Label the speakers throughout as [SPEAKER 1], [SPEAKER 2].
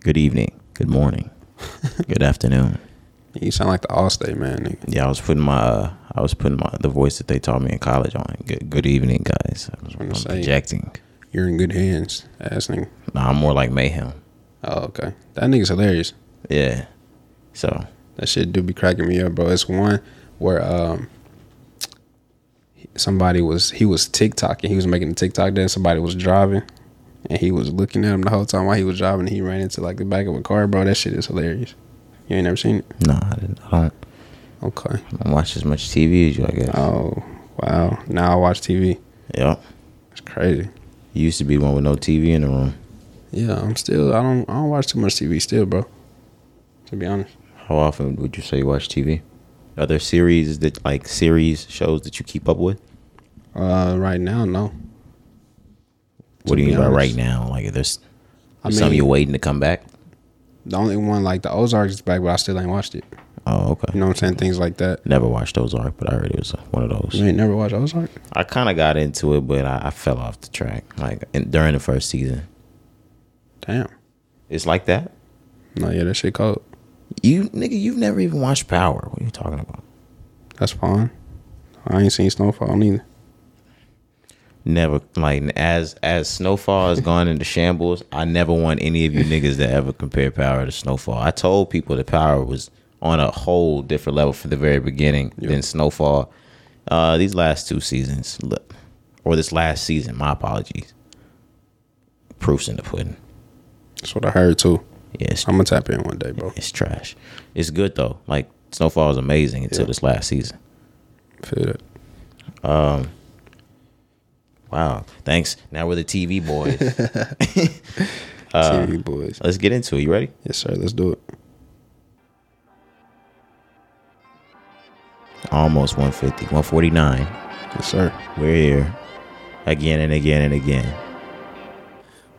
[SPEAKER 1] Good evening. Good morning. Good afternoon.
[SPEAKER 2] You sound like the Allstate man, nigga.
[SPEAKER 1] Yeah, I was putting my uh, I was putting my the voice that they taught me in college on. Good, good evening, guys. I was,
[SPEAKER 2] gonna
[SPEAKER 1] I'm
[SPEAKER 2] say-
[SPEAKER 1] projecting.
[SPEAKER 2] You're in good hands, ass nigga.
[SPEAKER 1] Nah, I'm more like mayhem.
[SPEAKER 2] Oh, okay. That nigga's hilarious.
[SPEAKER 1] Yeah. So
[SPEAKER 2] That shit do be cracking me up, bro. It's one where um somebody was he was TikToking. He was making a TikTok dance. Somebody was driving, and he was looking at him the whole time while he was driving. He ran into like the back of a car, bro. That shit is hilarious. You ain't never seen it?
[SPEAKER 1] no, I, didn't, I don't
[SPEAKER 2] Okay.
[SPEAKER 1] I don't watch as much TV as you. I guess.
[SPEAKER 2] Oh wow. Now I watch TV.
[SPEAKER 1] Yep.
[SPEAKER 2] It's crazy.
[SPEAKER 1] You used to be one with no TV in the room.
[SPEAKER 2] Yeah, I'm still. I don't. I don't watch too much TV still, bro. To be honest.
[SPEAKER 1] How often would you say you watch TV? Are there series that like series shows that you keep up with?
[SPEAKER 2] Uh, right now, no.
[SPEAKER 1] What do you
[SPEAKER 2] be
[SPEAKER 1] mean by
[SPEAKER 2] honest.
[SPEAKER 1] right now? Like there's
[SPEAKER 2] I
[SPEAKER 1] some
[SPEAKER 2] mean-
[SPEAKER 1] you're waiting to come back.
[SPEAKER 2] The only one like the Ozarks is back, but I still ain't watched it.
[SPEAKER 1] Oh, okay.
[SPEAKER 2] You know what I'm saying? Things like that.
[SPEAKER 1] Never watched Ozark, but I heard it was uh, one of those.
[SPEAKER 2] You ain't never watched Ozark?
[SPEAKER 1] I kind of got into it, but I, I fell off the track. Like in, during the first season,
[SPEAKER 2] Damn.
[SPEAKER 1] it's like that.
[SPEAKER 2] No, yeah, that shit cold.
[SPEAKER 1] You nigga, you've never even watched Power. What are you talking about?
[SPEAKER 2] That's fine. I ain't seen Snowfall neither.
[SPEAKER 1] Never like as as Snowfall has gone into shambles. I never want any of you niggas to ever compare Power to Snowfall. I told people that Power was on a whole different level from the very beginning than Snowfall. Uh, these last two seasons, look, or this last season. My apologies. Proofs in the pudding.
[SPEAKER 2] That's what I heard too.
[SPEAKER 1] Yes,
[SPEAKER 2] I'm gonna tap in one day, bro.
[SPEAKER 1] It's trash. It's good though. Like Snowfall is amazing until this last season.
[SPEAKER 2] Feel that.
[SPEAKER 1] Wow. Thanks. Now we're the TV boys.
[SPEAKER 2] TV boys.
[SPEAKER 1] Let's get into it. You ready?
[SPEAKER 2] Yes, sir. Let's do it.
[SPEAKER 1] Almost 150, 149.
[SPEAKER 2] Yes, sir.
[SPEAKER 1] We're here again and again and again.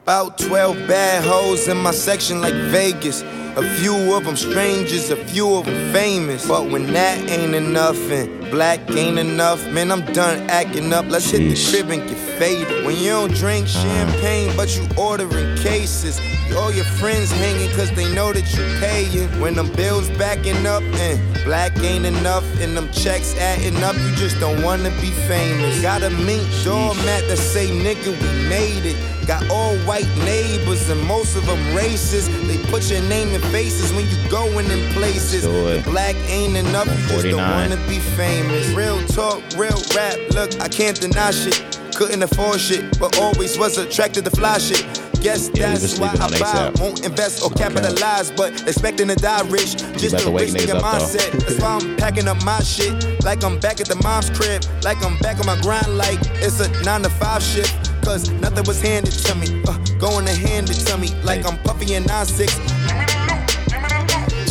[SPEAKER 3] About 12 bad hoes in my section like Vegas. A few of them strangers, a few of them famous. But when that ain't enough and black ain't enough, man, I'm done acting up. Let's hit
[SPEAKER 1] Sheesh.
[SPEAKER 3] the crib and get faded. When you don't drink champagne, but you ordering cases. All your friends hanging cause they know that you paying. When them bills backing up and black ain't enough and them checks adding up, you just don't wanna be famous. Got a mink doormat that say nigga we made it. Got all white neighbors and most of them racist. They put your name in faces when you going in places.
[SPEAKER 1] Do it.
[SPEAKER 3] Black ain't enough, you just don't
[SPEAKER 1] 49.
[SPEAKER 3] wanna be famous. Real talk, real rap. Look, I can't deny shit. Couldn't afford shit, but always was attracted to fly shit. Guess
[SPEAKER 1] Yeah, we
[SPEAKER 3] that's
[SPEAKER 1] been
[SPEAKER 3] why
[SPEAKER 1] sleeping
[SPEAKER 3] I
[SPEAKER 1] on
[SPEAKER 3] buy.
[SPEAKER 1] ASAP.
[SPEAKER 3] Won't invest or capitalize, but expecting to die rich. Just
[SPEAKER 1] better
[SPEAKER 3] a
[SPEAKER 1] wake
[SPEAKER 3] rich
[SPEAKER 1] niggas
[SPEAKER 3] nigga
[SPEAKER 1] up, though.
[SPEAKER 3] mindset. That's why I'm packing up my shit. Like I'm back at the mom's crib. Like I'm back on my grind. Like it's a nine to five shift. Cause nothing was handed to me. Uh, going to hand it to me. Like I'm puffy and nine six.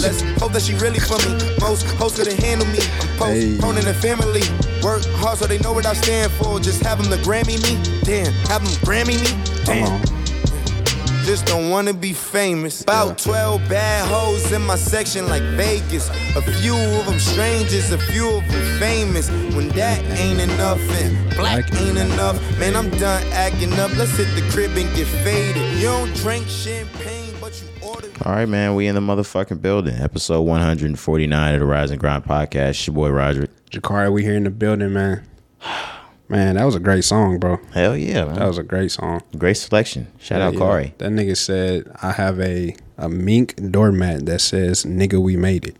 [SPEAKER 3] Let's hope that she really for me. Most hoes couldn't handle me. I'm
[SPEAKER 2] Hey.
[SPEAKER 3] postponing the family. Work hard so they know what I stand for. Just have them to Grammy me. Damn, have them Grammy me.
[SPEAKER 2] Come
[SPEAKER 3] Damn.
[SPEAKER 2] on.
[SPEAKER 3] Just don't wanna be famous. About 12 bad hoes in my section like Vegas. A few of them strangers, a few of them famous. When that ain't enough and black ain't enough, man, I'm done acting up. Let's hit the crib and get faded. You don't drink champagne, but you order.
[SPEAKER 1] All right, man. We in the motherfucking building. Episode 149 of the Rise and Grind podcast. It's your boy Roderick.
[SPEAKER 2] Jakari, we here in the building, man. Man, that was a great song, bro.
[SPEAKER 1] Hell yeah, man.
[SPEAKER 2] That was a great song.
[SPEAKER 1] Great selection. Shout out
[SPEAKER 2] Oh. Yeah.
[SPEAKER 1] Kari.
[SPEAKER 2] That nigga said, I have a, a mink doormat that says, nigga, we made it.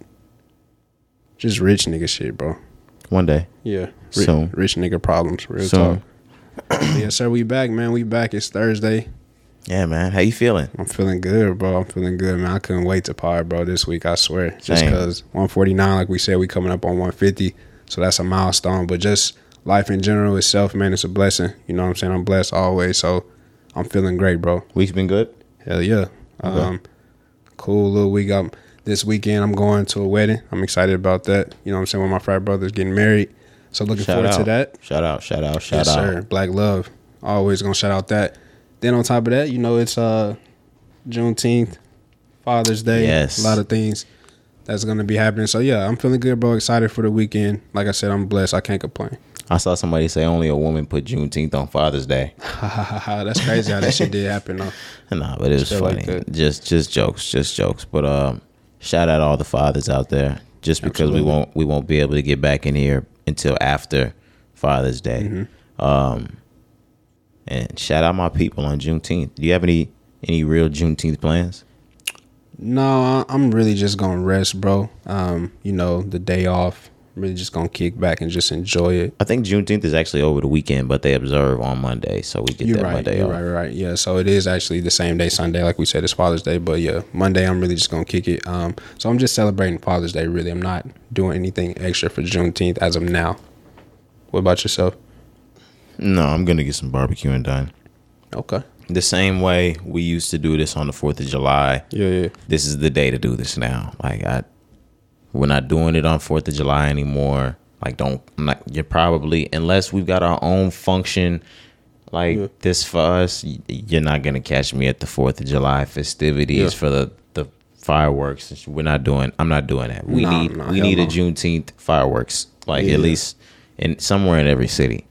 [SPEAKER 2] Just rich nigga shit, bro.
[SPEAKER 1] One day.
[SPEAKER 2] Yeah. Ri-
[SPEAKER 1] Soon.
[SPEAKER 2] Rich nigga problems, real
[SPEAKER 1] Soon.
[SPEAKER 2] talk. yes, sir. We back, man. We back. It's Thursday.
[SPEAKER 1] Yeah, man. How you feeling?
[SPEAKER 2] I'm feeling good, bro. I'm feeling good, man. I couldn't wait to pod, bro, this week, I swear. Just
[SPEAKER 1] Same.
[SPEAKER 2] because 149, like we said, we coming up on 150. So that's a milestone. But just life in general itself, man, it's a blessing. You know what I'm saying? I'm blessed always. So I'm feeling great, bro.
[SPEAKER 1] Week's been good?
[SPEAKER 2] Hell yeah. Um, cool little week. I'm, this weekend, I'm going to a wedding. I'm excited about that. You know what I'm saying? One of my frat brothers getting married. So looking
[SPEAKER 1] Shout
[SPEAKER 2] forward
[SPEAKER 1] out.
[SPEAKER 2] to that.
[SPEAKER 1] Shout out. Shout out. Shout
[SPEAKER 2] yes,
[SPEAKER 1] out.
[SPEAKER 2] sir. Black love. Always gonna shout out that. Then on top of that, you know, it's uh Juneteenth, Father's Day,
[SPEAKER 1] Yes.
[SPEAKER 2] a lot of things. that's gonna be happening. So yeah, I'm feeling good, bro. Excited for the weekend. Like I said, I'm blessed. I can't complain.
[SPEAKER 1] I saw somebody say only a woman put Juneteenth on Father's Day.
[SPEAKER 2] that's crazy how that shit did happen. Though.
[SPEAKER 1] Nah, but it was
[SPEAKER 2] Feel like
[SPEAKER 1] funny. just just jokes, just jokes. But um, shout out all the fathers out there. Just because we
[SPEAKER 2] Absolutely.
[SPEAKER 1] won't we won't be able to get back in here until after Father's Day.
[SPEAKER 2] Mm-hmm.
[SPEAKER 1] Um, and shout out my people on Juneteenth. Do you have any any real Juneteenth plans?
[SPEAKER 2] No, I- I'm really just gonna rest, bro. Um, you know, the day off. Really just gonna kick back and just enjoy it.
[SPEAKER 1] I think Juneteenth is actually over the weekend, but they observe on Monday, so we get
[SPEAKER 2] You're
[SPEAKER 1] that
[SPEAKER 2] right.
[SPEAKER 1] Monday
[SPEAKER 2] You're
[SPEAKER 1] off.
[SPEAKER 2] right. Right. Yeah. So it is actually the same day, Sunday, like we said, it's Father's Day. But yeah, Monday, I'm really just gonna kick it. Um, so I'm just celebrating Father's Day. Really, I'm not doing anything extra for Juneteenth as of now. What about yourself?
[SPEAKER 1] No, I'm gonna get some barbecue and done.
[SPEAKER 2] Okay.
[SPEAKER 1] The same way we used to do this on the Fourth of July.
[SPEAKER 2] Yeah. Yeah.
[SPEAKER 1] this is the day to do this now. Like I, we're not doing it on Fourth of July anymore. Like don't, I'm not, you're probably unless we've got our own function, like
[SPEAKER 2] Yeah.
[SPEAKER 1] this for us. y- You're not gonna catch me at the Fourth of July festivities
[SPEAKER 2] Yeah.
[SPEAKER 1] for the the fireworks. and sh- We're not doing. I'm not doing that. We
[SPEAKER 2] Nah,
[SPEAKER 1] need
[SPEAKER 2] nah,
[SPEAKER 1] we
[SPEAKER 2] hell
[SPEAKER 1] need a
[SPEAKER 2] no.
[SPEAKER 1] Juneteenth fireworks. Like
[SPEAKER 2] Yeah.
[SPEAKER 1] at least in somewhere in every city.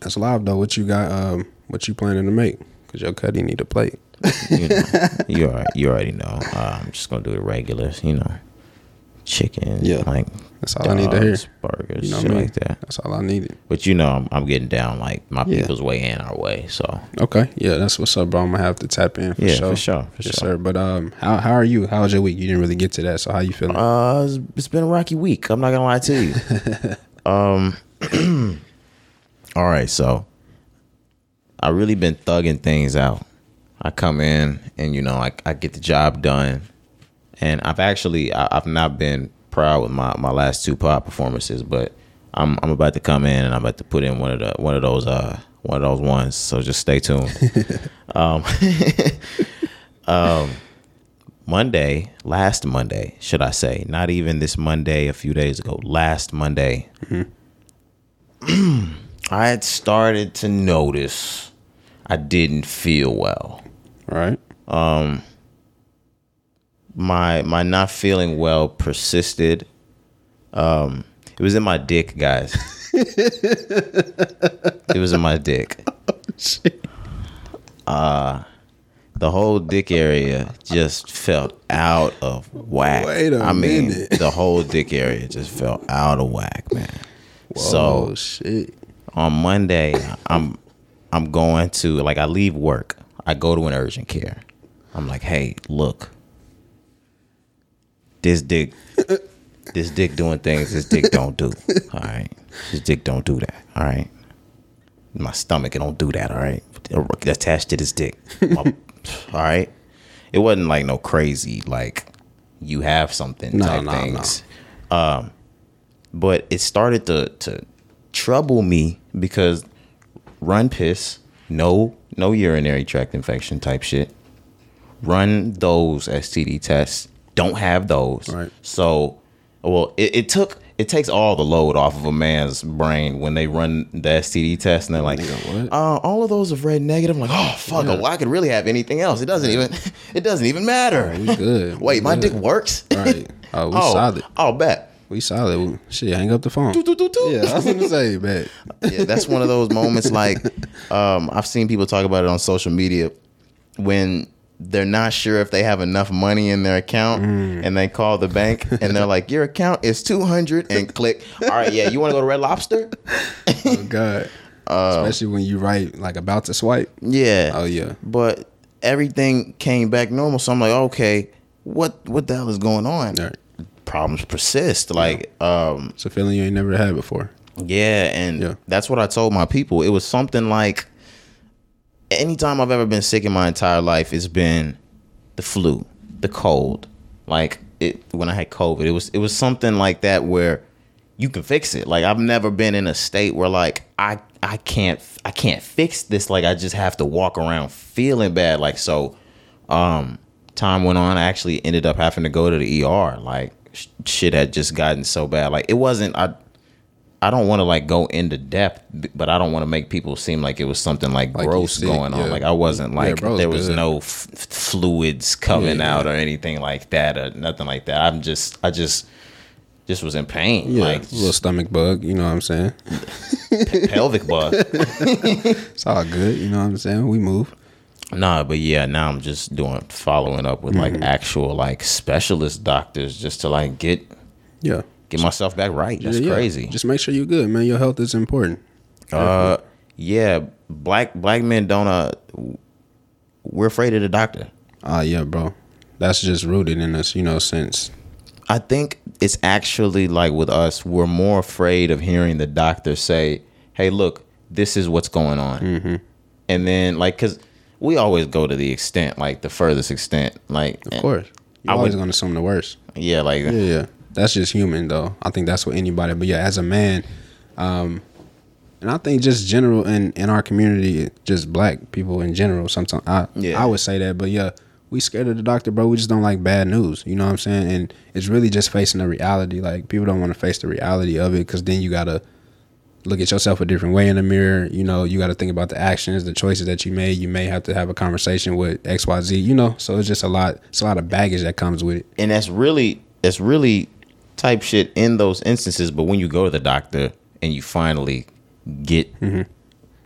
[SPEAKER 2] That's live though. What you got? Um, what you planning to make? Cause your cutty need a plate.
[SPEAKER 1] You know, you already you already know. Uh, I'm just gonna do the regulars. You know, chicken.
[SPEAKER 2] Yeah.
[SPEAKER 1] like
[SPEAKER 2] That's all I need to hear.
[SPEAKER 1] dogs, Burgers,
[SPEAKER 2] You know what
[SPEAKER 1] shit
[SPEAKER 2] I mean?
[SPEAKER 1] like that.
[SPEAKER 2] That's all I needed.
[SPEAKER 1] But you know, I'm, I'm getting down. Like my
[SPEAKER 2] Yeah.
[SPEAKER 1] people's way in our way. So
[SPEAKER 2] Okay. Yeah, that's what's up, bro. I'm gonna have to tap in for
[SPEAKER 1] Yeah,
[SPEAKER 2] sure.
[SPEAKER 1] for sure, for
[SPEAKER 2] yes,
[SPEAKER 1] sure.
[SPEAKER 2] sir. But um, how how are you? How was your week? You didn't really get to that. So how you feeling?
[SPEAKER 1] uh, it's, it's been a rocky week. I'm not gonna lie to you. um, all right. So I really been thugging things out. I come in and you know I I get the job done, and I've actually I, I've not been proud with my my last two pod performances, but I'm I'm about to come in and I'm about to put in one of the one of those uh one of those ones. So just stay tuned. um, um, Monday, last Monday, should I say? Not even this Monday, a few days ago. Last Monday, I had started to notice I didn't feel well.
[SPEAKER 2] All right.
[SPEAKER 1] my my not feeling well persisted. Um, it was in my dick, guys. it was in my dick.
[SPEAKER 2] Oh,
[SPEAKER 1] Uh, the whole dick area just felt out of whack.
[SPEAKER 2] Wait a
[SPEAKER 1] I mean,
[SPEAKER 2] minute.
[SPEAKER 1] the whole dick area just felt out of whack, man. So
[SPEAKER 2] oh shit.
[SPEAKER 1] on Monday, I'm I'm going to like I leave work. I go to an urgent care. I'm like, hey, look, this dick, this dick doing things this dick don't do. All right, this dick don't do that. All right, my stomach it don't do that. All right, attached to this dick. My- all right, it wasn't like no crazy like you have something
[SPEAKER 2] No,
[SPEAKER 1] type
[SPEAKER 2] no, no.
[SPEAKER 1] things Um, but it started to to trouble me because run piss, no no urinary tract infection type shit. Run those STD tests. Don't have those.
[SPEAKER 2] Right.
[SPEAKER 1] So, well, it, it took it takes all the load off of a man's brain when they run the STD test and they're like,
[SPEAKER 2] Nigga, what?
[SPEAKER 1] uh, all of those have read negative. I'm like, oh fuck, well, I could really have anything else. It doesn't even it doesn't even matter.
[SPEAKER 2] we good.
[SPEAKER 1] Wait,
[SPEAKER 2] We
[SPEAKER 1] my
[SPEAKER 2] good.
[SPEAKER 1] dick works.
[SPEAKER 2] Right. Oh, we
[SPEAKER 1] oh,
[SPEAKER 2] solid.
[SPEAKER 1] I'll bet.
[SPEAKER 2] We solid. We- Shit, hang up the phone.
[SPEAKER 1] Do, do, do.
[SPEAKER 2] Yeah, I was gonna say, man.
[SPEAKER 1] yeah, that's one of those moments like um, I've seen people talk about it on social media when they're not sure if they have enough money in their account
[SPEAKER 2] Mm.
[SPEAKER 1] and they call the bank and they're like, Your account is 200 and click. All right, yeah, you want to go to Red Lobster?
[SPEAKER 2] Oh god.
[SPEAKER 1] Um,
[SPEAKER 2] Especially when you write like about to swipe.
[SPEAKER 1] Yeah.
[SPEAKER 2] Oh yeah.
[SPEAKER 1] But everything came back normal. So I'm like, Okay, what, what the hell is going on?
[SPEAKER 2] All right.
[SPEAKER 1] Problems persist. Like, um,
[SPEAKER 2] It's a feeling you ain't never had before.
[SPEAKER 1] Yeah, and
[SPEAKER 2] Yeah.
[SPEAKER 1] that's what I told my people. It was something like anytime I've ever been sick in my entire life, it's been the flu, the cold. Like it when I had COVID, it was it was something like that where you can fix it. Like I've never been in a state where like I I can't I can't fix this. Like I just have to walk around feeling bad. Like so um time went on i actually ended up E having to go to the er like sh- shit had just gotten so bad like it wasn't i I don't want to like go into depth, b- but I don't want to make people seem like it was something like,
[SPEAKER 2] Like you
[SPEAKER 1] gross
[SPEAKER 2] sick,
[SPEAKER 1] going on.
[SPEAKER 2] yeah.
[SPEAKER 1] Like I wasn't
[SPEAKER 2] Yeah,
[SPEAKER 1] like
[SPEAKER 2] bro's
[SPEAKER 1] there was
[SPEAKER 2] good.
[SPEAKER 1] no f- f- fluids coming
[SPEAKER 2] Yeah.
[SPEAKER 1] out or anything like that or nothing like that. I'm just I just just was in pain,
[SPEAKER 2] Yeah,
[SPEAKER 1] like
[SPEAKER 2] little stomach bug, you know what I'm saying?
[SPEAKER 1] pelvic bug.
[SPEAKER 2] It's all good, you know what I'm saying? We move.
[SPEAKER 1] Nah, but yeah, now I'm just doing following up with
[SPEAKER 2] Mm-hmm.
[SPEAKER 1] like actual like specialist doctors just to like get
[SPEAKER 2] Yeah.
[SPEAKER 1] get myself back right. That's
[SPEAKER 2] Yeah, yeah.
[SPEAKER 1] crazy.
[SPEAKER 2] Just make sure you're good, man. Your health is important.
[SPEAKER 1] Uh, yeah, black black men don't uh, we're afraid of the doctor.
[SPEAKER 2] Ah, yeah, bro. That's just rooted in us, you know, since
[SPEAKER 1] I think it's actually like with us, we're more afraid of hearing the doctor say, "Hey, look, this is what's going on,"
[SPEAKER 2] Mm-hmm.
[SPEAKER 1] and then like because we always go to the extent, like the furthest extent, like
[SPEAKER 2] of course. You're
[SPEAKER 1] I
[SPEAKER 2] always
[SPEAKER 1] would-
[SPEAKER 2] gonna assume the worst.
[SPEAKER 1] yeah, like
[SPEAKER 2] Yeah, yeah. That's just human though. I think that's what anybody but yeah, as a man, um and I think just general in in our community, just black people in general, sometimes I
[SPEAKER 1] Yeah.
[SPEAKER 2] I would say that, but yeah, we scared of the doctor, bro. We just don't like bad news. You know what I'm saying? And it's really just facing the reality. Like people don't want to face the reality of it because then you gotta look at yourself a different way in the mirror. You know, you got to think about the actions, the choices that you made. You may have to have a conversation with X, Y, Z. You know, so it's just a lot. It's a lot of baggage that comes with it.
[SPEAKER 1] and that's really that's really type shit in those instances. But when you go to the doctor and you finally get
[SPEAKER 2] Mm-hmm.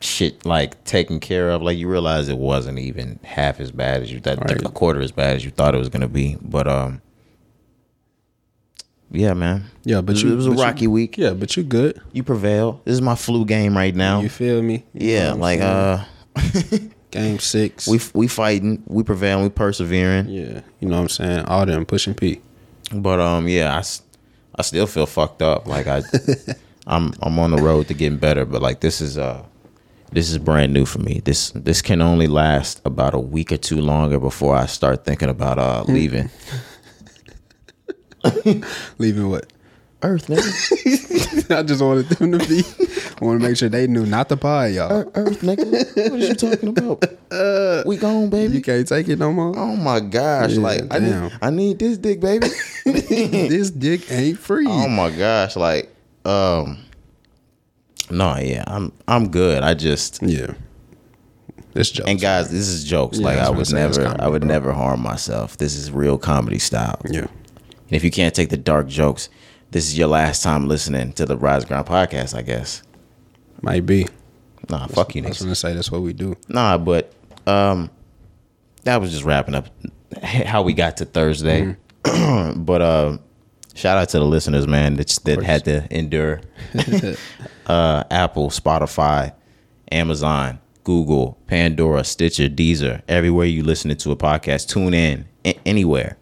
[SPEAKER 1] shit like taken care of, like you realize it wasn't even half as bad as you thought,
[SPEAKER 2] Right.
[SPEAKER 1] a quarter as bad as you thought it was gonna be. But um, yeah, man,
[SPEAKER 2] Yeah,
[SPEAKER 1] It
[SPEAKER 2] but
[SPEAKER 1] was-
[SPEAKER 2] you,
[SPEAKER 1] it was a
[SPEAKER 2] but you-
[SPEAKER 1] rocky week.
[SPEAKER 2] Yeah, but you good.
[SPEAKER 1] You prevail. This is my flu game right now.
[SPEAKER 2] You feel me?
[SPEAKER 1] Um, yeah, like uh,
[SPEAKER 2] game six.
[SPEAKER 1] we we fighting, we prevailing, we persevering.
[SPEAKER 2] yeah, you know what I'm saying. All them pushing P.
[SPEAKER 1] But um, yeah, I, s- I still feel fucked up. Like I, I'm I'm on the road to getting better, but like this is uh, this is brand new for me. This this can only last about a week or two longer before I start thinking about uh leaving
[SPEAKER 2] Leaving what?
[SPEAKER 1] Earth. Nigga.
[SPEAKER 2] I just wanted them to be. I want to make sure they knew not the pie, y'all.
[SPEAKER 1] Earth, nigga. What are you talking about? We gone,
[SPEAKER 2] You
[SPEAKER 1] baby.
[SPEAKER 2] can't take it no more.
[SPEAKER 1] Oh my gosh!
[SPEAKER 2] Yeah,
[SPEAKER 1] like I
[SPEAKER 2] damn.
[SPEAKER 1] need, I need this dick, baby.
[SPEAKER 2] this dick ain't free.
[SPEAKER 1] Oh my gosh! Like um, no, yeah, I'm I'm good. I just
[SPEAKER 2] yeah. This joke.
[SPEAKER 1] And guys, this is jokes.
[SPEAKER 2] Yeah,
[SPEAKER 1] like
[SPEAKER 2] that's
[SPEAKER 1] I
[SPEAKER 2] what
[SPEAKER 1] would
[SPEAKER 2] I'm saying. It's
[SPEAKER 1] never,
[SPEAKER 2] comedy,
[SPEAKER 1] I would
[SPEAKER 2] bro.
[SPEAKER 1] never harm myself. This is real comedy style. And
[SPEAKER 2] yeah.
[SPEAKER 1] if you can't take the dark jokes, this is your last time listening to the Rise Ground podcast, I guess.
[SPEAKER 2] Might be.
[SPEAKER 1] Nah, fuck you,
[SPEAKER 2] I was
[SPEAKER 1] niggas.
[SPEAKER 2] gonna say that's what we do.
[SPEAKER 1] Nah, but um, that was just wrapping up how we got to Thursday. but uh, shout out to the listeners, man, that that had to endure. uh, Apple, Spotify, Amazon, Google, Pandora, Stitcher, Deezer, everywhere you listening to a podcast, tune in a- anywhere.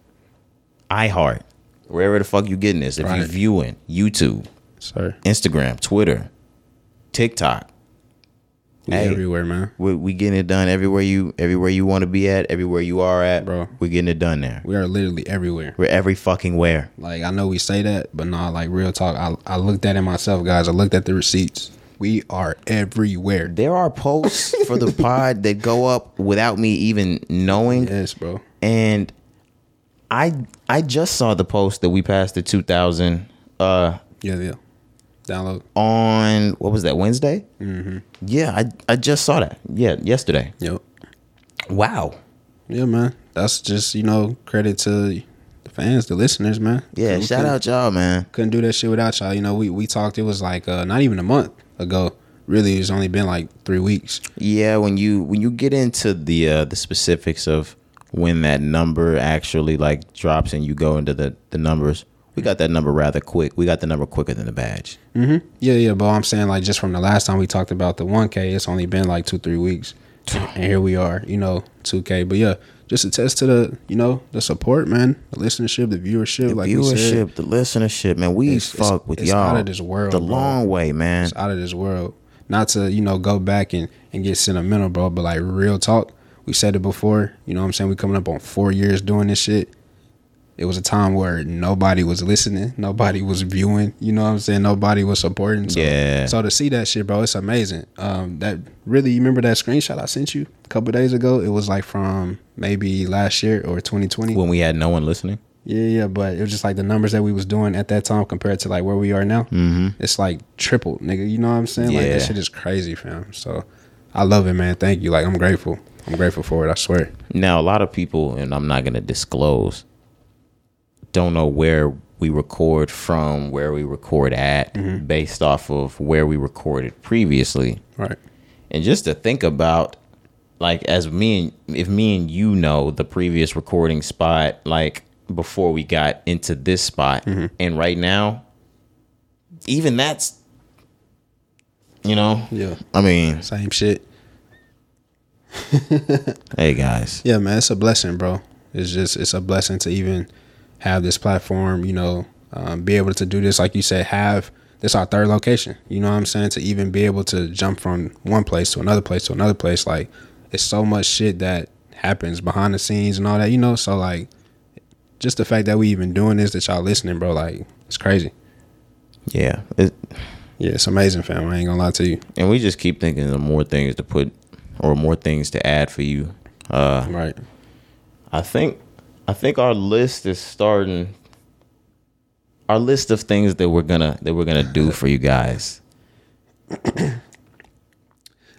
[SPEAKER 1] iHeart, wherever the fuck you getting this. If
[SPEAKER 2] Right.
[SPEAKER 1] you're viewing YouTube,
[SPEAKER 2] Sorry.
[SPEAKER 1] Instagram, Twitter, TikTok,
[SPEAKER 2] We
[SPEAKER 1] Hey.
[SPEAKER 2] everywhere, man.
[SPEAKER 1] we we getting it done everywhere you everywhere you want to be at, everywhere you are at,
[SPEAKER 2] Bro.
[SPEAKER 1] We're getting it done there.
[SPEAKER 2] We are literally everywhere.
[SPEAKER 1] We're every fucking where.
[SPEAKER 2] Like I know we say that, but nah, like real talk. I I looked at it myself, guys. I looked at the receipts. We are everywhere.
[SPEAKER 1] There are posts for the pod that go up without me even knowing.
[SPEAKER 2] Yes, bro.
[SPEAKER 1] and I I just saw the post that we passed the 2000 uh
[SPEAKER 2] Yeah, yeah. Download.
[SPEAKER 1] on what was that Wednesday? Mm-hmm. Yeah, I I just saw that. Yeah, yesterday.
[SPEAKER 2] Yep.
[SPEAKER 1] Wow.
[SPEAKER 2] Yeah, man. That's just you know credit to the fans, the listeners, man.
[SPEAKER 1] Yeah,
[SPEAKER 2] We
[SPEAKER 1] shout
[SPEAKER 2] couldn't-
[SPEAKER 1] out y'all, man.
[SPEAKER 2] Couldn't do that shit without y'all. You know, we we talked. It was like uh not even a month ago. Really, it's only been like three weeks.
[SPEAKER 1] Yeah, when you when you get into the uh, the specifics of when that number actually like drops and you go into the the numbers, we got that number rather quick. We got the number quicker than the badge.
[SPEAKER 2] Yeah, yeah, but I'm saying like just from the last time we talked about the 1K, it's only been like two, three weeks, and here we are, you know, 2K. But yeah, just a test to the, you know, the support, man, the listenership, the viewership, like we said,
[SPEAKER 1] Viewership, the listenership, man. We
[SPEAKER 2] It's- it's-
[SPEAKER 1] fuck with
[SPEAKER 2] it's
[SPEAKER 1] y'all.
[SPEAKER 2] out of this world,
[SPEAKER 1] The
[SPEAKER 2] bro.
[SPEAKER 1] long way, man.
[SPEAKER 2] it's out of this world. Not to you know go back and and get sentimental, bro, but like real talk, we said it before. You know what I'm saying? We coming up on four years doing this shit. It was a time where nobody was listening, nobody was viewing. You know what I'm saying? Nobody was supporting. So,
[SPEAKER 1] Yeah.
[SPEAKER 2] So to see that shit, bro, it's amazing. Um, that really, you remember that screenshot I sent you a couple days ago? It was like from maybe last year or 2020.
[SPEAKER 1] when we had no one listening.
[SPEAKER 2] Yeah, yeah, but it was just like the numbers that we was doing at that time compared to like where we are now. Mm-hmm. It's like triple, nigga. You know what I'm saying? Like
[SPEAKER 1] Yeah.
[SPEAKER 2] that shit is crazy, fam. So I love it, man. Thank you. Like I'm grateful. I'm grateful for it. I swear.
[SPEAKER 1] Now, a lot of people, and I'm not going to disclose, don't know where we record from, where we record at,
[SPEAKER 2] Mm-hmm.
[SPEAKER 1] based off of where we recorded previously.
[SPEAKER 2] Right.
[SPEAKER 1] And just to think about, like, as me and if me and you know the previous recording spot, like before we got into this spot, and right now, even that's, you know,
[SPEAKER 2] Yeah.
[SPEAKER 1] I mean,
[SPEAKER 2] Same shit.
[SPEAKER 1] hey guys,
[SPEAKER 2] Yeah, man, it's a blessing, bro. It's just it's a blessing to even have this platform, you know, um, be able to do this, like you said, have this our third location. You know what I'm saying? To even be able to jump from one place to another place to another place, like it's so much shit that happens behind the scenes and all that, you know. So like, just the fact that we even doing this, that y'all listening, bro, like it's crazy.
[SPEAKER 1] yeah, it,
[SPEAKER 2] Yeah, it's amazing, fam. I ain't gonna lie to you.
[SPEAKER 1] and we just keep thinking of more things to put or more things to add for you. Uh,
[SPEAKER 2] Right?
[SPEAKER 1] I think I think our list is starting. Our list of things that we're gonna that we're gonna do for you guys.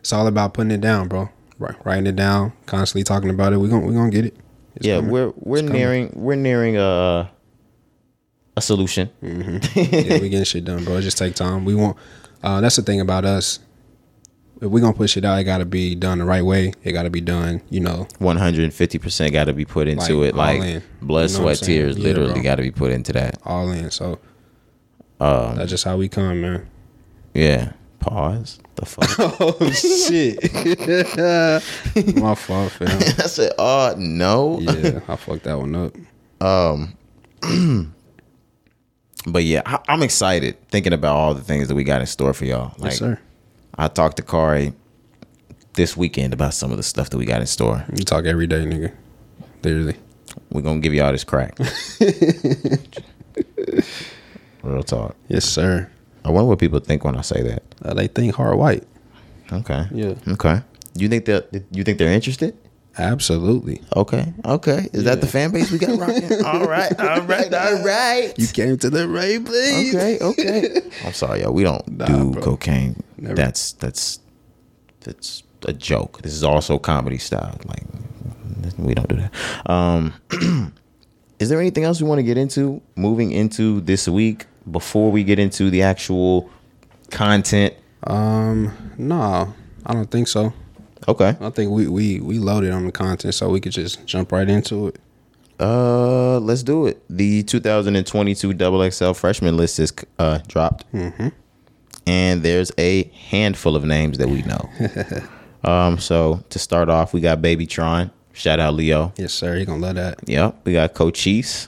[SPEAKER 2] It's all about putting it down, bro. Right, writing it down, constantly talking about it. We gon' we gonna get it. It's
[SPEAKER 1] yeah,
[SPEAKER 2] coming.
[SPEAKER 1] we're we're nearing we're nearing a a solution.
[SPEAKER 2] Mm. yeah, we getting shit done, bro. It just take time. We want. Uh, that's the thing about us. If we gonna push it out, it gotta be done the right way. It gotta be done, you know.
[SPEAKER 1] One hundred and fifty percent got to be put into
[SPEAKER 2] Like,
[SPEAKER 1] it. Like
[SPEAKER 2] all in.
[SPEAKER 1] blood,
[SPEAKER 2] You know what I'm
[SPEAKER 1] sweat,
[SPEAKER 2] saying?
[SPEAKER 1] tears,
[SPEAKER 2] Yeah,
[SPEAKER 1] literally
[SPEAKER 2] bro.
[SPEAKER 1] got to be put into that.
[SPEAKER 2] all in. So that's just how we come, man.
[SPEAKER 1] Yeah. Pause. The fuck.
[SPEAKER 2] Oh shit! My fault, fam.
[SPEAKER 1] I said, oh no.
[SPEAKER 2] Yeah, I fucked that one up.
[SPEAKER 1] But yeah, I, I'm excited thinking about all the things that we got in store for y'all. Like,
[SPEAKER 2] yes, sir.
[SPEAKER 1] I talked to Kari this weekend about some of the stuff that we got in store.
[SPEAKER 2] You talk every day, nigga. Literally.
[SPEAKER 1] We're gonna give y'all this crack. Real talk.
[SPEAKER 2] Yes, sir.
[SPEAKER 1] I wonder what people think when I say that.
[SPEAKER 2] Uh, they think hard white.
[SPEAKER 1] Okay.
[SPEAKER 2] Yeah.
[SPEAKER 1] Okay. You think that you think they're interested?
[SPEAKER 2] Absolutely.
[SPEAKER 1] Okay. Okay. Is that the fan base we got rocking? all right. All right. All right.
[SPEAKER 2] You came to the right place.
[SPEAKER 1] okay. Okay. I'm sorry, y'all. We don't do
[SPEAKER 2] bro.
[SPEAKER 1] cocaine.
[SPEAKER 2] Never.
[SPEAKER 1] That's that's that's a joke. This is also comedy style. Like we don't do that. Um, is there anything else we want to get into moving into this week before we get into the actual content?
[SPEAKER 2] Um, no, I don't think so.
[SPEAKER 1] Okay.
[SPEAKER 2] I think we we we loaded on the content, so we could just jump right into it.
[SPEAKER 1] Uh, let's do it. The 2022 Double XL freshman list is uh dropped, and there's a handful of names that we know. um, so to start off, we got Baby Tron. Shout out Leo.
[SPEAKER 2] Yes, sir. You gonna love that?
[SPEAKER 1] Yep. We got Cochise.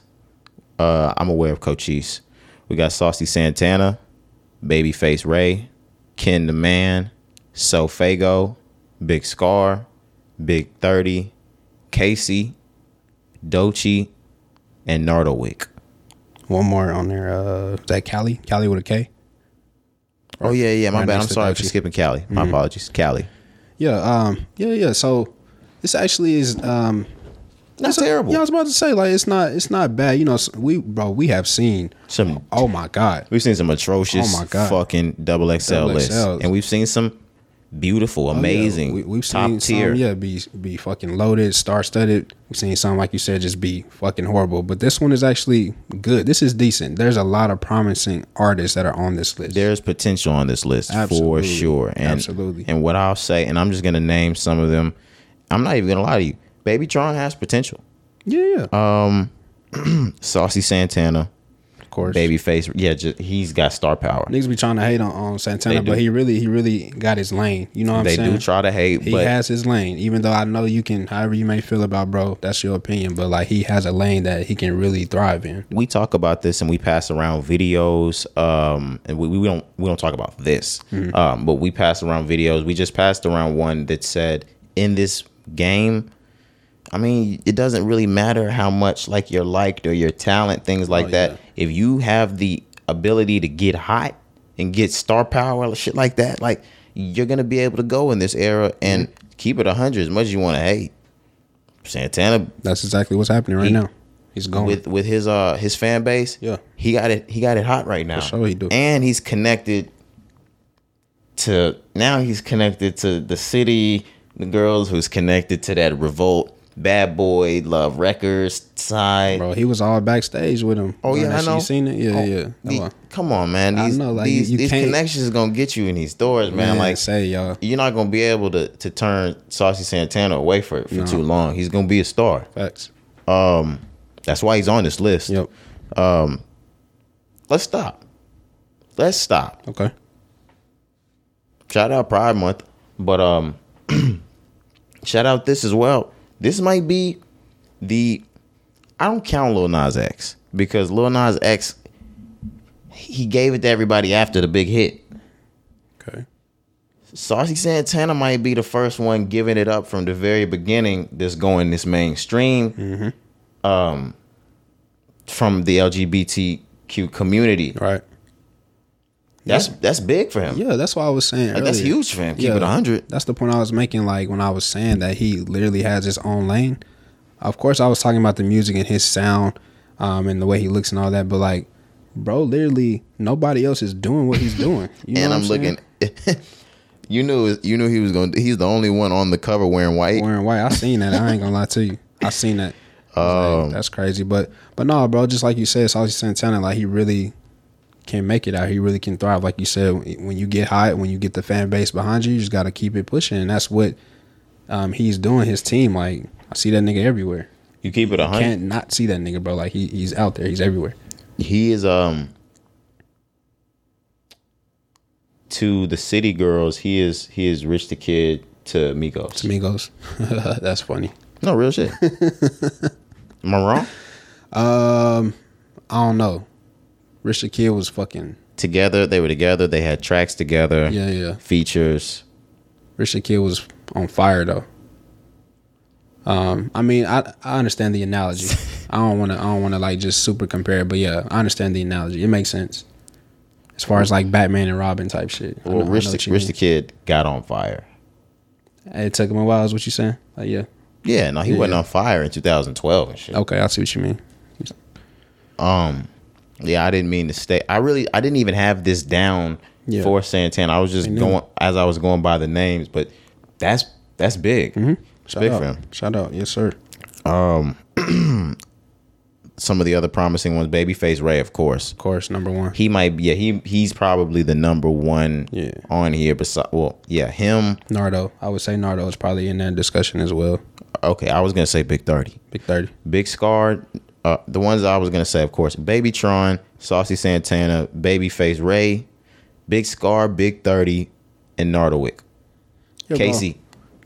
[SPEAKER 1] Uh, I'm aware of Cochise. We got Saucy Santana, Babyface Ray, Ken the Man, So Fago, Big Scar, Big 30, Casey, Dochi, and Nardowick.
[SPEAKER 2] One more on there. Uh, is that Cali? Cali with a K.
[SPEAKER 1] Oh, yeah, yeah. My
[SPEAKER 2] Right
[SPEAKER 1] bad.
[SPEAKER 2] next
[SPEAKER 1] I'm
[SPEAKER 2] to
[SPEAKER 1] sorry for
[SPEAKER 2] Doechii.
[SPEAKER 1] skipping Cali. My apologies. Cali.
[SPEAKER 2] Yeah. Um. Yeah. Yeah. So this actually is. Um.
[SPEAKER 1] Not terrible.
[SPEAKER 2] Yeah, I was about to say like it's not it's not bad. You know, s- we bro we have seen.
[SPEAKER 1] Some
[SPEAKER 2] Oh my God.
[SPEAKER 1] We've seen some atrocious
[SPEAKER 2] Oh my God.
[SPEAKER 1] fucking double Oh, XL
[SPEAKER 2] Double
[SPEAKER 1] lists.
[SPEAKER 2] XLs.
[SPEAKER 1] And we've seen some beautiful, amazing,
[SPEAKER 2] Yeah, we, we've
[SPEAKER 1] top
[SPEAKER 2] seen
[SPEAKER 1] tier.
[SPEAKER 2] some, yeah, be be fucking loaded, star studded. We've seen some, like you said, just be fucking horrible. But this one is actually good. This is decent. There's a lot of promising artists that are on this list.
[SPEAKER 1] there's potential on this list for
[SPEAKER 2] Absolutely.
[SPEAKER 1] sure. And,
[SPEAKER 2] Absolutely.
[SPEAKER 1] And what I'll say, and I'm just gonna name some of them. I'm not even gonna lie to you. Baby Tron has potential.
[SPEAKER 2] yeah, yeah,
[SPEAKER 1] Saucy Santana,
[SPEAKER 2] of course.
[SPEAKER 1] Babyface, yeah, just, he's got star power.
[SPEAKER 2] Niggas be trying to hate on, on Santana,
[SPEAKER 1] They
[SPEAKER 2] but
[SPEAKER 1] do.
[SPEAKER 2] he really he really got his lane. You know what
[SPEAKER 1] They
[SPEAKER 2] I'm saying?
[SPEAKER 1] do try to hate,
[SPEAKER 2] he
[SPEAKER 1] but
[SPEAKER 2] has his lane, even though I know you can, however you may feel about bro, that's your opinion. But like he has a lane that he can really thrive in.
[SPEAKER 1] we talk about this and we pass around videos um and we, we don't we don't talk about this
[SPEAKER 2] Mm-hmm.
[SPEAKER 1] um but we pass around videos we just passed around one that said in this game i mean it doesn't really matter how much like you're liked or your talent things like
[SPEAKER 2] Oh,
[SPEAKER 1] that
[SPEAKER 2] yeah.
[SPEAKER 1] if you have the ability to get hot and get star power or shit like that like you're gonna be able to go in this era and
[SPEAKER 2] Mm-hmm.
[SPEAKER 1] keep it 100 as much as you want to hate santana
[SPEAKER 2] That's exactly what's happening right now. He's going.
[SPEAKER 1] with with his uh his fan base.
[SPEAKER 2] Mm. Yeah.
[SPEAKER 1] he got it. He got it hot right now.
[SPEAKER 2] sure he do.
[SPEAKER 1] And he's connected to now. He's connected to the city, the girls who's connected to that revolt, bad boy love records side.
[SPEAKER 2] Bro, he was all backstage with him.
[SPEAKER 1] Oh
[SPEAKER 2] When
[SPEAKER 1] yeah,
[SPEAKER 2] that
[SPEAKER 1] I
[SPEAKER 2] shit-
[SPEAKER 1] know.
[SPEAKER 2] You seen it? Yeah,
[SPEAKER 1] Oh,
[SPEAKER 2] yeah.
[SPEAKER 1] the-
[SPEAKER 2] Come on.
[SPEAKER 1] come on, man.
[SPEAKER 2] I
[SPEAKER 1] These
[SPEAKER 2] know, like,
[SPEAKER 1] these,
[SPEAKER 2] you
[SPEAKER 1] these
[SPEAKER 2] can't-
[SPEAKER 1] connections is gonna get you in these doors, man.
[SPEAKER 2] Man,
[SPEAKER 1] like
[SPEAKER 2] say y'all.
[SPEAKER 1] you're not gonna be able to to turn Saucy Santana away for for too long. He's gonna be a star.
[SPEAKER 2] Facts.
[SPEAKER 1] That's why he's on this list.
[SPEAKER 2] Yep.
[SPEAKER 1] Let's stop. Let's stop.
[SPEAKER 2] Okay.
[SPEAKER 1] Shout out Pride Month, but um, shout out this as well. This might be the I don't count Lil Nas X because Lil Nas X he gave it to everybody after the big hit.
[SPEAKER 2] Okay.
[SPEAKER 1] Saucy Santana might be the first one giving it up from the very beginning. That's going this mainstream, um, from the LGBTQ community.
[SPEAKER 2] Right.
[SPEAKER 1] That's that's big for him.
[SPEAKER 2] Yeah, that's what I was saying.
[SPEAKER 1] Like, that's
[SPEAKER 2] earlier.
[SPEAKER 1] huge for him. Keep it 100.
[SPEAKER 2] That's the point I was making. Like when I was saying that he literally has his own lane. Of course, I was talking about the music and his sound, um, and the way he looks and all that. But like, bro, literally nobody else is doing what he's doing. You know
[SPEAKER 1] and
[SPEAKER 2] what
[SPEAKER 1] I'm,
[SPEAKER 2] saying?
[SPEAKER 1] looking. you knew you knew he was going. to He's the only one on the cover wearing white.
[SPEAKER 2] wearing white. I seen that. I ain't gonna lie to you. I seen that. Like, that's crazy. But but no, bro. Just like you said, Saucy Santana, like he really can make it out. He really can thrive. Like you said, when you get hot, when you get the fan base behind you, you just gotta keep it pushing. And that's what um, he's doing. His team, like I see that nigga everywhere.
[SPEAKER 1] You keep it a hundred.
[SPEAKER 2] Can't not see that nigga, bro. Like he, he's out there. He's everywhere.
[SPEAKER 1] He is um. To the city girls, he is he is Rich the Kid to Migos.
[SPEAKER 2] Amigos. that's funny.
[SPEAKER 1] No real shit. Am I wrong?
[SPEAKER 2] Um, I don't know. Rich the Kid was fucking
[SPEAKER 1] Together, they were together. They had tracks together.
[SPEAKER 2] yeah yeah.
[SPEAKER 1] Features.
[SPEAKER 2] Rich the Kid was on fire though. Um, I mean, I I understand the analogy. I don't want to I don't want to like just super compare, it, but yeah, I understand the analogy. It makes sense as far as like Batman and Robin type shit. I
[SPEAKER 1] Well,
[SPEAKER 2] know- I
[SPEAKER 1] Rich
[SPEAKER 2] know what
[SPEAKER 1] the,
[SPEAKER 2] you
[SPEAKER 1] Rich the Kid got on fire.
[SPEAKER 2] mean. It took him a while. Is what you saying? Like, yeah,
[SPEAKER 1] Yeah, no, he wasn't on fire in 2012 and shit.
[SPEAKER 2] okay, I see what you mean.
[SPEAKER 1] Yeah, I didn't mean to stay. I really, I didn't even have this down
[SPEAKER 2] Yeah.
[SPEAKER 1] for Santana. I was just going as I was going by the names, but that's that's big. It's big
[SPEAKER 2] out.
[SPEAKER 1] for him.
[SPEAKER 2] Mm-hmm. Shout out, yes sir.
[SPEAKER 1] Some of the other promising ones, Babyface Ray, of course.
[SPEAKER 2] Of course, number one.
[SPEAKER 1] He might be. Yeah, he he's probably the number one
[SPEAKER 2] Yeah.
[SPEAKER 1] on here. Besides, well, yeah, him.
[SPEAKER 2] Nardo, I would say Nardo is probably in that discussion as well.
[SPEAKER 1] Okay, I was gonna say Big Thirty.
[SPEAKER 2] Big thirty.
[SPEAKER 1] Big Scar, uh, the ones I was gonna say, of course, Baby Tron, Saucy Santana, Babyface Ray, Big Scar, Big Thirty, and Nardowick.
[SPEAKER 2] Yeah, bro.
[SPEAKER 1] Casey,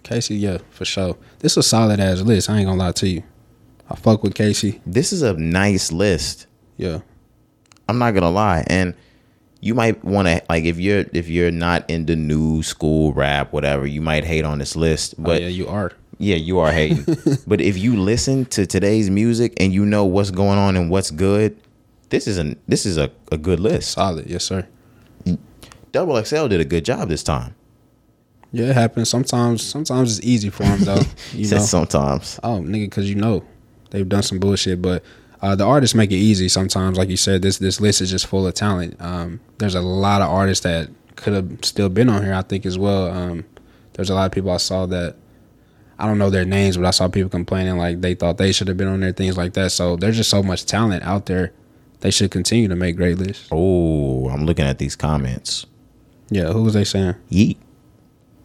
[SPEAKER 2] Casey, yeah, for sure. This is a solid ass list. I ain't gonna lie to you. I fuck with Casey.
[SPEAKER 1] this is a nice list.
[SPEAKER 2] Yeah.
[SPEAKER 1] I'm not gonna lie, and you might want to like if you're if you're not into new school rap, whatever, you might hate on this list, but
[SPEAKER 2] Oh, yeah, you are.
[SPEAKER 1] Yeah, you are hating. but if you listen to today's music and you know what's going on and what's good, this is a this is a, a good list.
[SPEAKER 2] Solid, yes sir.
[SPEAKER 1] Double XL did a good job this time.
[SPEAKER 2] Yeah, it happens. Sometimes sometimes it's easy for them though. You know.
[SPEAKER 1] Says sometimes.
[SPEAKER 2] oh, nigga, cause you know. They've done some bullshit, but uh, the artists make it easy sometimes. Like you said, this this list is just full of talent. Um, there's a lot of artists that could have still been on here, I think, as well. Um, there's a lot of people I saw that I don't know their names, but I saw people complaining like they thought they should have been on there, things like that. So there's just so much talent out there. They should continue to make great lists.
[SPEAKER 1] Oh, I'm looking at these comments.
[SPEAKER 2] Yeah, who was they saying?
[SPEAKER 1] Yeet.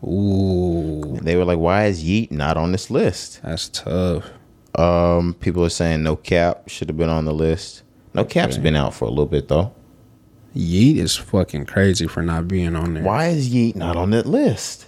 [SPEAKER 2] Ooh,
[SPEAKER 1] They were like, why is Yeet not on this list?
[SPEAKER 2] that's tough.
[SPEAKER 1] Um, people are saying no cap should have been on the list. No cap's been out for a little bit though.
[SPEAKER 2] Yeet is fucking crazy for not being on there.
[SPEAKER 1] Why is Yeet not on that list?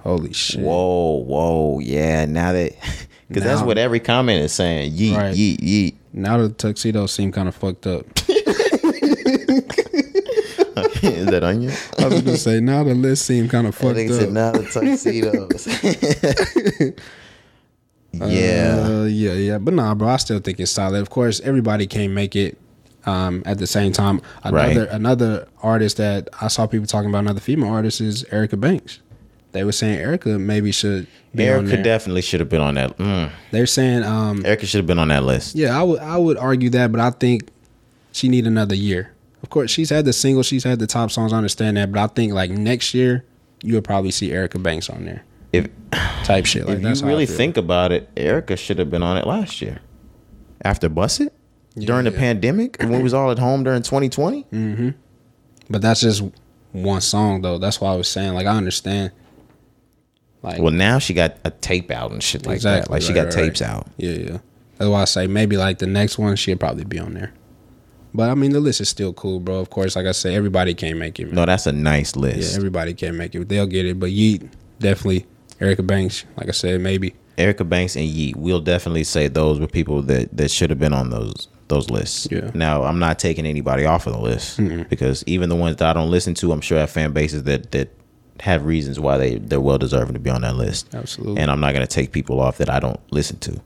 [SPEAKER 2] Holy shit.
[SPEAKER 1] Whoa, whoa, yeah. Now that because that's
[SPEAKER 2] Now-
[SPEAKER 1] what every comment is saying. Yeet,
[SPEAKER 2] Right.
[SPEAKER 1] yeet, yeet.
[SPEAKER 2] Now the tuxedos seem kind of fucked up.
[SPEAKER 1] is that onion?
[SPEAKER 2] I was gonna say now the list seem kind of
[SPEAKER 1] I
[SPEAKER 2] fucked
[SPEAKER 1] think it's
[SPEAKER 2] up.
[SPEAKER 1] another tuxedos. yeah.
[SPEAKER 2] Uh, yeah, yeah. But nah, bro, I still think it's solid. Of course, everybody can't make it. Um, at the same time, another another artist that I saw people talking about, another female artist is Erica Banks. They were saying Erica maybe should be on
[SPEAKER 1] Erica
[SPEAKER 2] there.
[SPEAKER 1] definitely should have been on that. Mm.
[SPEAKER 2] They're saying um
[SPEAKER 1] Erica should have been on that list.
[SPEAKER 2] yeah, I would I would argue that, but I think she need another year. Of course, she's had the single, she's had the top songs. I understand that, but I think like next year you'll probably see Erica Banks on there
[SPEAKER 1] If,
[SPEAKER 2] type shit. Like
[SPEAKER 1] if
[SPEAKER 2] that's
[SPEAKER 1] you
[SPEAKER 2] how I
[SPEAKER 1] really
[SPEAKER 2] feel.
[SPEAKER 1] think about it, Erica should have been on it last year. After Bust It? during the
[SPEAKER 2] yeah. Mm-hmm.
[SPEAKER 1] pandemic? When we was all at home during 2020?
[SPEAKER 2] But that's just one song though. That's why I was saying like I understand. Like
[SPEAKER 1] Well, now she got a tape out and shit like that.
[SPEAKER 2] Exactly,
[SPEAKER 1] Like she
[SPEAKER 2] right,
[SPEAKER 1] got
[SPEAKER 2] right,
[SPEAKER 1] tapes
[SPEAKER 2] right.
[SPEAKER 1] out.
[SPEAKER 2] yeah, yeah. That's why I say maybe like the next one she'll probably be on there. But I mean the list is still cool, bro. Of course, like I say, everybody can't make it. Man.
[SPEAKER 1] No, that's a nice
[SPEAKER 2] Yeah,
[SPEAKER 1] list.
[SPEAKER 2] everybody can't make it. They'll get it. But Yeet, definitely. Erica Banks, like I said, maybe.
[SPEAKER 1] Erica Banks and Yeet, we'll definitely say those were people that, that should have been on those those lists.
[SPEAKER 2] Yeah. Mm-hmm.
[SPEAKER 1] Now I'm not taking anybody off of the list because even the ones that I don't listen to, I'm sure have fan bases that that have reasons why they they're well deserving to be on that list.
[SPEAKER 2] Absolutely.
[SPEAKER 1] And I'm not gonna take people off that I don't listen to.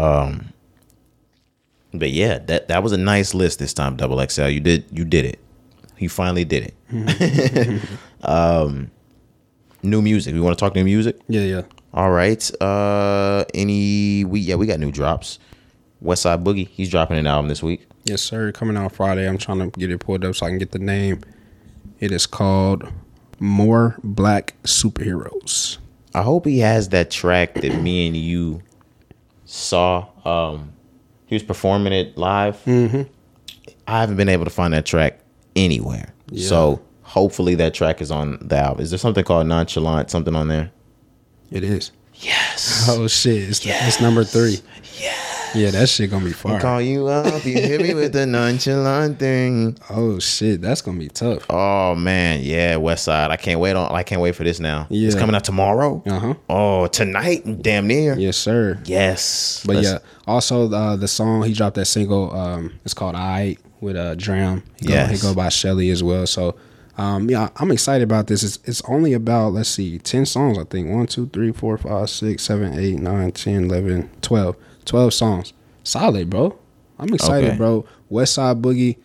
[SPEAKER 1] Um. But yeah, that that was a nice list this time. Double XL, you did you did it. You finally did it. um.
[SPEAKER 2] Mm-hmm.
[SPEAKER 1] New music. We want to talk new music.
[SPEAKER 2] Yeah, yeah.
[SPEAKER 1] All right. Uh any we yeah, we got new drops. Westside Boogie, he's dropping an album this week.
[SPEAKER 2] Yes, sir. Coming out Friday. I'm trying to get it pulled up so I can get the name. It is called More Black Superheroes.
[SPEAKER 1] I hope he has that track that me and you saw. Um he was performing it live. Mm-hmm. I haven't been able to find that track anywhere. So hopefully that track is on the album. Is there something called Nonchalant, something on there?
[SPEAKER 2] It is.
[SPEAKER 1] Yes.
[SPEAKER 2] Oh shit. It's, it's number three. Yeah. Yeah, that shit gonna be fire.
[SPEAKER 1] Call you up, you hit me with the nonchalant thing.
[SPEAKER 2] oh shit, that's gonna be tough.
[SPEAKER 1] Oh man, yeah, West Side. I can't wait on. I can't wait for this now. It's
[SPEAKER 2] Yeah.
[SPEAKER 1] coming out tomorrow.
[SPEAKER 2] Uh-huh.
[SPEAKER 1] Oh, tonight, damn near.
[SPEAKER 2] Yes, sir.
[SPEAKER 1] Yes.
[SPEAKER 2] But
[SPEAKER 1] Let's-
[SPEAKER 2] yeah, also uh, the song he dropped that single. Um, it's called "I" with uh, Dram. He go,
[SPEAKER 1] Yes.
[SPEAKER 2] he go by Shelly as well. So, um, yeah, I'm excited about this. It's it's only about let's see, ten songs I think. One, two, three, four, five, six, seven, eight, nine, ten, eleven, twelve. Twelve songs. Solid, bro. I'm excited,
[SPEAKER 1] Okay.
[SPEAKER 2] bro. West Side Boogie,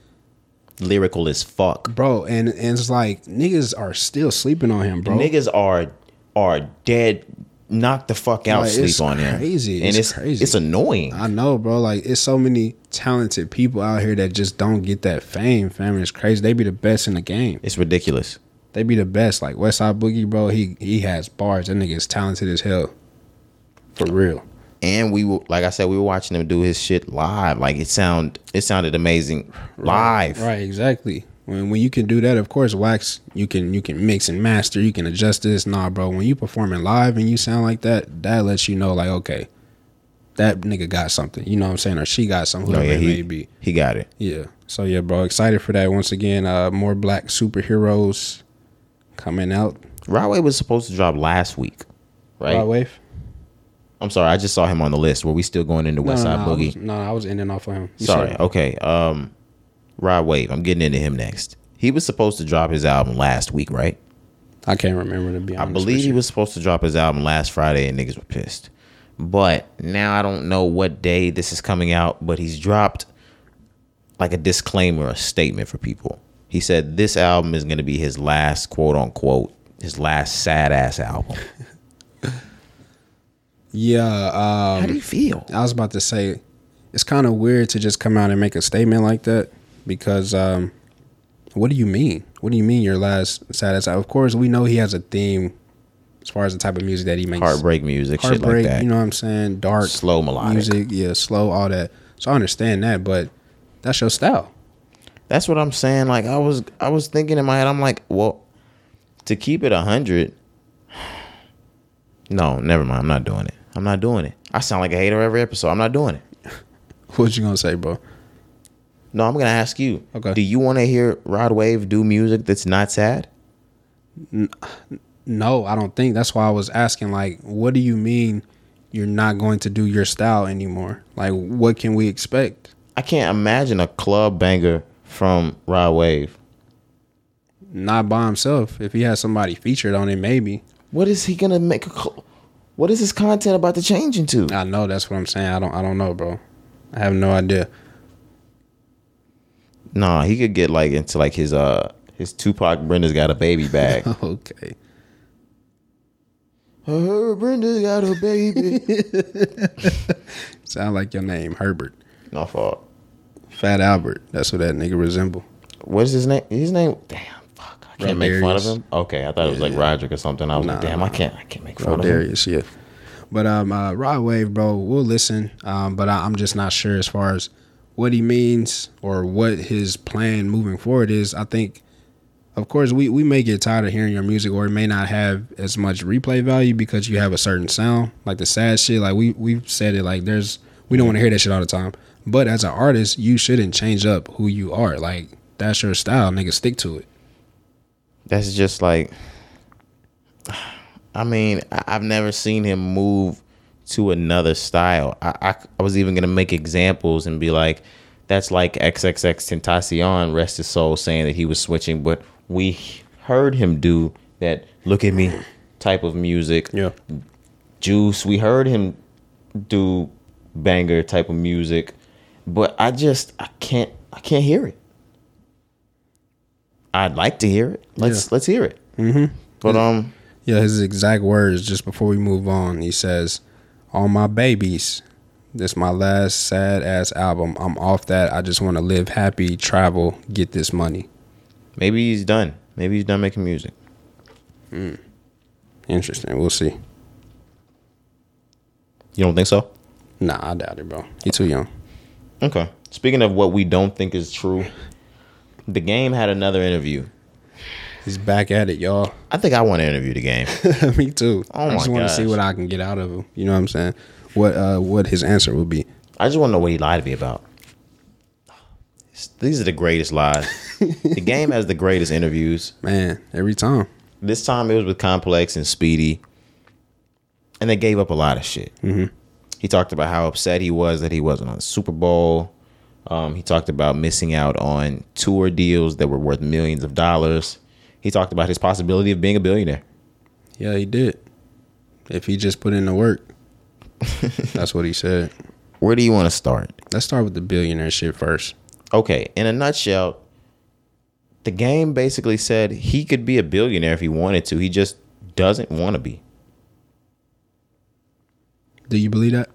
[SPEAKER 1] lyrical as fuck.
[SPEAKER 2] bro, and and it's like niggas are still sleeping on him, bro.
[SPEAKER 1] Niggas are are dead. Knock the fuck out.
[SPEAKER 2] Like,
[SPEAKER 1] sleep
[SPEAKER 2] it's
[SPEAKER 1] on him.
[SPEAKER 2] crazy.
[SPEAKER 1] And it's
[SPEAKER 2] It's crazy.
[SPEAKER 1] It's annoying.
[SPEAKER 2] I know, bro. Like it's so many talented people out here that just don't get that fame. Fam, it's crazy. They be the best in the game.
[SPEAKER 1] it's ridiculous.
[SPEAKER 2] They be the best. Like Westside Boogie, bro. He he has bars. That nigga is talented as hell. For real.
[SPEAKER 1] And we were, like I said, we were watching him do his shit live. Like it sound, it sounded amazing live.
[SPEAKER 2] Right. Exactly. When when you can do that, of course, wax. You can you can mix and master. You can adjust this. Nah, bro. When you performing live and you sound like that, that lets you know like okay, that nigga got something. You know what I'm saying? Or she got something.
[SPEAKER 1] No, Oh,
[SPEAKER 2] Whoever
[SPEAKER 1] yeah,
[SPEAKER 2] it may
[SPEAKER 1] he
[SPEAKER 2] be.
[SPEAKER 1] he got it.
[SPEAKER 2] Yeah. So yeah, bro. Excited for that once again. Uh, more black superheroes coming out.
[SPEAKER 1] Rodway was supposed to drop last week, right?
[SPEAKER 2] Rod Wave.
[SPEAKER 1] I'm sorry, I just saw him on the list. Were we still going into
[SPEAKER 2] No,
[SPEAKER 1] West
[SPEAKER 2] no,
[SPEAKER 1] Side
[SPEAKER 2] no, I
[SPEAKER 1] Boogie?
[SPEAKER 2] was, no, I was ending off on him. You
[SPEAKER 1] Sorry.
[SPEAKER 2] said-
[SPEAKER 1] Okay. Um, Rod Wave. I'm getting into him next. He was supposed to drop his album last week, right?
[SPEAKER 2] I can't remember to be
[SPEAKER 1] I
[SPEAKER 2] honest.
[SPEAKER 1] believe
[SPEAKER 2] with
[SPEAKER 1] he
[SPEAKER 2] you.
[SPEAKER 1] was supposed to drop his album last Friday, and niggas were pissed. But now I don't know what day this is coming out, but he's dropped like a disclaimer, a statement for people. He said this album is going to be his last quote unquote, his last sad ass album.
[SPEAKER 2] Yeah. Um,
[SPEAKER 1] How do you feel?
[SPEAKER 2] I was about to say, it's kind of weird to just come out and make a statement like that because um, what do you mean? What do you mean your last status? Of course, we know he has a theme as far as the type of music that he makes.
[SPEAKER 1] Heartbreak music, shit like
[SPEAKER 2] Heartbreak,
[SPEAKER 1] that.
[SPEAKER 2] you know what I'm saying? Dark,
[SPEAKER 1] Slow melodic.
[SPEAKER 2] music, yeah, slow, all that. So I understand that, but that's your style.
[SPEAKER 1] That's what I'm saying. Like I was I was thinking in my head, I'm like, well, to keep it hundred. No, never mind. I'm not doing it. I'm not doing it. I sound like a hater every episode. I'm not doing it.
[SPEAKER 2] What you gonna say, bro?
[SPEAKER 1] No, I'm gonna ask you.
[SPEAKER 2] Okay.
[SPEAKER 1] Do you want to hear Rod Wave do music that's not sad?
[SPEAKER 2] No, I don't think. That's why I was asking, like, what do you mean you're not going to do your style anymore? Like, what can we expect?
[SPEAKER 1] I can't imagine a club banger from Rod Wave.
[SPEAKER 2] Not by himself. If he has somebody featured on it, maybe.
[SPEAKER 1] What is he gonna make a? Cl- what is his content about to change into?
[SPEAKER 2] I know that's what I'm saying. I don't. I don't know, bro. I have no idea.
[SPEAKER 1] Nah, he could get like into like his uh his Tupac Brenda's got a baby bag.
[SPEAKER 2] Okay.
[SPEAKER 1] I heard Brenda got a baby.
[SPEAKER 2] Sound like your name, Herbert.
[SPEAKER 1] no fault.
[SPEAKER 2] Fat Albert. That's what that nigga resemble.
[SPEAKER 1] What's his name? His name. Damn, fuck. I can't make fun of
[SPEAKER 2] Rodarius.
[SPEAKER 1] him. Okay, I thought it was like Roderick or something. I was like,
[SPEAKER 2] Nah,
[SPEAKER 1] damn, I can't. I can't make fun of him.
[SPEAKER 2] Rodarius, yeah. But um, uh, Rod Wave, bro, we'll listen. Um, but I, I'm just not sure as far as what he means or what his plan moving forward is. I think, of course, we we may get tired of hearing your music, or it may not have as much replay value because you have a certain sound, like the sad shit. Like we we've said it, like there's we don't want to hear that shit all the time. But as an artist, you shouldn't change up who you are. Like that's your style, nigga. Stick to it.
[SPEAKER 1] That's just like. I mean, I- I've never seen him move to another style. I, I I was even gonna make examples and be like, that's like XXX Tentacion, rest his soul, saying that he was switching, but we heard him do that. Look at me, type of music. Juice. We heard him do banger type of music, but I just I can't I can't hear it. I'd like to hear it. Let's let's hear it. Mm-hmm. But um,
[SPEAKER 2] Yeah, his exact words just before we move on, he says, All my babies, this my last sad ass album. I'm off that. I just want to live happy, travel, get this money.
[SPEAKER 1] maybe he's done. Maybe he's done making music.
[SPEAKER 2] Interesting. We'll see.
[SPEAKER 1] You don't think so?
[SPEAKER 2] Nah, I doubt it, bro. He too young.
[SPEAKER 1] Okay. Speaking of what we don't think is true, the game had another interview.
[SPEAKER 2] He's back at it, y'all.
[SPEAKER 1] I think I want to interview the game.
[SPEAKER 2] Me too.
[SPEAKER 1] Oh
[SPEAKER 2] I just
[SPEAKER 1] my
[SPEAKER 2] want to see
[SPEAKER 1] gosh.
[SPEAKER 2] what I can get out of him. You know what I'm saying? What uh what his answer will be.
[SPEAKER 1] I just want to know what he lied to me about. These are the greatest lies. the game has the greatest interviews.
[SPEAKER 2] Man, every time.
[SPEAKER 1] This time it was with Complex and Speedy, and they gave up a lot of shit. Mm-hmm. He talked about how upset he was that he wasn't on the Super Bowl. Um, he talked about missing out on tour deals that were worth millions of dollars. He talked about his possibility of being a billionaire.
[SPEAKER 2] Yeah, he did. If he just put in the work. That's what he said.
[SPEAKER 1] Where do you want to start?
[SPEAKER 2] Let's start with the billionaire shit first.
[SPEAKER 1] Okay, in a nutshell, the game basically said he could be a billionaire if he wanted to. He just doesn't want to be.
[SPEAKER 2] Do you believe that?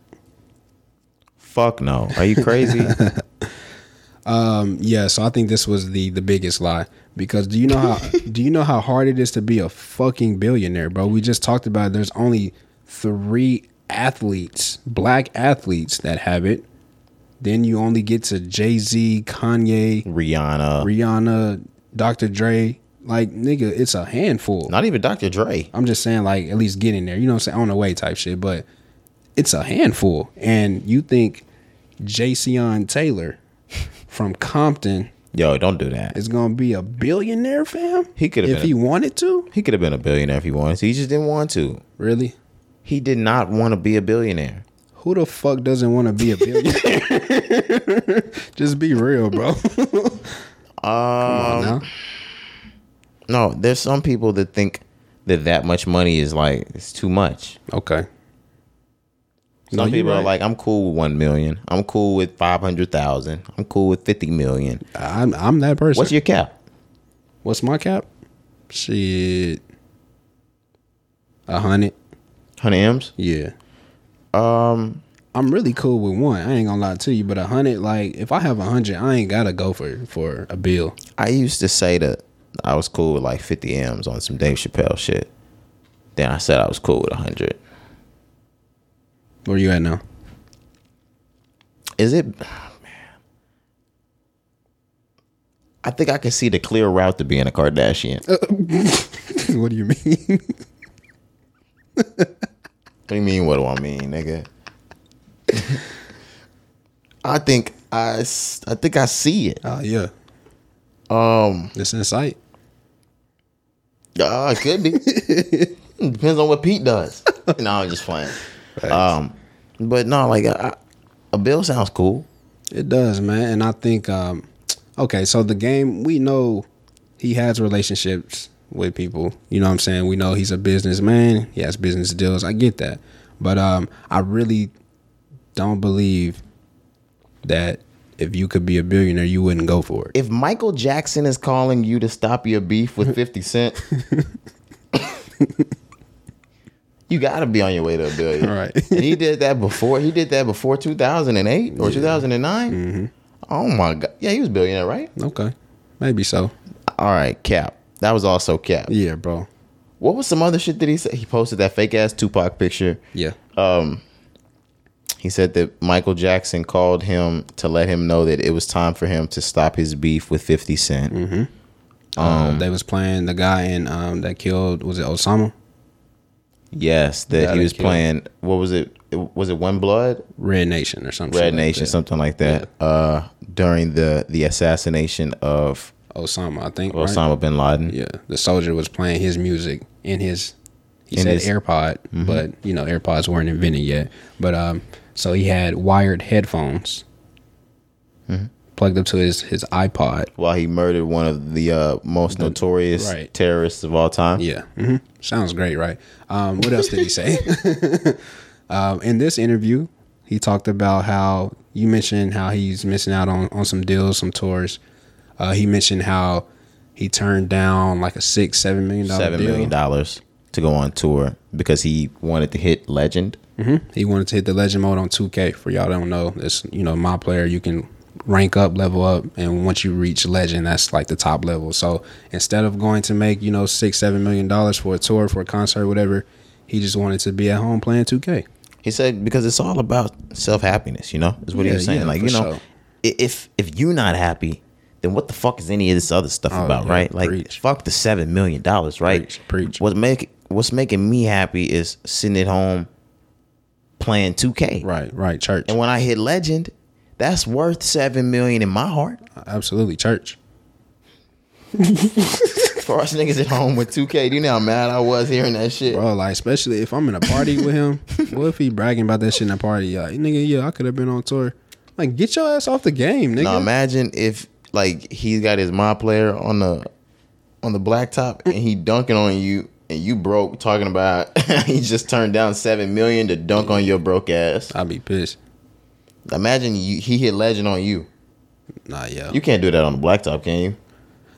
[SPEAKER 1] Fuck no. Are you crazy?
[SPEAKER 2] Yeah, so I think this was the the biggest lie because do you know how do you know how hard it is to be a fucking billionaire, bro? We just talked about it. there's only three athletes, black athletes that have it. Then you only get to Jay Z, Kanye,
[SPEAKER 1] Rihanna.
[SPEAKER 2] Rihanna, Dr. Dre. Like nigga, it's a handful.
[SPEAKER 1] Not even Dr. Dre.
[SPEAKER 2] I'm just saying, like, at least get in there. You know what I'm saying? On the way type shit. But it's a handful. And you think Jason Taylor from Compton
[SPEAKER 1] Yo, don't do that.
[SPEAKER 2] is gonna be a billionaire, fam?
[SPEAKER 1] He could've
[SPEAKER 2] if
[SPEAKER 1] been a-
[SPEAKER 2] he wanted to.
[SPEAKER 1] He could have been a billionaire if he wanted to. He just didn't want to.
[SPEAKER 2] Really?
[SPEAKER 1] He did not want to be a billionaire.
[SPEAKER 2] Who the fuck doesn't want to be a billionaire? Just be real, bro.
[SPEAKER 1] Um,
[SPEAKER 2] No?
[SPEAKER 1] no, there's some people that think that that much money is like it's too much.
[SPEAKER 2] Okay. No,
[SPEAKER 1] Some
[SPEAKER 2] you
[SPEAKER 1] people are
[SPEAKER 2] right.
[SPEAKER 1] like, I'm cool with one million. I'm cool with five hundred thousand. I'm cool with fifty million.
[SPEAKER 2] I'm I'm that person.
[SPEAKER 1] What's your cap?
[SPEAKER 2] What's my cap? Shit. A hundred.
[SPEAKER 1] Hundred m's.
[SPEAKER 2] Yeah.
[SPEAKER 1] Um,
[SPEAKER 2] I'm really cool with one. I ain't gonna lie to you, but a hundred, like if I have a hundred, I ain't gotta go for for a bill.
[SPEAKER 1] I used to say that I was cool with like 50 m's on some Dave Chappelle shit. Then I said I was cool with 100.
[SPEAKER 2] Where you at now?
[SPEAKER 1] Is it? man. I think I can see the clear route to being a Kardashian.
[SPEAKER 2] what do you mean?
[SPEAKER 1] What do you mean? What do I mean, nigga? I think I, s- I think I see it.
[SPEAKER 2] Oh yeah. Um It's in sight.
[SPEAKER 1] Uh, it could be. Depends on what Pete does. no, I'm just playing. Um, but no, like I, I- a bill sounds cool.
[SPEAKER 2] It does, man. And I think um okay, so the game we know he has relationships with people. You know what I'm saying? We know he's a businessman, he has business deals. I get that. But um I really don't believe that if you could be a billionaire, you wouldn't go for it.
[SPEAKER 1] if Michael Jackson is calling you to stop your beef with 50 Cent, You gotta be on your way to a billion.
[SPEAKER 2] Right.
[SPEAKER 1] and he did that before. He did that before 2008 or 2009.
[SPEAKER 2] Mm-hmm.
[SPEAKER 1] Oh my god. Yeah, he was a billionaire, right?
[SPEAKER 2] Okay. Maybe so.
[SPEAKER 1] All right, Cap. That was also Cap.
[SPEAKER 2] Yeah, bro.
[SPEAKER 1] What was some other shit that he said? He posted that fake ass Tupac picture.
[SPEAKER 2] Yeah.
[SPEAKER 1] Uh, He said that Michael Jackson called him to let him know that it was time for him to stop his beef with 50 cents
[SPEAKER 2] Mm-hmm. Uh,
[SPEAKER 1] um,
[SPEAKER 2] they was playing the guy in um, that killed was it Osama?
[SPEAKER 1] Yes,
[SPEAKER 2] Yeah,
[SPEAKER 1] that he
[SPEAKER 2] they
[SPEAKER 1] was
[SPEAKER 2] killed.
[SPEAKER 1] playing. What was it? It- Was it One Blood,
[SPEAKER 2] Red Nation or something.
[SPEAKER 1] Red Nation, something like that? Uh, during the the assassination of
[SPEAKER 2] Osama, I think. right?
[SPEAKER 1] Osama bin Laden.
[SPEAKER 2] Yeah, the soldier was playing his music in his he
[SPEAKER 1] In
[SPEAKER 2] said
[SPEAKER 1] his- Mm-hmm.
[SPEAKER 2] AirPod, but you know AirPods weren't invented yet. But um, so he had wired headphones
[SPEAKER 1] Mm-hmm.
[SPEAKER 2] plugged up to his his iPod.
[SPEAKER 1] While he murdered one of the uh, most notorious
[SPEAKER 2] right.
[SPEAKER 1] terrorists of all time.
[SPEAKER 2] Yeah, hmm sounds great, right? Um, what else did he say? um, in this interview, he talked about how you mentioned how he's missing out on on some deals, some tours. Uh, he mentioned how he turned down like a six, seven million dollar
[SPEAKER 1] seven
[SPEAKER 2] deal.
[SPEAKER 1] million dollars to go on tour because he wanted to hit legend.
[SPEAKER 2] He wanted to hit the legend mode on 2K. For y'all that don't know, it's you know my player. You can rank up, level up, and once you reach legend, that's like the top level. So instead of going to make you know six, seven million dollars for a tour, for a concert, whatever, he just wanted to be at home playing 2K.
[SPEAKER 1] He said because it's all about self happiness. You know, is what he
[SPEAKER 2] Yeah,
[SPEAKER 1] was saying.
[SPEAKER 2] yeah,
[SPEAKER 1] like
[SPEAKER 2] for
[SPEAKER 1] you know,
[SPEAKER 2] sure.
[SPEAKER 1] i- if if you're not happy, then what the fuck is any of this other stuff about,
[SPEAKER 2] Oh, yeah,
[SPEAKER 1] right? Like
[SPEAKER 2] preach.
[SPEAKER 1] fuck the seven million dollars, right?
[SPEAKER 2] Preach, preach.
[SPEAKER 1] What's make what's making me happy is sitting at home playing 2K.
[SPEAKER 2] Right, right, church.
[SPEAKER 1] And when I hit legend, that's worth seven million in my heart.
[SPEAKER 2] Absolutely, church.
[SPEAKER 1] For us niggas at home with 2K, do you know how mad I was hearing that shit?
[SPEAKER 2] Bro, like especially if I'm in a party with him. What if he bragging about that shit in a party? Like, nigga, yeah, I could have been on tour. Like, get your ass off the game, nigga.
[SPEAKER 1] Now imagine if like he's got his mod player on the on the blacktop and he dunking on you and you broke talking about he just turned down seven million to dunk on your broke ass.
[SPEAKER 2] I'd be pissed.
[SPEAKER 1] Imagine you, he hit legend on you.
[SPEAKER 2] Nah, yeah.
[SPEAKER 1] You can't do that on the blacktop, can you?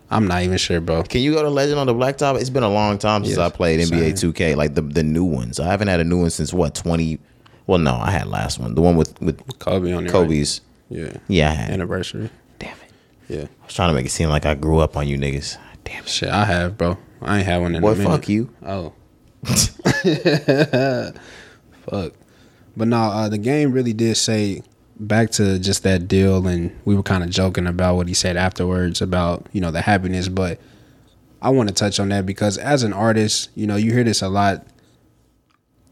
[SPEAKER 2] I'm not even sure, bro.
[SPEAKER 1] Can you go to legend on the blacktop? It's been a long time since
[SPEAKER 2] Yes,
[SPEAKER 1] I played NBA
[SPEAKER 2] same.
[SPEAKER 1] 2K, like the the new ones. I haven't had a new one since what twenty. Well, no, I had last one, the one with with
[SPEAKER 2] Kobe on there. right?
[SPEAKER 1] Kobe's.
[SPEAKER 2] Yeah.
[SPEAKER 1] Yeah, I had.
[SPEAKER 2] Anniversary.
[SPEAKER 1] Damn it!
[SPEAKER 2] Yeah.
[SPEAKER 1] I was trying to make it seem like I grew up on you niggas. Damn it!
[SPEAKER 2] Shit, I have, bro. I ain't had one in
[SPEAKER 1] Boy,
[SPEAKER 2] a minute.
[SPEAKER 1] fuck you.
[SPEAKER 2] Oh. fuck. But no, uh, the game really did say back to just that deal, and we were kind of joking about what he said afterwards about you know the happiness. But I want to touch on that because as an artist, you know, you hear this a lot.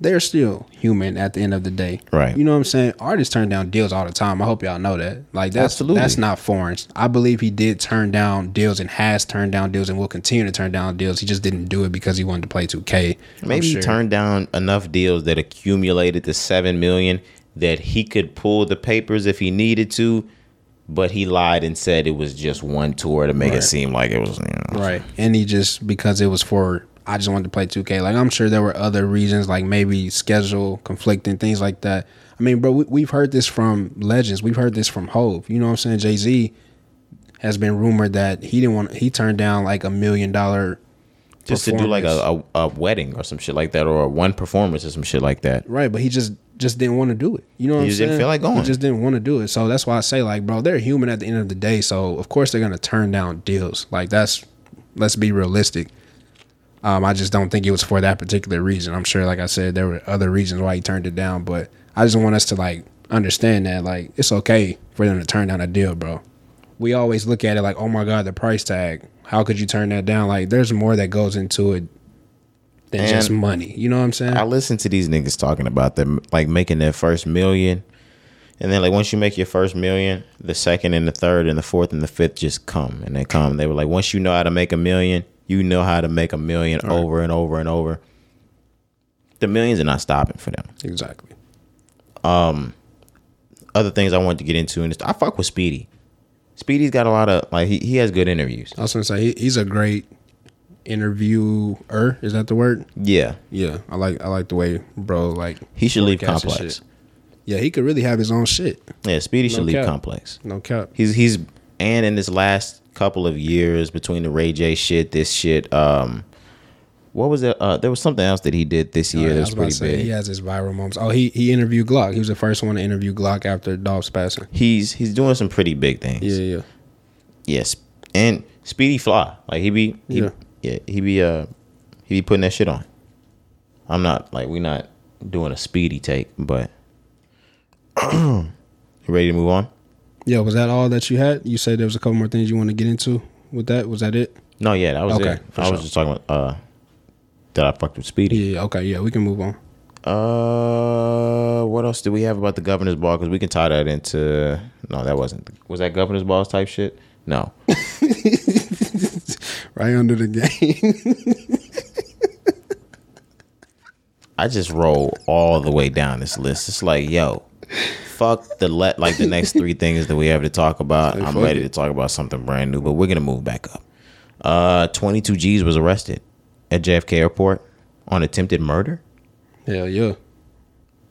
[SPEAKER 2] They're still human at the end of the day,
[SPEAKER 1] Right.
[SPEAKER 2] You know what I'm saying? Artists turn down deals all the time. I hope y'all know that. Like that's
[SPEAKER 1] Absolutely.
[SPEAKER 2] that's not foreign. I believe he did turn down deals and has turned down deals and will continue to turn down deals. He just didn't do it because he wanted to play 2K. I'm
[SPEAKER 1] Maybe
[SPEAKER 2] sure.
[SPEAKER 1] he turned down enough deals that accumulated to seven million that he could pull the papers if he needed to, but he lied and said it was just one tour to make it
[SPEAKER 2] Right.
[SPEAKER 1] seem like it was. You know.
[SPEAKER 2] Right. And he just because it was for I just wanted to play 2K. Like I'm sure there were other reasons, like maybe schedule conflicting things like that. I mean, bro, we, we've heard this from legends. We've heard this from Hove. You know what I'm saying? Jay Z has been rumored that he didn't want. He turned down like a million dollar
[SPEAKER 1] Just to do like a, a, a wedding or some shit like that, or a one performance or some shit like that.
[SPEAKER 2] Right, but he just just didn't want to do it. You know what I'm
[SPEAKER 1] just
[SPEAKER 2] saying?
[SPEAKER 1] didn't feel like going.
[SPEAKER 2] He just didn't want to do it. So that's why I say like, bro, they're human at the end of the day. So of course they're gonna turn down deals. Like that's let's be realistic. Um, I just don't think it was for that particular reason. I'm sure, like I said, there were other reasons why he turned it down, but I just want us to like understand that like it's okay for them to turn down a deal, bro. We always look at it like, oh my god, the price tag. How could you turn that down? Like, there's more that goes into it than
[SPEAKER 1] And-
[SPEAKER 2] just money. You know what I'm saying?
[SPEAKER 1] I listen to these niggas talking about them like making their first million, and then like once you make your first million, the second and the third and the fourth and the fifth just come and they come. They were like, once you know how to make a million, you know how to make a million over and over and over. The millions are not stopping for them.
[SPEAKER 2] exactly.
[SPEAKER 1] Other things I wanted to get into, and it's- I fuck with Speedy. Speedy's got a lot of like he, he has good interviews.
[SPEAKER 2] I was gonna say he, he's a great interviewer. Is that the word?
[SPEAKER 1] Yeah,
[SPEAKER 2] Yeah, I like I like the way bro like.
[SPEAKER 1] he should leave
[SPEAKER 2] forecasts and
[SPEAKER 1] Complex.
[SPEAKER 2] shit. Yeah, he could really have his own shit.
[SPEAKER 1] Yeah, Speedy should leave
[SPEAKER 2] cap.
[SPEAKER 1] Complex.
[SPEAKER 2] No cap.
[SPEAKER 1] He's he's and in this last couple of years between the Ray J shit, this shit, um, What was it? Uh, there was something else that he did this year
[SPEAKER 2] Oh, I
[SPEAKER 1] that
[SPEAKER 2] was
[SPEAKER 1] was
[SPEAKER 2] about to
[SPEAKER 1] pretty
[SPEAKER 2] say,
[SPEAKER 1] big.
[SPEAKER 2] he has his viral moments. Oh, he he interviewed Glock. He was the first one to interview Glock after Dolph's passing.
[SPEAKER 1] He's he's doing some pretty big things.
[SPEAKER 2] Yeah, yeah.
[SPEAKER 1] Yes, and Speedy Fly, like he be, he, yeah.
[SPEAKER 2] Yeah.
[SPEAKER 1] he be, uh, he be putting that shit on. I'm not like we not doing a Speedy take, but you ready to move on?
[SPEAKER 2] Yeah, was that all that you had? You said there was a couple more things you want to get into with that. Was that it?
[SPEAKER 1] No, yeah, that was
[SPEAKER 2] Okay,
[SPEAKER 1] it.
[SPEAKER 2] for
[SPEAKER 1] I was
[SPEAKER 2] sure.
[SPEAKER 1] just talking about uh, that I fucked with Speedy.
[SPEAKER 2] Yeah, yeah, okay, yeah, we can move on.
[SPEAKER 1] Uh, what else do we have about the governor's ball? Because we can tie that into no, that wasn't was that governor's balls type shit. No,
[SPEAKER 2] Right under the game.
[SPEAKER 1] I just roll all the way down this list. It's like, yo, fuck the let like the next three things that we have to talk about. I'm
[SPEAKER 2] fuck
[SPEAKER 1] ready
[SPEAKER 2] it.
[SPEAKER 1] to talk about something brand new, but we're gonna move back up. Uh, 22 G's was arrested at JFK Airport on attempted murder.
[SPEAKER 2] Hell yeah.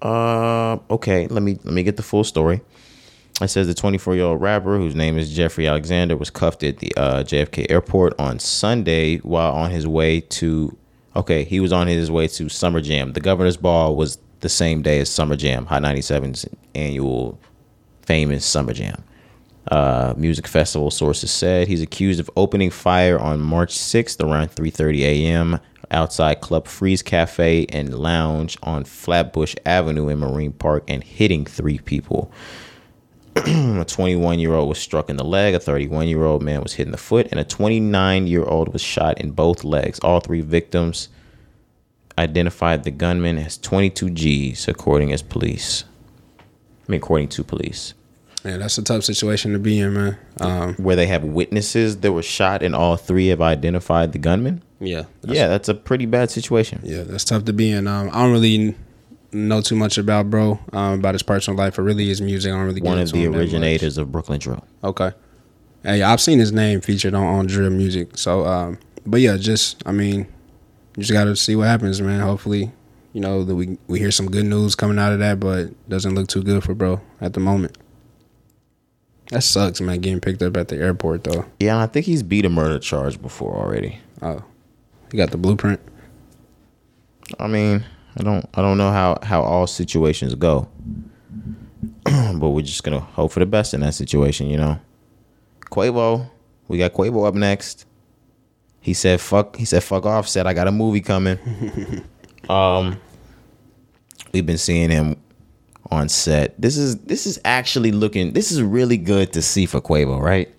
[SPEAKER 1] Uh, okay, let me let me get the full story. It says the 24 year old rapper, whose name is Jeffrey Alexander, was cuffed at the uh, JFK airport on Sunday while on his way to. Okay, he was on his way to Summer Jam. The Governor's Ball was the same day as Summer Jam, Hot 97's annual famous Summer Jam uh, music festival sources said he's accused of opening fire on march 6th around 3.30 a.m outside club freeze cafe and lounge on flatbush avenue in marine park and hitting three people a 21 year old was struck in the leg a 31 year old man was hit in the foot and a 29 year old was shot in both legs all three victims identified the gunman as 22 g's according as police i mean according to police
[SPEAKER 2] Man, that's a tough situation to be in, man. Um,
[SPEAKER 1] where they have witnesses that were shot and all three have identified the gunman.
[SPEAKER 2] yeah.
[SPEAKER 1] yeah, that's a pretty bad situation.
[SPEAKER 2] Yeah, that's tough to be in. Um, I don't really kn- know too much about bro, um, about his personal life or really his music. I don't really
[SPEAKER 1] One
[SPEAKER 2] get
[SPEAKER 1] of
[SPEAKER 2] into
[SPEAKER 1] the
[SPEAKER 2] him that much.
[SPEAKER 1] originators of Brooklyn Drill.
[SPEAKER 2] Okay. Hey, I've seen his name featured on, on drill music. So, um, but yeah, just I mean, you just got to see what happens, man. Hopefully, you know that we we hear some good news coming out of that, but doesn't look too good for bro at the moment. That sucks, man. Getting picked up at the airport though.
[SPEAKER 1] Yeah, and I think he's beat a murder charge before already.
[SPEAKER 2] Oh, you got the blueprint.
[SPEAKER 1] I mean, I don't I don't know how how all situations go. but we're just going to hope for the best in that situation, you know. Quavo, we got Quavo up next. He said fuck he said fuck off said I got a movie coming. um we've been seeing him on set. This is this is actually looking this is really good to see for Quavo, right?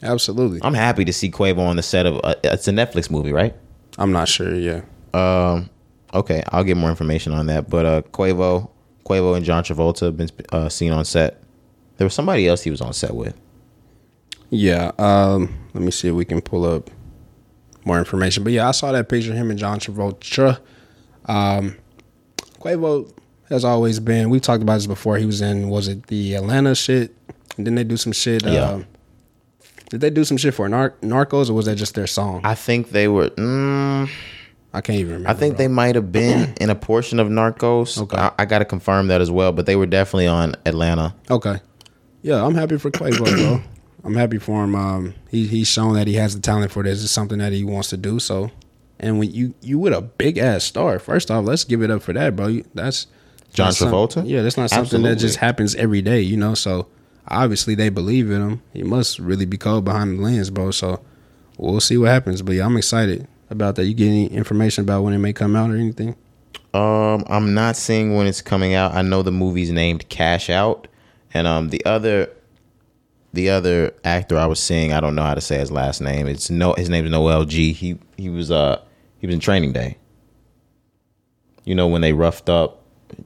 [SPEAKER 2] Absolutely.
[SPEAKER 1] I'm happy to see Quavo on the set of uh, it's a Netflix movie, right?
[SPEAKER 2] I'm not sure. Yeah.
[SPEAKER 1] Okay, I'll get more information on that. But uh, Quavo, Quavo and John Travolta have been uh, seen on set. There was somebody else he was on set with.
[SPEAKER 2] Yeah. Um, let me see if we can pull up more information. But yeah, I saw that picture of him and John Travolta. Um, Quavo has always been. We talked about this before. He was in was it the Atlanta shit? And then they do some shit. Uh,
[SPEAKER 1] Yeah.
[SPEAKER 2] Did they do some shit for Nar- Narcos, or was that just their song? I,
[SPEAKER 1] I think they were. Mm,
[SPEAKER 2] can't even remember.
[SPEAKER 1] I think they might have been in a portion of Narcos.
[SPEAKER 2] Okay.
[SPEAKER 1] I, I got to confirm that as well. But they were definitely on Atlanta.
[SPEAKER 2] Okay. Yeah, I'm happy for Quavo, bro. I'm happy for him. Um, he he's shown that he has the talent for this. It's something that he wants to do. So, and when you you with a big ass star, first off, let's give it up for that, bro. You- That's
[SPEAKER 1] John
[SPEAKER 2] that's some-
[SPEAKER 1] Travolta?
[SPEAKER 2] yeah, that's not something that just
[SPEAKER 1] Absolutely.
[SPEAKER 2] happens every day, you know. So obviously they believe in him. He must really be cold behind the lens, bro. So we'll see what happens. But yeah, I'm excited about that. You get any information about when it may come out or anything?
[SPEAKER 1] Um, I'm not seeing when it's coming out. I know the movie's named Cash Out, and um, the other, the other actor I was seeing, I don't know how to say his last name. It's no, his name's Noel G. He he was uh he was in Training Day. You know when they roughed up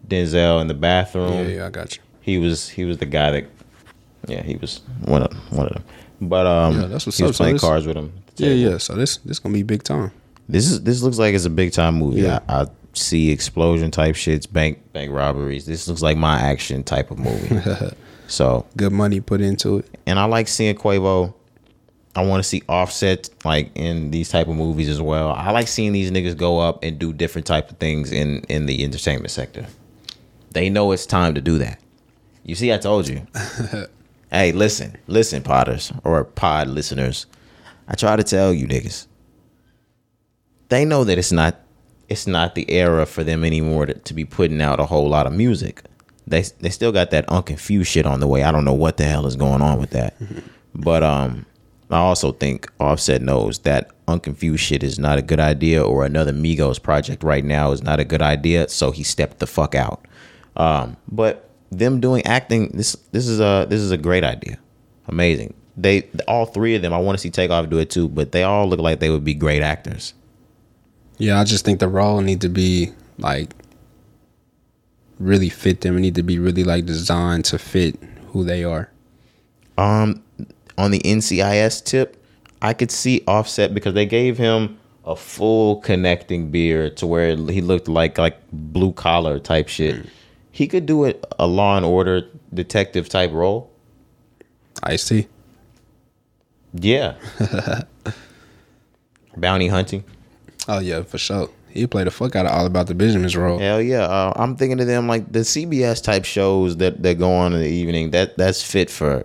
[SPEAKER 1] Denzel in the bathroom.
[SPEAKER 2] I got you.
[SPEAKER 1] He was he was the guy that, yeah, he was one of one of them. But um,
[SPEAKER 2] Yeah, that's what's
[SPEAKER 1] he
[SPEAKER 2] up.
[SPEAKER 1] was
[SPEAKER 2] So
[SPEAKER 1] playing
[SPEAKER 2] this-
[SPEAKER 1] cards with him.
[SPEAKER 2] Yeah, yeah. So this this gonna be big time.
[SPEAKER 1] This is this looks like it's a big time movie.
[SPEAKER 2] Yeah.
[SPEAKER 1] I, I see explosion type shits, bank bank robberies. This looks like my action type of movie. so,
[SPEAKER 2] Good money put into it.
[SPEAKER 1] and I like seeing Quavo. I want to see Offset like in these type of movies as well. I like seeing these niggas go up and do different type of things in in the entertainment sector. They know it's time to do that. You see, I told you. hey, listen, listen, Potters or Pod listeners. I try to tell you niggas they know that it's not it's not the era for them anymore to, to be putting out a whole lot of music. They they still got that unk and few shit on the way. I don't know what the hell is going on with that. But um I also think Offset knows that Unconfused shit is not a good idea, or another Migos project right now is not a good idea. So he stepped the fuck out. Um, but them doing acting, this this is a this is a great idea, amazing. They all three of them. I want to see Takeoff do it too, but they all look like they would be great actors.
[SPEAKER 2] Yeah, I just think the role need to be like really fit them. It need to be really like designed to fit who they are.
[SPEAKER 1] Um, on the NCIS tip, I could see Offset because they gave him a full connecting beard to where he looked like like blue collar type shit. He could do it a Law and Order detective type role.
[SPEAKER 2] I see.
[SPEAKER 1] Yeah, bounty hunting.
[SPEAKER 2] Oh yeah, for sure. He played the fuck out of all about the Benjamins role.
[SPEAKER 1] Hell yeah! Uh, I'm thinking of them like the CBS type shows that that go on in the evening. That that's fit for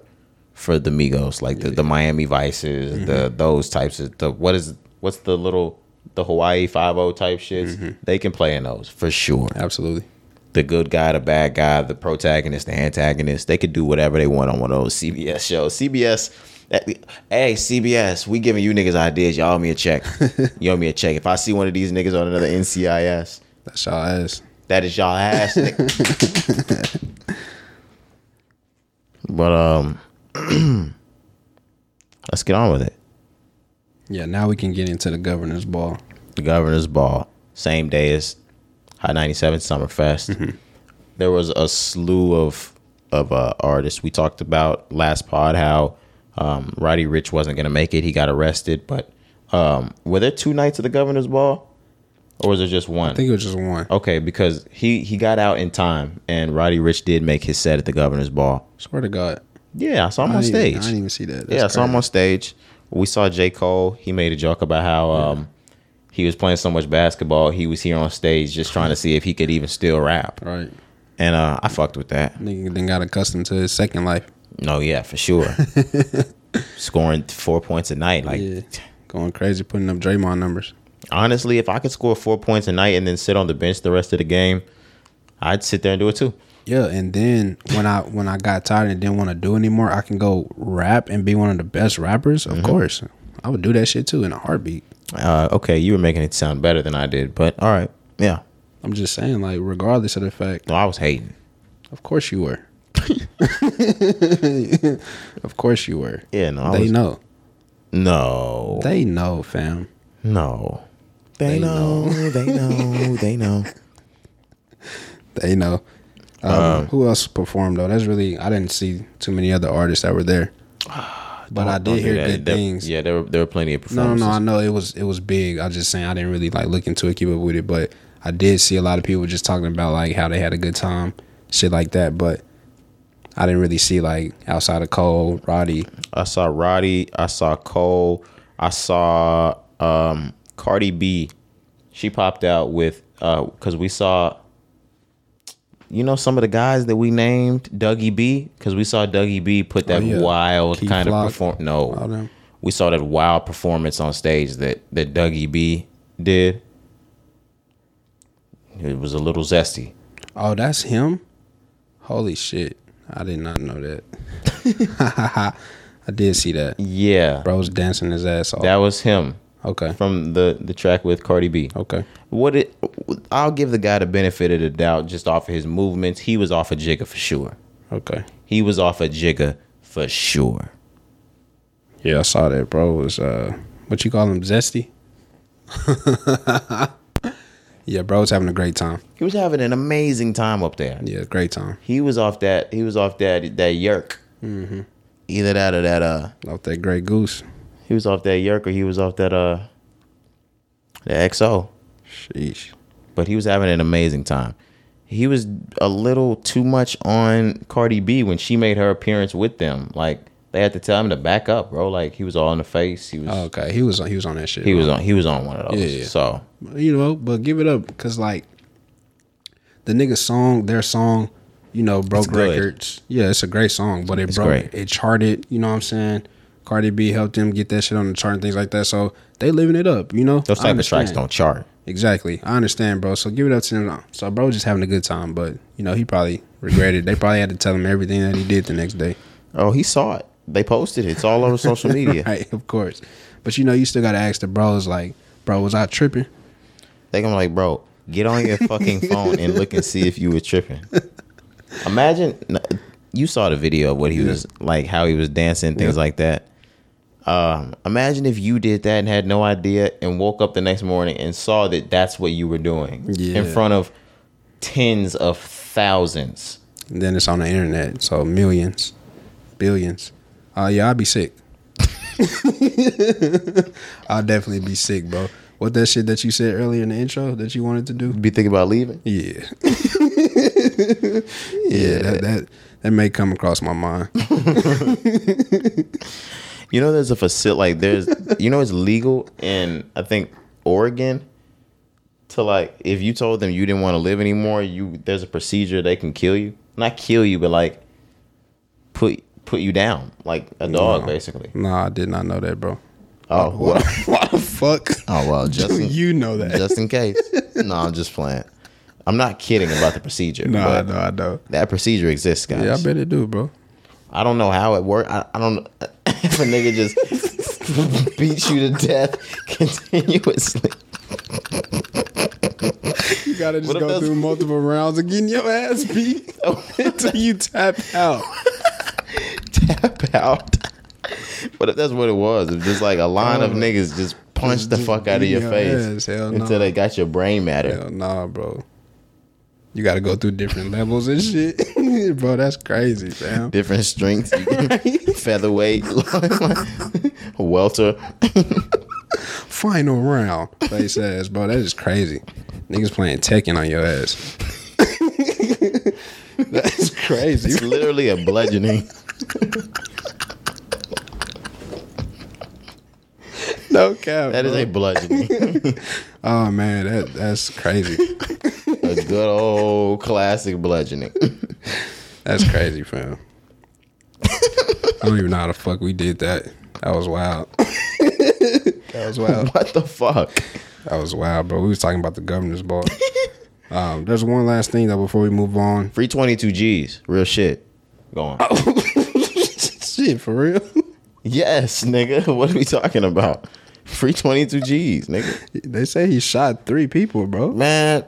[SPEAKER 1] for the Migos, like the, the Miami Vices, the those types of the what is what's the little the Hawaii Five O type shits. They can play in those for sure.
[SPEAKER 2] Absolutely.
[SPEAKER 1] The good guy, the bad guy, the protagonist, the antagonist. They could do whatever they want on one of those CBS shows. CBS. that- eh, Hey CBS, we giving you niggas ideas. Y'all owe me a check. you owe me a check. If I see one of these niggas on another NCIS,
[SPEAKER 2] That's y'all ass.
[SPEAKER 1] that is y'all ass. nigga. but um, let's get on with it.
[SPEAKER 2] Yeah, now we can get into the governor's ball.
[SPEAKER 1] The governor's ball, same day as Hot 97 Summerfest. There was a slew of of uh, artists we talked about last pod. How um, Roddy Rich wasn't gonna make it. He got arrested. But um, were there two nights of the governor's ball, or was there just one?
[SPEAKER 2] I think it was just one.
[SPEAKER 1] Okay, because he he got out in time, and Roddy Rich did make his set at the governor's ball.
[SPEAKER 2] Swear to God.
[SPEAKER 1] Yeah, I saw him
[SPEAKER 2] I
[SPEAKER 1] on
[SPEAKER 2] didn't even-
[SPEAKER 1] stage.
[SPEAKER 2] I didn't even see that. That's
[SPEAKER 1] yeah, I saw him
[SPEAKER 2] crazy.
[SPEAKER 1] on stage. We saw J Cole. He made a joke about how um, he was playing so much basketball. He was here on stage just trying to see if he could even still rap.
[SPEAKER 2] Right.
[SPEAKER 1] And uh, I fucked with that.
[SPEAKER 2] Nigga then got accustomed to his second life.
[SPEAKER 1] No, yeah, for sure. Scoring four points a night, like
[SPEAKER 2] Yeah. Going crazy, putting up Draymond numbers.
[SPEAKER 1] honestly, if I could score four points a night and then sit on the bench the rest of the game, I'd sit there and do it too.
[SPEAKER 2] Yeah, and then when I when I got tired and didn't want to do anymore, I can go rap and be one of the best rappers. Of
[SPEAKER 1] Mm-hmm.
[SPEAKER 2] course, I would do that shit too in a heartbeat.
[SPEAKER 1] Uh, okay, you were making it sound better than I did, but all right, yeah.
[SPEAKER 2] I'm just saying, like, regardless of the fact,
[SPEAKER 1] No, I was hating.
[SPEAKER 2] of course you were. of course you were.
[SPEAKER 1] Yeah, no, I
[SPEAKER 2] they
[SPEAKER 1] was-
[SPEAKER 2] know.
[SPEAKER 1] No,
[SPEAKER 2] They know, fam.
[SPEAKER 1] no, they, know, they know, they know.
[SPEAKER 2] They know. Um, who else performed though? That's really I didn't see too many other artists that were there. But I
[SPEAKER 1] Don't
[SPEAKER 2] did
[SPEAKER 1] do
[SPEAKER 2] hear
[SPEAKER 1] that.
[SPEAKER 2] good
[SPEAKER 1] There-
[SPEAKER 2] things.
[SPEAKER 1] Yeah, there were there were plenty of
[SPEAKER 2] No, no,
[SPEAKER 1] performances.
[SPEAKER 2] no. I know it was it was big. I just saying I didn't really like look into it, keep up with it, but I did see a lot of people just talking about like how they had a good time, shit like that. But I didn't really see like outside of Cole, Roddy.
[SPEAKER 1] I saw Roddy, I saw Cole, I saw um, Cardi B. She popped out with because we saw. You know some of the guys that we named Dougie B because we saw Dougie B put that
[SPEAKER 2] Oh, yeah.
[SPEAKER 1] wild
[SPEAKER 2] Key
[SPEAKER 1] kind
[SPEAKER 2] Flock.
[SPEAKER 1] of perform. No,
[SPEAKER 2] All them.
[SPEAKER 1] we saw that wild performance on stage that that Dougie B did. It was a little zesty.
[SPEAKER 2] Oh, that's him. Holy shit! I did not know that. I did see that.
[SPEAKER 1] Yeah,
[SPEAKER 2] Bro was dancing his ass off.
[SPEAKER 1] that was him
[SPEAKER 2] okay.
[SPEAKER 1] from the the track with Cardi B.
[SPEAKER 2] Okay.
[SPEAKER 1] What it? I'll give the guy the benefit of the doubt just off of his movements. He was off a of Jigga for sure.
[SPEAKER 2] Okay.
[SPEAKER 1] He was off a of Jigga for sure.
[SPEAKER 2] Yeah, I saw that, bro. It was uh, what you call him, zesty? yeah, bro was having a great time.
[SPEAKER 1] He was having an amazing time up there.
[SPEAKER 2] Yeah, great time.
[SPEAKER 1] He was off that. He was off that that yerk. Either that or that uh.
[SPEAKER 2] Off that great goose.
[SPEAKER 1] He was off that yerk or he was off that uh. The XO.
[SPEAKER 2] Sheesh.
[SPEAKER 1] but he was having an amazing time. He was a little too much on Cardi B when she made her appearance with them. Like they had to tell him to back up, bro. Like he was all in the face. He was
[SPEAKER 2] Oh, okay, he was on. He was on that shit.
[SPEAKER 1] he was on he was on one of those.
[SPEAKER 2] Yeah, yeah.
[SPEAKER 1] So
[SPEAKER 2] you know, but give it up because like the nigga song, their song, you know, broke
[SPEAKER 1] good.
[SPEAKER 2] records. Yeah, it's a great song, but it broke.
[SPEAKER 1] great.
[SPEAKER 2] It charted. You know what I'm saying? Cardi B helped them get that shit on the chart and things like that. So they living it up, you know.
[SPEAKER 1] Those
[SPEAKER 2] I
[SPEAKER 1] type of tracks
[SPEAKER 2] understand.
[SPEAKER 1] don't chart.
[SPEAKER 2] Exactly, I understand, bro. So give it up to them. So bro, just having a good time, but you know he probably regretted. they probably had to tell him everything that he did the next day.
[SPEAKER 1] Oh, he saw it. They posted it. It's all over social media.
[SPEAKER 2] Right, of course. But you know you still gotta ask the bros like, bro, was I tripping?
[SPEAKER 1] They gonna be like, bro, get on your fucking phone and look and see if you were tripping. Imagine n- you saw the video of what he was like, how he was dancing, things like that. Um, imagine if you did that and had no idea and woke up the next morning and saw that that's what you were doing
[SPEAKER 2] Yeah.
[SPEAKER 1] in front of tens of thousands.
[SPEAKER 2] And then it's on the internet, so millions, billions. Uh, yeah, I'd be sick. I'll definitely be sick, bro. What that shit that you said earlier in the intro that you wanted to do?
[SPEAKER 1] Be thinking about leaving?
[SPEAKER 2] Yeah, yeah. That, that that may come across my mind.
[SPEAKER 1] You know, there's a facility like there's you know it's legal in I think Oregon to like if you told them you didn't want to live anymore, you there's a procedure they can kill you, not kill you, but like put put you down like a dog basically.
[SPEAKER 2] Nah, I did not know that, bro.
[SPEAKER 1] Oh well,
[SPEAKER 2] Why the fuck?
[SPEAKER 1] oh well, just
[SPEAKER 2] Do
[SPEAKER 1] in,
[SPEAKER 2] you know that?
[SPEAKER 1] just in case. No, I'm just playing. I'm not kidding about the procedure.
[SPEAKER 2] no, I
[SPEAKER 1] but
[SPEAKER 2] know, I know.
[SPEAKER 1] That procedure exists, guys.
[SPEAKER 2] Yeah, I bet it do, bro.
[SPEAKER 1] I don't know how it worked. I, I don't if a nigga just beats you to death continuously.
[SPEAKER 2] You gotta just
[SPEAKER 1] What if
[SPEAKER 2] go
[SPEAKER 1] that's- Oh.
[SPEAKER 2] through multiple rounds of getting your ass beat until you tap out.
[SPEAKER 1] Tap out. But if that's what it was, it's just like a line of niggas just punched the fuck out of your
[SPEAKER 2] Oh. Yeah,
[SPEAKER 1] face
[SPEAKER 2] yes, hell no.
[SPEAKER 1] until they got your brain matter.
[SPEAKER 2] Hell nah, bro. You gotta go through different levels and shit. bro, that's crazy, fam.
[SPEAKER 1] Different strengths, featherweight, welter.
[SPEAKER 2] Final round. Face ass, bro. That is crazy. Niggas playing Tekken on your ass. that's
[SPEAKER 1] It's
[SPEAKER 2] crazy.
[SPEAKER 1] literally a bludgeoning.
[SPEAKER 2] No cap.
[SPEAKER 1] That is a bludgeoning.
[SPEAKER 2] oh man, that that's crazy.
[SPEAKER 1] A good old classic bludgeoning.
[SPEAKER 2] That's crazy, fam. I don't even know how the fuck we did that. That was wild. that was wild.
[SPEAKER 1] What the fuck?
[SPEAKER 2] That was wild, bro. We was talking about the governor's ball. um, there's one last thing though before we move on.
[SPEAKER 1] Free 22 G's. Real shit. Go on.
[SPEAKER 2] Oh. Shit, for real.
[SPEAKER 1] Yes, nigga. What are we talking about? Free 22 G's, nigga.
[SPEAKER 2] They say he shot three people, bro.
[SPEAKER 1] Man,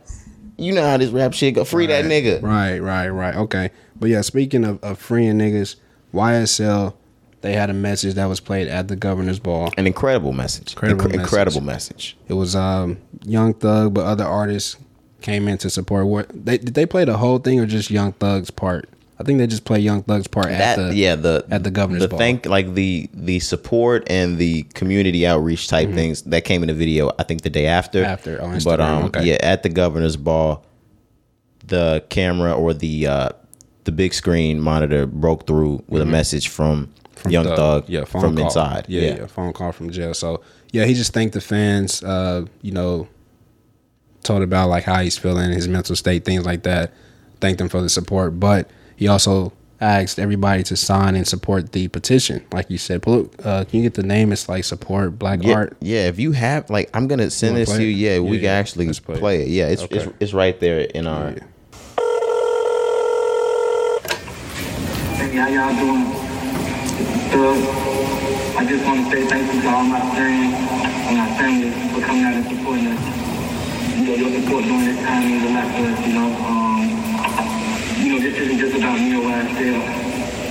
[SPEAKER 1] you know how this rap shit go. Free that nigga.
[SPEAKER 2] Right, right, right. Okay, but yeah, speaking of, of freeing niggas, YSL, they had a message that was played at the governor's ball.
[SPEAKER 1] An incredible message.
[SPEAKER 2] Incredible
[SPEAKER 1] Incre-
[SPEAKER 2] message.
[SPEAKER 1] incredible message.
[SPEAKER 2] It was um, Young Thug, but other artists came in to support. What they did they play the whole thing or just Young Thug's part? I think they just play Young Thug's part
[SPEAKER 1] That
[SPEAKER 2] at the
[SPEAKER 1] yeah, the
[SPEAKER 2] at the governor's
[SPEAKER 1] the
[SPEAKER 2] ball.
[SPEAKER 1] thank like the the support and the community outreach type things that came in the video. I think the day after.
[SPEAKER 2] Mm-hmm. After, on
[SPEAKER 1] but
[SPEAKER 2] Instagram,
[SPEAKER 1] um,
[SPEAKER 2] okay.
[SPEAKER 1] yeah, at the governor's ball, the camera or the uh the big screen monitor broke through with a message from, Young Thug,
[SPEAKER 2] Mm-hmm. yeah, phone
[SPEAKER 1] from
[SPEAKER 2] call.
[SPEAKER 1] inside.
[SPEAKER 2] Yeah, yeah, phone call from jail. So yeah, he just thanked the fans. Uh, you know, told about like how he's feeling, his mental state, things like that. Thanked them for the support, but he also asked everybody to sign and support the petition. Like you said, Blue, uh, can you get the name? It's like support black
[SPEAKER 1] Yeah,
[SPEAKER 2] art.
[SPEAKER 1] yeah. If you have, like, I'm gonna send
[SPEAKER 2] wanna
[SPEAKER 1] this
[SPEAKER 2] play
[SPEAKER 1] to you. Yeah,
[SPEAKER 2] it?
[SPEAKER 1] we
[SPEAKER 2] Yeah,
[SPEAKER 1] can
[SPEAKER 2] yeah.
[SPEAKER 1] actually
[SPEAKER 2] Let's play
[SPEAKER 1] play, it.
[SPEAKER 2] it.
[SPEAKER 1] Yeah, it's, it's
[SPEAKER 2] Okay.
[SPEAKER 1] it's right there in our.
[SPEAKER 2] Yeah.
[SPEAKER 4] Hey, how y'all doing? Good. I just want to say thank you to all my friends and my family for coming out and supporting us. You know, your support during this time means a lot to us, you know. Um, you know, this isn't just about me or what I feel.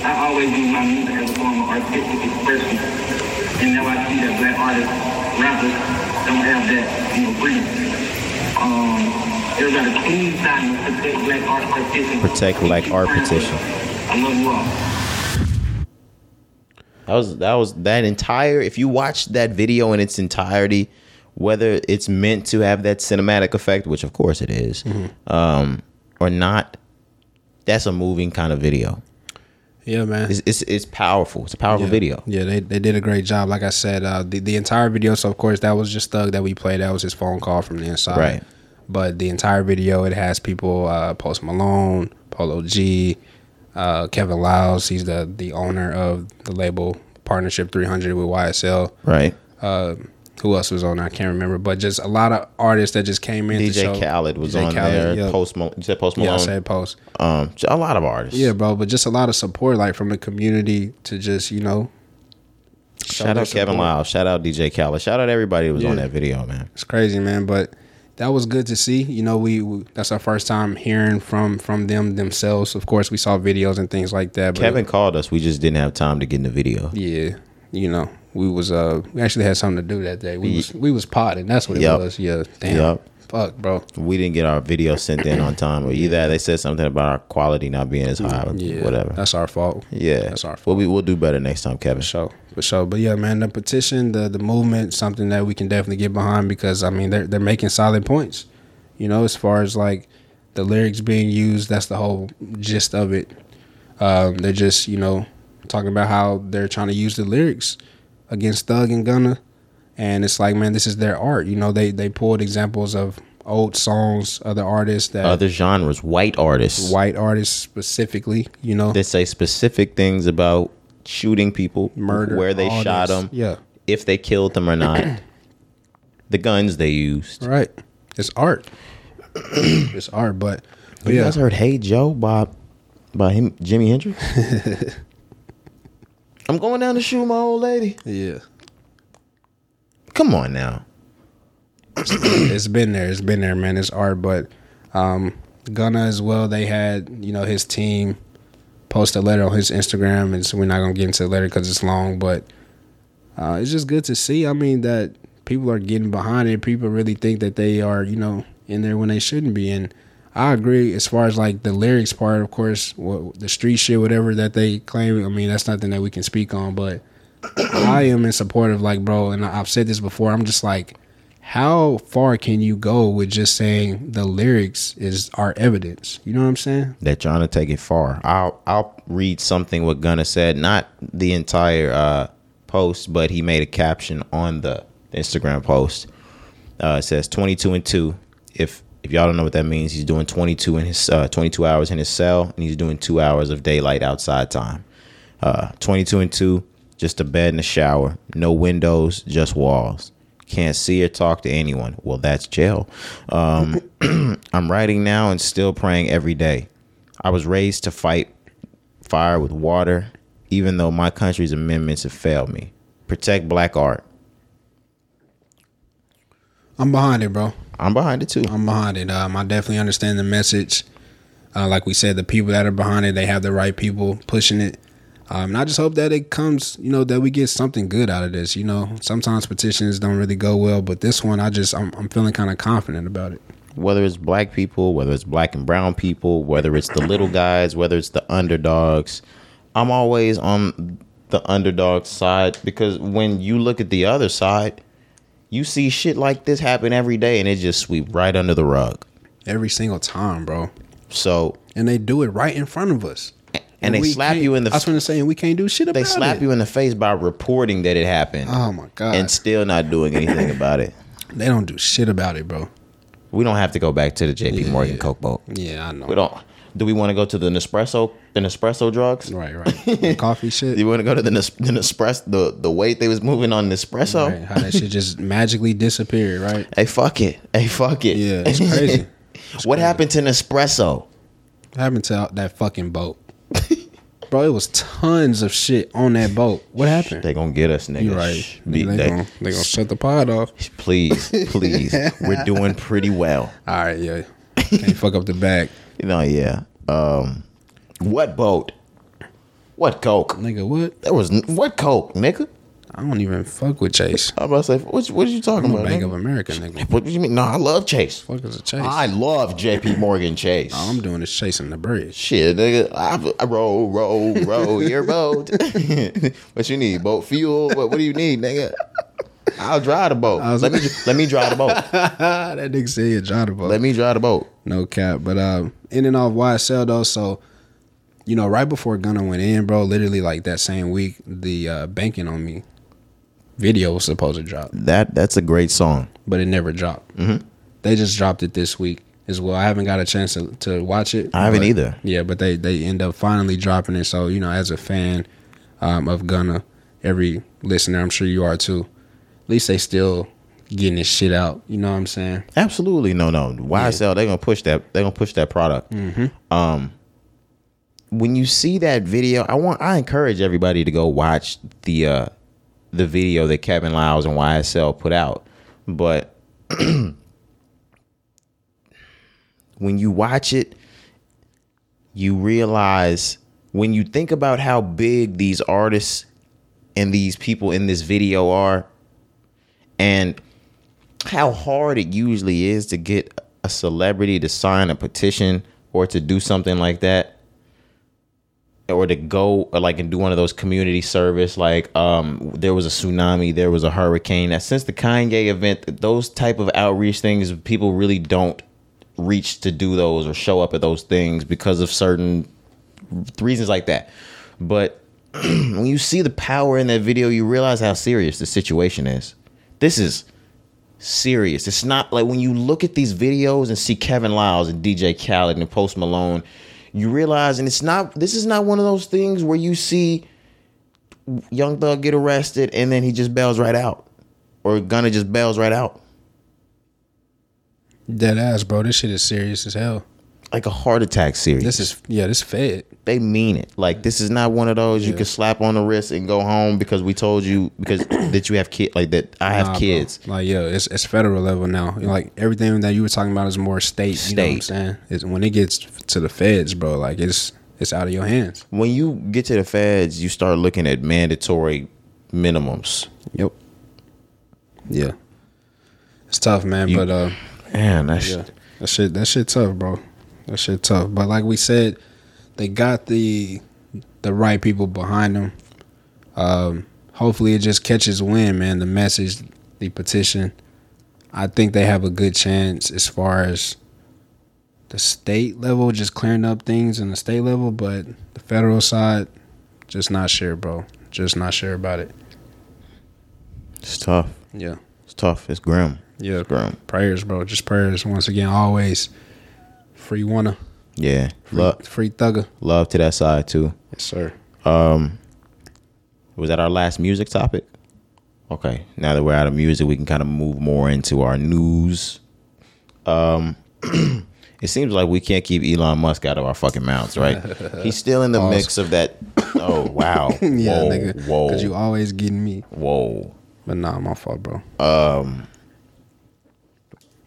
[SPEAKER 4] I always use my music as a form of artistic expression. And now I see that black artists, rappers, don't have that, you know, freedom. Um, there's a clean sign to protect black art petition.
[SPEAKER 1] Protect black art petition.
[SPEAKER 4] I love you all.
[SPEAKER 1] That was that was that entire. If you watch that video in its entirety, whether it's meant to have that cinematic effect, which of course it is,
[SPEAKER 2] Mm-hmm.
[SPEAKER 1] um, or not, that's a moving kind of video.
[SPEAKER 2] Yeah, man.
[SPEAKER 1] It's it's, it's powerful. It's a powerful
[SPEAKER 2] Yeah.
[SPEAKER 1] video.
[SPEAKER 2] Yeah, they, they did a great job. Like I said, uh, the the entire video. So of course that was just Thug that we played. That was his phone call from the inside.
[SPEAKER 1] Right.
[SPEAKER 2] But the entire video, it has people uh, Post Malone, Polo G, uh, Kevin Lyles. He's the the owner of the label Partnership 300 with YSL.
[SPEAKER 1] Right.
[SPEAKER 2] Uh, who else was on? I can't remember, but just a lot of artists that just came in. to
[SPEAKER 1] DJ
[SPEAKER 2] show-
[SPEAKER 1] Khaled was
[SPEAKER 2] DJ
[SPEAKER 1] on
[SPEAKER 2] Khaled,
[SPEAKER 1] there.
[SPEAKER 2] yeah.
[SPEAKER 1] Post Malone. You said Post
[SPEAKER 2] Yeah, I
[SPEAKER 1] Malone.
[SPEAKER 2] said post.
[SPEAKER 1] um, a lot of artists.
[SPEAKER 2] Yeah, bro, but just a lot of support, like from the community to just you know. show
[SPEAKER 1] Shout
[SPEAKER 2] their
[SPEAKER 1] out Kevin
[SPEAKER 2] support.
[SPEAKER 1] Lyles. Shout out DJ Khaled. Shout out everybody who was on
[SPEAKER 2] Yeah.
[SPEAKER 1] that video, man.
[SPEAKER 2] It's crazy, man. But that was good to see. You know, we, we that's our first time hearing from from them themselves. Of course, we saw videos and things like that. But
[SPEAKER 1] Kevin called us. We just didn't have time to get in the video.
[SPEAKER 2] yeah, you know, we was uh we actually had something to do that day. We was we was potting. That's what it
[SPEAKER 1] Yup.
[SPEAKER 2] was. Yeah, damn.
[SPEAKER 1] Yup.
[SPEAKER 2] Fuck, bro.
[SPEAKER 1] We didn't get our video sent in on time, or either that they said something about our quality not being as high, or
[SPEAKER 2] Yeah,
[SPEAKER 1] whatever.
[SPEAKER 2] That's our fault.
[SPEAKER 1] yeah,
[SPEAKER 2] that's our fault.
[SPEAKER 1] We'll, be, we'll do better next time, Kevin.
[SPEAKER 2] For sure, for sure. But yeah, man, the petition, the the movement, something that we can definitely get behind because I mean they're they're making solid points. You know, as far as like the lyrics being used, that's the whole gist of it. Um, they're just you know talking about how they're trying to use the lyrics against Thug and Gunna, and it's like, man, this is their art. You know, they they pulled examples of old songs, other artists that
[SPEAKER 1] Other genres, white artists.
[SPEAKER 2] white artists specifically. You know,
[SPEAKER 1] They say specific things about shooting people,
[SPEAKER 2] murder,
[SPEAKER 1] where they
[SPEAKER 2] all
[SPEAKER 1] shot
[SPEAKER 2] this.
[SPEAKER 1] them,
[SPEAKER 2] Yeah,
[SPEAKER 1] if they killed them or not, the guns they used.
[SPEAKER 2] Right. It's art. it's art, but, but
[SPEAKER 1] You
[SPEAKER 2] Oh, yeah,
[SPEAKER 1] guys heard "Hey Joe" by by him, Jimi Hendrix? I'm going down to shoot my old lady.
[SPEAKER 2] yeah.
[SPEAKER 1] Come on now.
[SPEAKER 2] it's been there. It's been there, man. It's art, but um, Gunna as well. They had you know his team post a letter on his Instagram, and so we're not gonna get into the letter because it's long, but uh, it's just good to see. I mean that people are getting behind it. People really think that they are you know in there when they shouldn't be, and I agree as far as like the lyrics part. Of course, what, the street shit, whatever that they claim. I mean that's nothing that we can speak on, but. I am in support of like, bro, and I- I've said this before. I'm just like, how far can you go with just saying the lyrics is our evidence? You know what I'm saying?
[SPEAKER 1] They're trying to take it far. I'll I'll read something what Gunna said, not the entire uh, post, but he made a caption on the Instagram post. Uh, it says 22 and two. If if y'all don't know what that means, he's doing 22 in his uh, 22 hours in his cell, and he's doing two hours of daylight outside time. Uh, 22 and two, just a bed and a shower, no windows, just walls. Can't see or talk to anyone. Well, that's jail. Um, I'm writing now and still praying every day. I was raised to fight fire with water, even though my country's amendments have failed me. Protect black art.
[SPEAKER 2] I'm behind it, bro.
[SPEAKER 1] I'm behind it too.
[SPEAKER 2] I'm behind it. Um, I definitely understand the message. Uh, like we said, the people that are behind it, they have the right people pushing it. Um, and I just hope that it comes, you know, that we get something good out of this. You know, sometimes petitions don't really go well, but this one, I just, I'm, I'm feeling kind of confident about it.
[SPEAKER 1] Whether it's black people, whether it's black and brown people, whether it's the little guys, whether it's the underdogs, I'm always on the underdog side because when you look at the other side, you see shit like this happen every day and it just sweep right under the rug.
[SPEAKER 2] Every single time, bro.
[SPEAKER 1] So
[SPEAKER 2] and they do it right in front of us.
[SPEAKER 1] and they
[SPEAKER 2] we
[SPEAKER 1] slap
[SPEAKER 2] can't-
[SPEAKER 1] you in the
[SPEAKER 2] I was going to say, and we can't do shit about
[SPEAKER 1] they
[SPEAKER 2] it.
[SPEAKER 1] slap you in the face by reporting that it happened
[SPEAKER 2] Oh my god!
[SPEAKER 1] and still not doing anything about it.
[SPEAKER 2] they don't do shit about it, bro.
[SPEAKER 1] We don't have to go back to the JP Morgan Coke boat.
[SPEAKER 2] Yeah, I know.
[SPEAKER 1] We don't. Do we want to go to the Nespresso? The Nespresso drugs?
[SPEAKER 2] Right, right. The coffee shit.
[SPEAKER 1] Do you want to go to the, Nes- the Nespresso? The the weight they was moving on Nespresso?
[SPEAKER 2] Right, how that shit just magically disappeared, right?
[SPEAKER 1] Hey, fuck it. Hey, fuck it.
[SPEAKER 2] Yeah, it's crazy.
[SPEAKER 1] what happened to Nespresso?
[SPEAKER 2] What happened to out- that fucking boat, bro? It was tons of shit on that boat. What happened?
[SPEAKER 1] They gonna get us, nigga.
[SPEAKER 2] you right.
[SPEAKER 1] Shh, be-
[SPEAKER 2] they,
[SPEAKER 1] they-
[SPEAKER 2] gonna, they gonna shut the pod off.
[SPEAKER 1] please, please. We're doing pretty well.
[SPEAKER 2] All right, yeah. Can't fuck up the bag,
[SPEAKER 1] No, yeah. Um, what boat? What Coke?
[SPEAKER 2] nigga. What?
[SPEAKER 1] There was n- what Coke, nigga?
[SPEAKER 2] I don't even fuck with Chase.
[SPEAKER 1] I'm about to say, what, what are you talking
[SPEAKER 2] I'm a
[SPEAKER 1] about?
[SPEAKER 2] Bank
[SPEAKER 1] nigga?
[SPEAKER 2] of America, nigga.
[SPEAKER 1] What do you mean? No, I love Chase.
[SPEAKER 2] Fuck is a Chase?
[SPEAKER 1] I love JP Morgan Chase.
[SPEAKER 2] All I'm doing is chasing the bridge.
[SPEAKER 1] Shit, nigga. I, I roll, roll, roll your boat. what you need? Boat fuel? What, what do you need, nigga? I'll drive the boat.
[SPEAKER 2] was-
[SPEAKER 1] Let me dr- let me drive the boat.
[SPEAKER 2] Ah, that nigga said he a Johnny boy.
[SPEAKER 1] Let me drive the boat.
[SPEAKER 2] No cap. But um, in and off YSL though, so you know, right before Gunna went in, bro, literally like that same week, the uh, banking on me video was supposed to drop,
[SPEAKER 1] That that's a great song.
[SPEAKER 2] but it never dropped. Mm-hmm. They just dropped it this week as well. I haven't got a chance to, to watch it.
[SPEAKER 1] I haven't
[SPEAKER 2] but-
[SPEAKER 1] either.
[SPEAKER 2] Yeah, but they they end up finally dropping it. So you know, as a fan um, of Gunna, every listener, I'm sure you are too. At least they still getting this shit out. You know what I'm saying?
[SPEAKER 1] Absolutely, no, no. YSL, they're gonna push that. They're gonna push that product. Um, when you see that video, I want. I encourage everybody to go watch the uh, the video that Kevin Lyles and YSL put out. But when you watch it, you realize when you think about how big these artists and these people in this video are, and how hard it usually is to get a celebrity to sign a petition or to do something like that or to go or like and do one of those community service like um there was a tsunami there was a hurricane that since the kanye event those type of outreach things people really don't reach to do those or show up at those things because of certain reasons like that but when you see the power in that video you realize how serious the situation is this is serious. It's not like when you look at these videos and see Kevin Lyles and DJ Khaled and Post Malone, you realize, and it's not. This is not one of those things where you see Young Thug get arrested and then he just bails right out, or Gunna just bails right out.
[SPEAKER 2] Dead ass, bro. This shit is serious as hell.
[SPEAKER 1] Like a heart attack series.
[SPEAKER 2] This is yeah, this fed.
[SPEAKER 1] they mean it. Like this is not one of those you
[SPEAKER 2] Yeah.
[SPEAKER 1] can slap on the wrist and go home because we told you because that you have kid like that I have
[SPEAKER 2] Nah, bro.
[SPEAKER 1] kids.
[SPEAKER 2] Like yeah, it's it's federal level now. Like everything that you were talking about is more state. You know what I'm
[SPEAKER 1] State.
[SPEAKER 2] saying? It's when it gets to the feds, bro. Like it's it's out of your hands.
[SPEAKER 1] When you get to the feds, you start looking at mandatory minimums.
[SPEAKER 2] Yep. Yeah. It's tough, man. but uh,
[SPEAKER 1] Man, that's
[SPEAKER 2] yeah, that shit that shit tough, bro. That shit tough. But like we said, they got the the right people behind them. Um, hopefully, it just catches wind, man. The message, the petition. I think they have a good chance as far as the state level, just clearing up things in the state level, but the federal side, just not sure, bro. Just not sure about it.
[SPEAKER 1] it's tough.
[SPEAKER 2] Yeah.
[SPEAKER 1] It's tough. It's grim.
[SPEAKER 2] Yeah.
[SPEAKER 1] It's grim.
[SPEAKER 2] Prayers, bro. Just prayers. Once again, always free wanna,
[SPEAKER 1] Yeah. Love,
[SPEAKER 2] free thugger.
[SPEAKER 1] love to that side too.
[SPEAKER 2] Yes, sir.
[SPEAKER 1] Was that our last music topic? Okay. Now that we're out of music, we can kind of move more into our news. Um, it seems like we can't keep Elon Musk out of our fucking mouths, right? He's still in the
[SPEAKER 2] Pause.
[SPEAKER 1] mix of that. Oh wow!
[SPEAKER 2] Yeah,
[SPEAKER 1] whoa,
[SPEAKER 2] nigga.
[SPEAKER 1] whoa,
[SPEAKER 2] Cause you always getting me.
[SPEAKER 1] whoa.
[SPEAKER 2] But nah, my fault, bro. Um,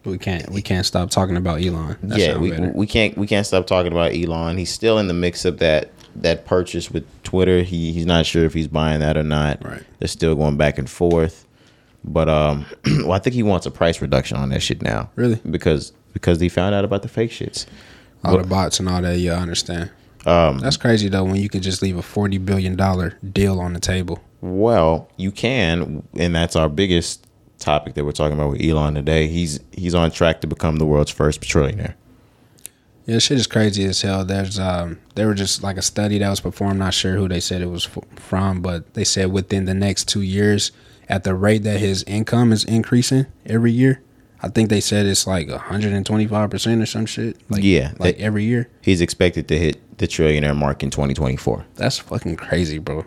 [SPEAKER 2] we can't we can't stop talking about Elon. That
[SPEAKER 1] yeah,
[SPEAKER 2] sound
[SPEAKER 1] we,
[SPEAKER 2] better.
[SPEAKER 1] we can't we can't stop talking about Elon. He's still in the mix of that that purchase with Twitter. He he's not sure if he's buying that or not.
[SPEAKER 2] Right.
[SPEAKER 1] They're still going back and forth. But um well I think he wants a price reduction on that shit now.
[SPEAKER 2] Really?
[SPEAKER 1] Because because he found out about the fake shits.
[SPEAKER 2] all the bots and all that. Yeah, I understand. Um, that's crazy though. When you could just leave a forty billion dollar deal on the table.
[SPEAKER 1] Well, you can, and that's our biggest topic that we're talking about with Elon today. He's he's on track to become the world's first trillionaire.
[SPEAKER 2] Yeah, shit is crazy as hell. There's um, there were just like a study that was performed. Not sure who they said it was f- from, but they said within the next two years, at the rate that his income is increasing every year, I think they said it's like 125 percent or some shit. Like
[SPEAKER 1] Yeah,
[SPEAKER 2] like
[SPEAKER 1] they-
[SPEAKER 2] every year.
[SPEAKER 1] He's expected to hit the trillionaire mark in 2024.
[SPEAKER 2] That's fucking crazy, bro.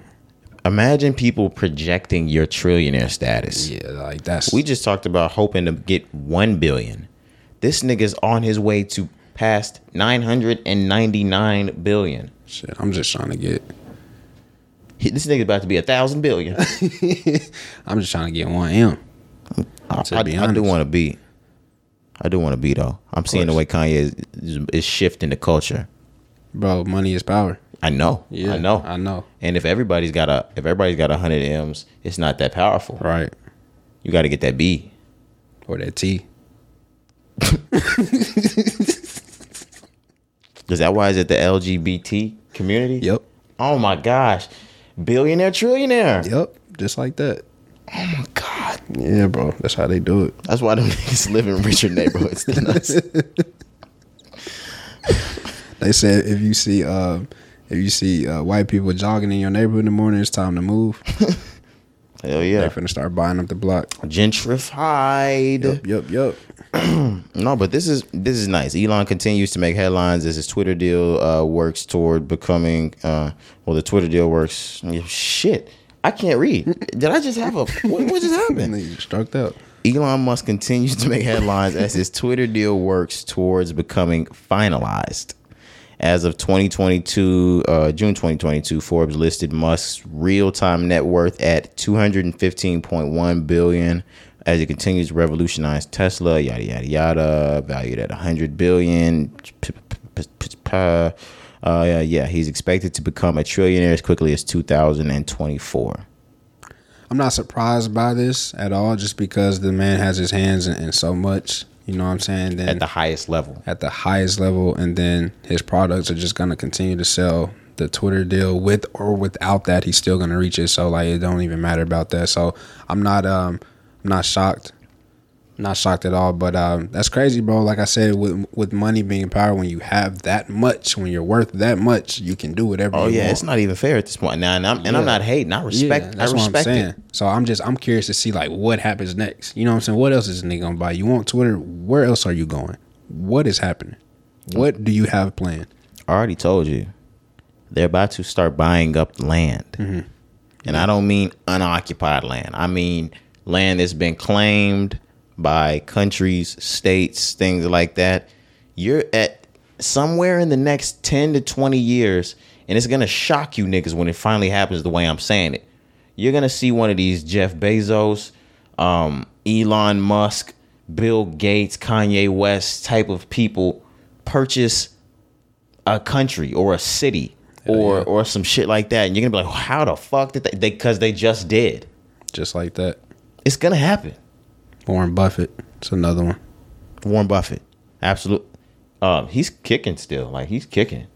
[SPEAKER 1] Imagine people projecting your trillionaire status.
[SPEAKER 2] Yeah, like that's
[SPEAKER 1] We just talked about hoping to get 1 billion. This nigga's on his way to past 999 billion.
[SPEAKER 2] shit. I'm just trying to get.
[SPEAKER 1] He- This nigga's about to be a 1,000 billion. I,
[SPEAKER 2] I'm just trying to get one M. To
[SPEAKER 1] I-
[SPEAKER 2] be
[SPEAKER 1] I do
[SPEAKER 2] honest.
[SPEAKER 1] want to be. I do want to be, though. I'm seeing the way Kanye is, is, is shifting the culture.
[SPEAKER 2] bro. Money is power.
[SPEAKER 1] I know. I know.
[SPEAKER 2] I know.
[SPEAKER 1] And if everybody's got a if everybody's got a hundred M's, it's not that powerful.
[SPEAKER 2] Right
[SPEAKER 1] You got to get that B.
[SPEAKER 2] or that T.
[SPEAKER 1] Is that why is it the LGBT community?
[SPEAKER 2] Yep.
[SPEAKER 1] Oh my gosh, billionaire trillionaire.
[SPEAKER 2] Yep. Just like that.
[SPEAKER 1] God,
[SPEAKER 2] Yeah, bro. That's how they do it.
[SPEAKER 1] that's why them niggas live in richer neighborhoods than us.
[SPEAKER 2] They said if you see uh, if you see uh, white people jogging in your neighborhood in the morning, it's time to move.
[SPEAKER 1] Hell yeah,
[SPEAKER 2] They're finna start buying up the block.
[SPEAKER 1] gentrified.
[SPEAKER 2] Yep, yep, yep.
[SPEAKER 1] No, but this is this is nice. Elon continues to make headlines as his Twitter deal uh, works toward becoming. Uh, well, the Twitter deal works. Shit, I can't read. Did I just have a what, what just happened?
[SPEAKER 2] You struck out.
[SPEAKER 1] Elon Musk continues to make headlines as his Twitter deal works towards becoming finalized. As of 2022, uh, June 2022, Forbes listed Musk's real-time net worth at 215.1 billion as it continues to revolutionize Tesla. Yada yada yada, valued at 100 billion. P- p- p- p- Uh, yeah, yeah, he's expected to become a trillionaire as quickly as 2024.
[SPEAKER 2] I'm not surprised by this at all, just because the man has his hands in, in so much. You know what I'm saying? Then
[SPEAKER 1] At the highest level,
[SPEAKER 2] at the highest level, and then his products are just gonna continue to sell. The Twitter deal with or without that, he's still gonna reach it. So like, it don't even matter about that. So I'm not um I'm not shocked, not shocked at all. But um, that's crazy, bro. Like I said, with with money being power, when you have that much, when you're worth that much, you can do whatever.
[SPEAKER 1] Oh
[SPEAKER 2] you
[SPEAKER 1] yeah,
[SPEAKER 2] want.
[SPEAKER 1] it's not even fair at this point. Now, and I'm and I'm
[SPEAKER 2] Yeah.
[SPEAKER 1] not hating. I respect. I respect it.
[SPEAKER 2] So I'm just I'm curious to see like what happens next. You know what I'm saying? What else is this nigga gonna buy? You want Twitter? Where else are you going? What is happening? What do you have planned?
[SPEAKER 1] I already told you, they're about to start buying up land, and I don't mean unoccupied land. I mean land that's been claimed by countries, states, things like that. You're at somewhere in the next ten to twenty years, and it's gonna shock you niggas when it finally happens. The way I'm saying it, you're gonna see one of these Jeff Bezos, um, Elon Musk, Bill Gates, Kanye West type of people purchase a country or a city or or some shit like that, and you're gonna be like, how the fuck did they? Because they, just did.
[SPEAKER 2] Just like that.
[SPEAKER 1] It's gonna happen.
[SPEAKER 2] Warren Buffett. It's another one.
[SPEAKER 1] Warren Buffett, absolute. Um, he's kicking still, like he's kicking.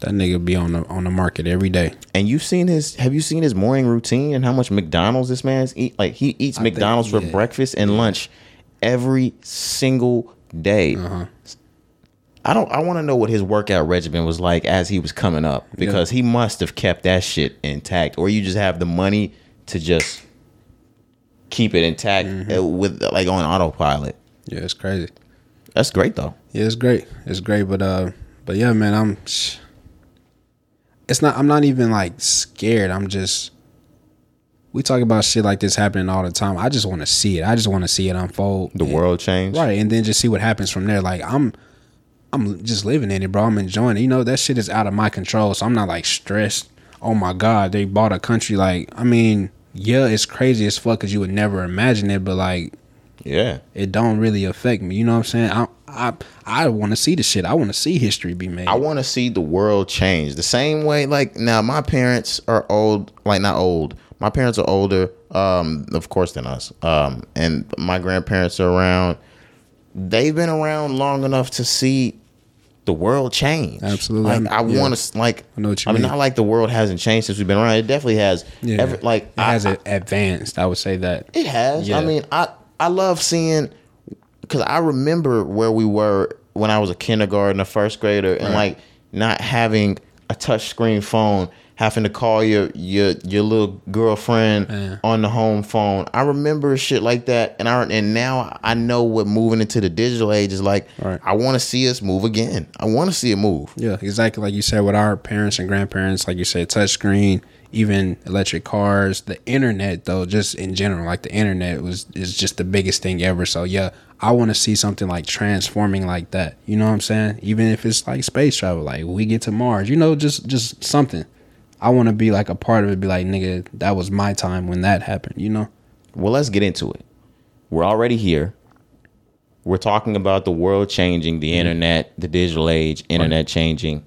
[SPEAKER 2] That nigga be on the on the market every day.
[SPEAKER 1] And you've seen his? Have you seen his morning routine and how much McDonald's this man's eat? Like he eats
[SPEAKER 2] think-
[SPEAKER 1] McDonald's for
[SPEAKER 2] yeah.
[SPEAKER 1] breakfast and lunch every single day.
[SPEAKER 2] Uh-huh.
[SPEAKER 1] I don't. I want to know what his workout regimen was like as he was coming up because he must have kept that shit intact, or you just have the money to just keep it intact
[SPEAKER 2] Mm-hmm.
[SPEAKER 1] uh, with like on autopilot.
[SPEAKER 2] Yeah, it's crazy.
[SPEAKER 1] That's great though.
[SPEAKER 2] Yeah, it's great. It's great, but uh, but yeah, man, I'm. It's not. I'm not even like scared. I'm just. We talk about shit like this happening all the time. I just want to see it. I just want to see it unfold.
[SPEAKER 1] The world changed.
[SPEAKER 2] right? And then just see what happens from there. Like I'm, I'm just living in it, bro. I'm enjoying it. You know that shit is out of my control, so I'm not like stressed. Oh my god, they bought a country. Like I mean, yeah, it's crazy as fuck because you would never imagine it, but like
[SPEAKER 1] Yeah.
[SPEAKER 2] it don't really affect me. You know what I'm saying? I I I want to see the shit. I want to see history be made.
[SPEAKER 1] I want to see the world change the same way. Like now, my parents are old. Like not old. My parents are older, um, of course, than us. Um, and my grandparents are around. They've been around long enough to see the world change.
[SPEAKER 2] Absolutely.
[SPEAKER 1] Like I
[SPEAKER 2] Yeah.
[SPEAKER 1] want to. Like
[SPEAKER 2] I know what you
[SPEAKER 1] I mean,
[SPEAKER 2] mean.
[SPEAKER 1] not like the world hasn't changed since we've been around. It definitely has.
[SPEAKER 2] yeah.
[SPEAKER 1] Every- like
[SPEAKER 2] it
[SPEAKER 1] I-
[SPEAKER 2] has
[SPEAKER 1] I-
[SPEAKER 2] it advanced. I would say that.
[SPEAKER 1] it has. I
[SPEAKER 2] Yeah.
[SPEAKER 1] mean, I I love seeing because I remember where we were when I was a kindergarten, a first grader, and like not having a touchscreen phone, having to call your your your little girlfriend
[SPEAKER 2] Yeah.
[SPEAKER 1] on the home phone. I remember shit like that, and I and now I know what moving into the digital age is like.
[SPEAKER 2] Right.
[SPEAKER 1] I want to see us move again. I want to see it move.
[SPEAKER 2] Yeah, exactly. Like you said, with our parents and grandparents, like you said, touchscreen, even electric cars, the internet though, just in general, like the internet was is just the biggest thing ever. So yeah, I want to see something like transforming like that. You know what I'm saying? Even if it's like space travel, like we get to Mars, you know, just just something. I want to be like a part of it. Be like, nigga, that was my time when that happened. You know?
[SPEAKER 1] Well, let's get into it. We're already here. We're talking about the world changing, the internet, the digital age, internet changing.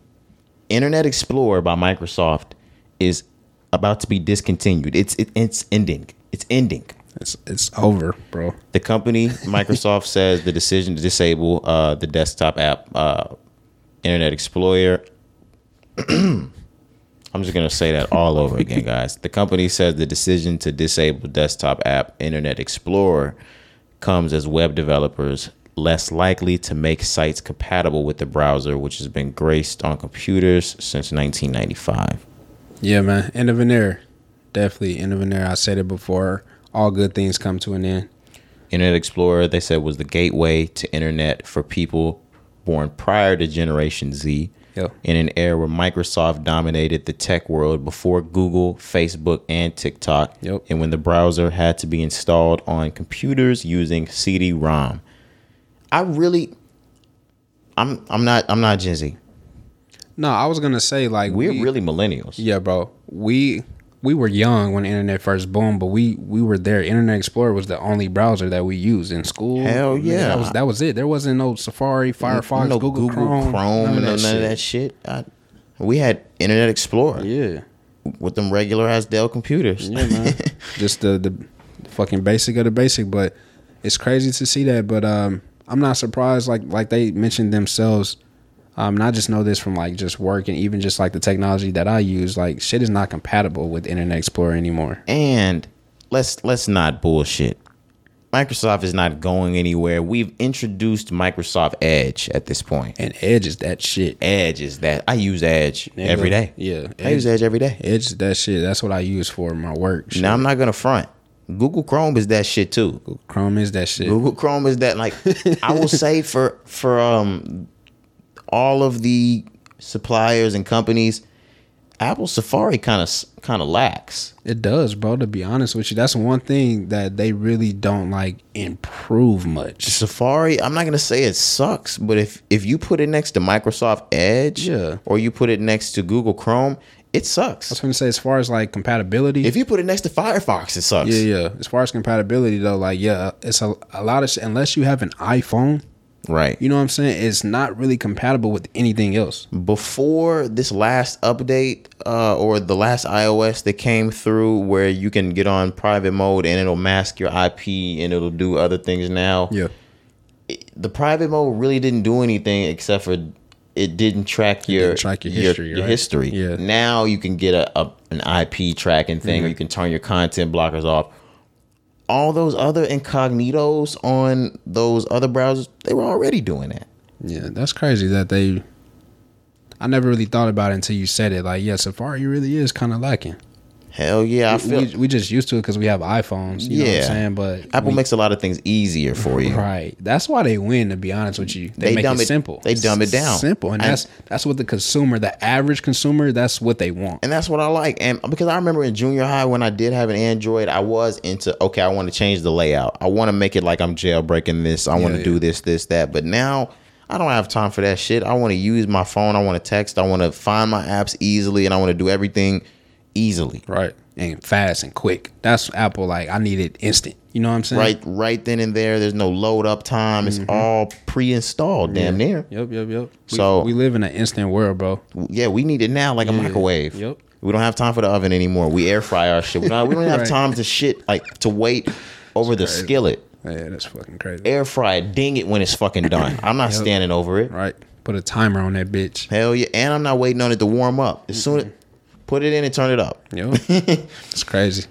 [SPEAKER 1] Internet Explorer by Microsoft is about to be discontinued. It's it, it's ending. It's ending.
[SPEAKER 2] It's it's over, bro.
[SPEAKER 1] The company Microsoft says the decision to disable uh, the desktop app uh, Internet Explorer. I'm just gonna say that all over again, guys. The company says the decision to disable desktop app Internet Explorer comes as web developers less likely to make sites compatible with the browser, which has been graced on computers since 1995.
[SPEAKER 2] Yeah, man. End of an era. Definitely end of an era. I said it before. All good things come to an end.
[SPEAKER 1] Internet Explorer, they said, was the gateway to internet for people born prior to Generation Z.
[SPEAKER 2] Yep.
[SPEAKER 1] in an era where Microsoft dominated the tech world before Google, Facebook, and TikTok,
[SPEAKER 2] Yep.
[SPEAKER 1] and when the browser had to be installed on computers using CD-ROM. I really, I'm I'm not I'm not Gen Z.
[SPEAKER 2] No, I was gonna say like
[SPEAKER 1] We're
[SPEAKER 2] we-
[SPEAKER 1] really millennials.
[SPEAKER 2] Yeah, bro. We we were young when the internet first boomed, but we we were there. Internet Explorer was the only browser that we used in school.
[SPEAKER 1] Hell
[SPEAKER 2] I mean,
[SPEAKER 1] yeah.
[SPEAKER 2] that was that was it. There wasn't no Safari, Firefox,
[SPEAKER 1] no
[SPEAKER 2] Google, Chrome, none of
[SPEAKER 1] no
[SPEAKER 2] that shit.
[SPEAKER 1] shit. I, we had Internet Explorer
[SPEAKER 2] Yeah,
[SPEAKER 1] with them regular ass Dell computers.
[SPEAKER 2] yeah, man. Just the, the fucking basic of the basic, but it's crazy to see that. But um, I'm not surprised. Like like they mentioned themselves. Um, and I just know this from like just work and even just like the technology that I use. Like shit is not compatible with Internet Explorer anymore.
[SPEAKER 1] And let's let's not bullshit. Microsoft is not going anywhere. We've introduced Microsoft Edge at this point.
[SPEAKER 2] And Edge is that shit.
[SPEAKER 1] Edge is that I use Edge
[SPEAKER 2] Nigga,
[SPEAKER 1] every day.
[SPEAKER 2] yeah,
[SPEAKER 1] I use Edge every day.
[SPEAKER 2] It's that shit. That's what I use for my work. Shit.
[SPEAKER 1] Now I'm not gonna front. Google Chrome is that shit too.
[SPEAKER 2] Chrome is that shit.
[SPEAKER 1] Google Chrome is that like I will say for for um all of the suppliers and companies, Apple Safari kind of kind of lacks.
[SPEAKER 2] It does, bro. To be honest with you, that's one thing that they really don't like improve much.
[SPEAKER 1] Safari, I'm not gonna say it sucks, but if if you put it next to Microsoft Edge
[SPEAKER 2] Yeah.
[SPEAKER 1] or you put it next to Google Chrome, it
[SPEAKER 2] I was
[SPEAKER 1] sucks.
[SPEAKER 2] gonna say, as far as like compatibility,
[SPEAKER 1] If you put it next to Firefox, it sucks.
[SPEAKER 2] yeah, yeah. As far as compatibility though, like yeah, uh, it's a, a lot of shit. Unless you have an iPhone,
[SPEAKER 1] Right.
[SPEAKER 2] you know what I'm saying? It's not really compatible with anything else.
[SPEAKER 1] before this last update uh, or the last iOS that came through where you can get on private mode and it'll mask your IP and it'll do other things now. The private mode really didn't do anything except for it didn't track your
[SPEAKER 2] didn't track your history,
[SPEAKER 1] Your,
[SPEAKER 2] right?
[SPEAKER 1] history.
[SPEAKER 2] Yeah. Mm-hmm.
[SPEAKER 1] Now you can get a, a an IP tracking thing or you can turn your content blockers off. All those other incognitos on those other browsers, they were already doing that.
[SPEAKER 2] Yeah, that's crazy that they. I never really thought about it until you said it. Like, yeah, Safari really is kind of lacking.
[SPEAKER 1] Hell yeah, I feel
[SPEAKER 2] we, we just used to it because we have iPhones. You
[SPEAKER 1] Yeah.
[SPEAKER 2] know what I'm saying? But
[SPEAKER 1] Apple
[SPEAKER 2] we-
[SPEAKER 1] makes a lot of things easier for you.
[SPEAKER 2] right. That's why they win. To be honest with you, they,
[SPEAKER 1] They
[SPEAKER 2] make
[SPEAKER 1] dumb
[SPEAKER 2] it,
[SPEAKER 1] it-
[SPEAKER 2] simple.
[SPEAKER 1] they dumb it down.
[SPEAKER 2] Simple, and
[SPEAKER 1] And-
[SPEAKER 2] that's that's what the consumer, the average consumer, that's what they want.
[SPEAKER 1] And that's what I like. And because I remember in junior high when I did have an Android, I was into okay, I want to change the layout. I want to make it like I'm jailbreaking this. I want to
[SPEAKER 2] yeah.
[SPEAKER 1] do this, this, that. But now I don't have time for that shit. I want to use my phone. I want to text. I want to find my apps easily and I want to do everything easily.
[SPEAKER 2] Right. And fast and quick. That's Apple. Like I need it instant. You know what I'm saying?
[SPEAKER 1] Right right then and there. There's no load up time.
[SPEAKER 2] Mm-hmm.
[SPEAKER 1] It's all pre-installed damn near.
[SPEAKER 2] Yep. Yep. Yep. We-
[SPEAKER 1] So-
[SPEAKER 2] we live in an instant world, bro.
[SPEAKER 1] yeah, we need it now like a microwave.
[SPEAKER 2] Yep.
[SPEAKER 1] We don't have time for the oven anymore. We air fry our shit. We don't, we don't have
[SPEAKER 2] Right.
[SPEAKER 1] time to shit like to wait over the skillet.
[SPEAKER 2] Yeah, that's fucking crazy.
[SPEAKER 1] Air fry it, ding it when it's fucking done. I'm not standing over it.
[SPEAKER 2] right. Put a timer on that bitch.
[SPEAKER 1] Hell yeah, and I'm not waiting on it to warm up. As soon as put it in and turn it up.
[SPEAKER 2] Yo, it's crazy.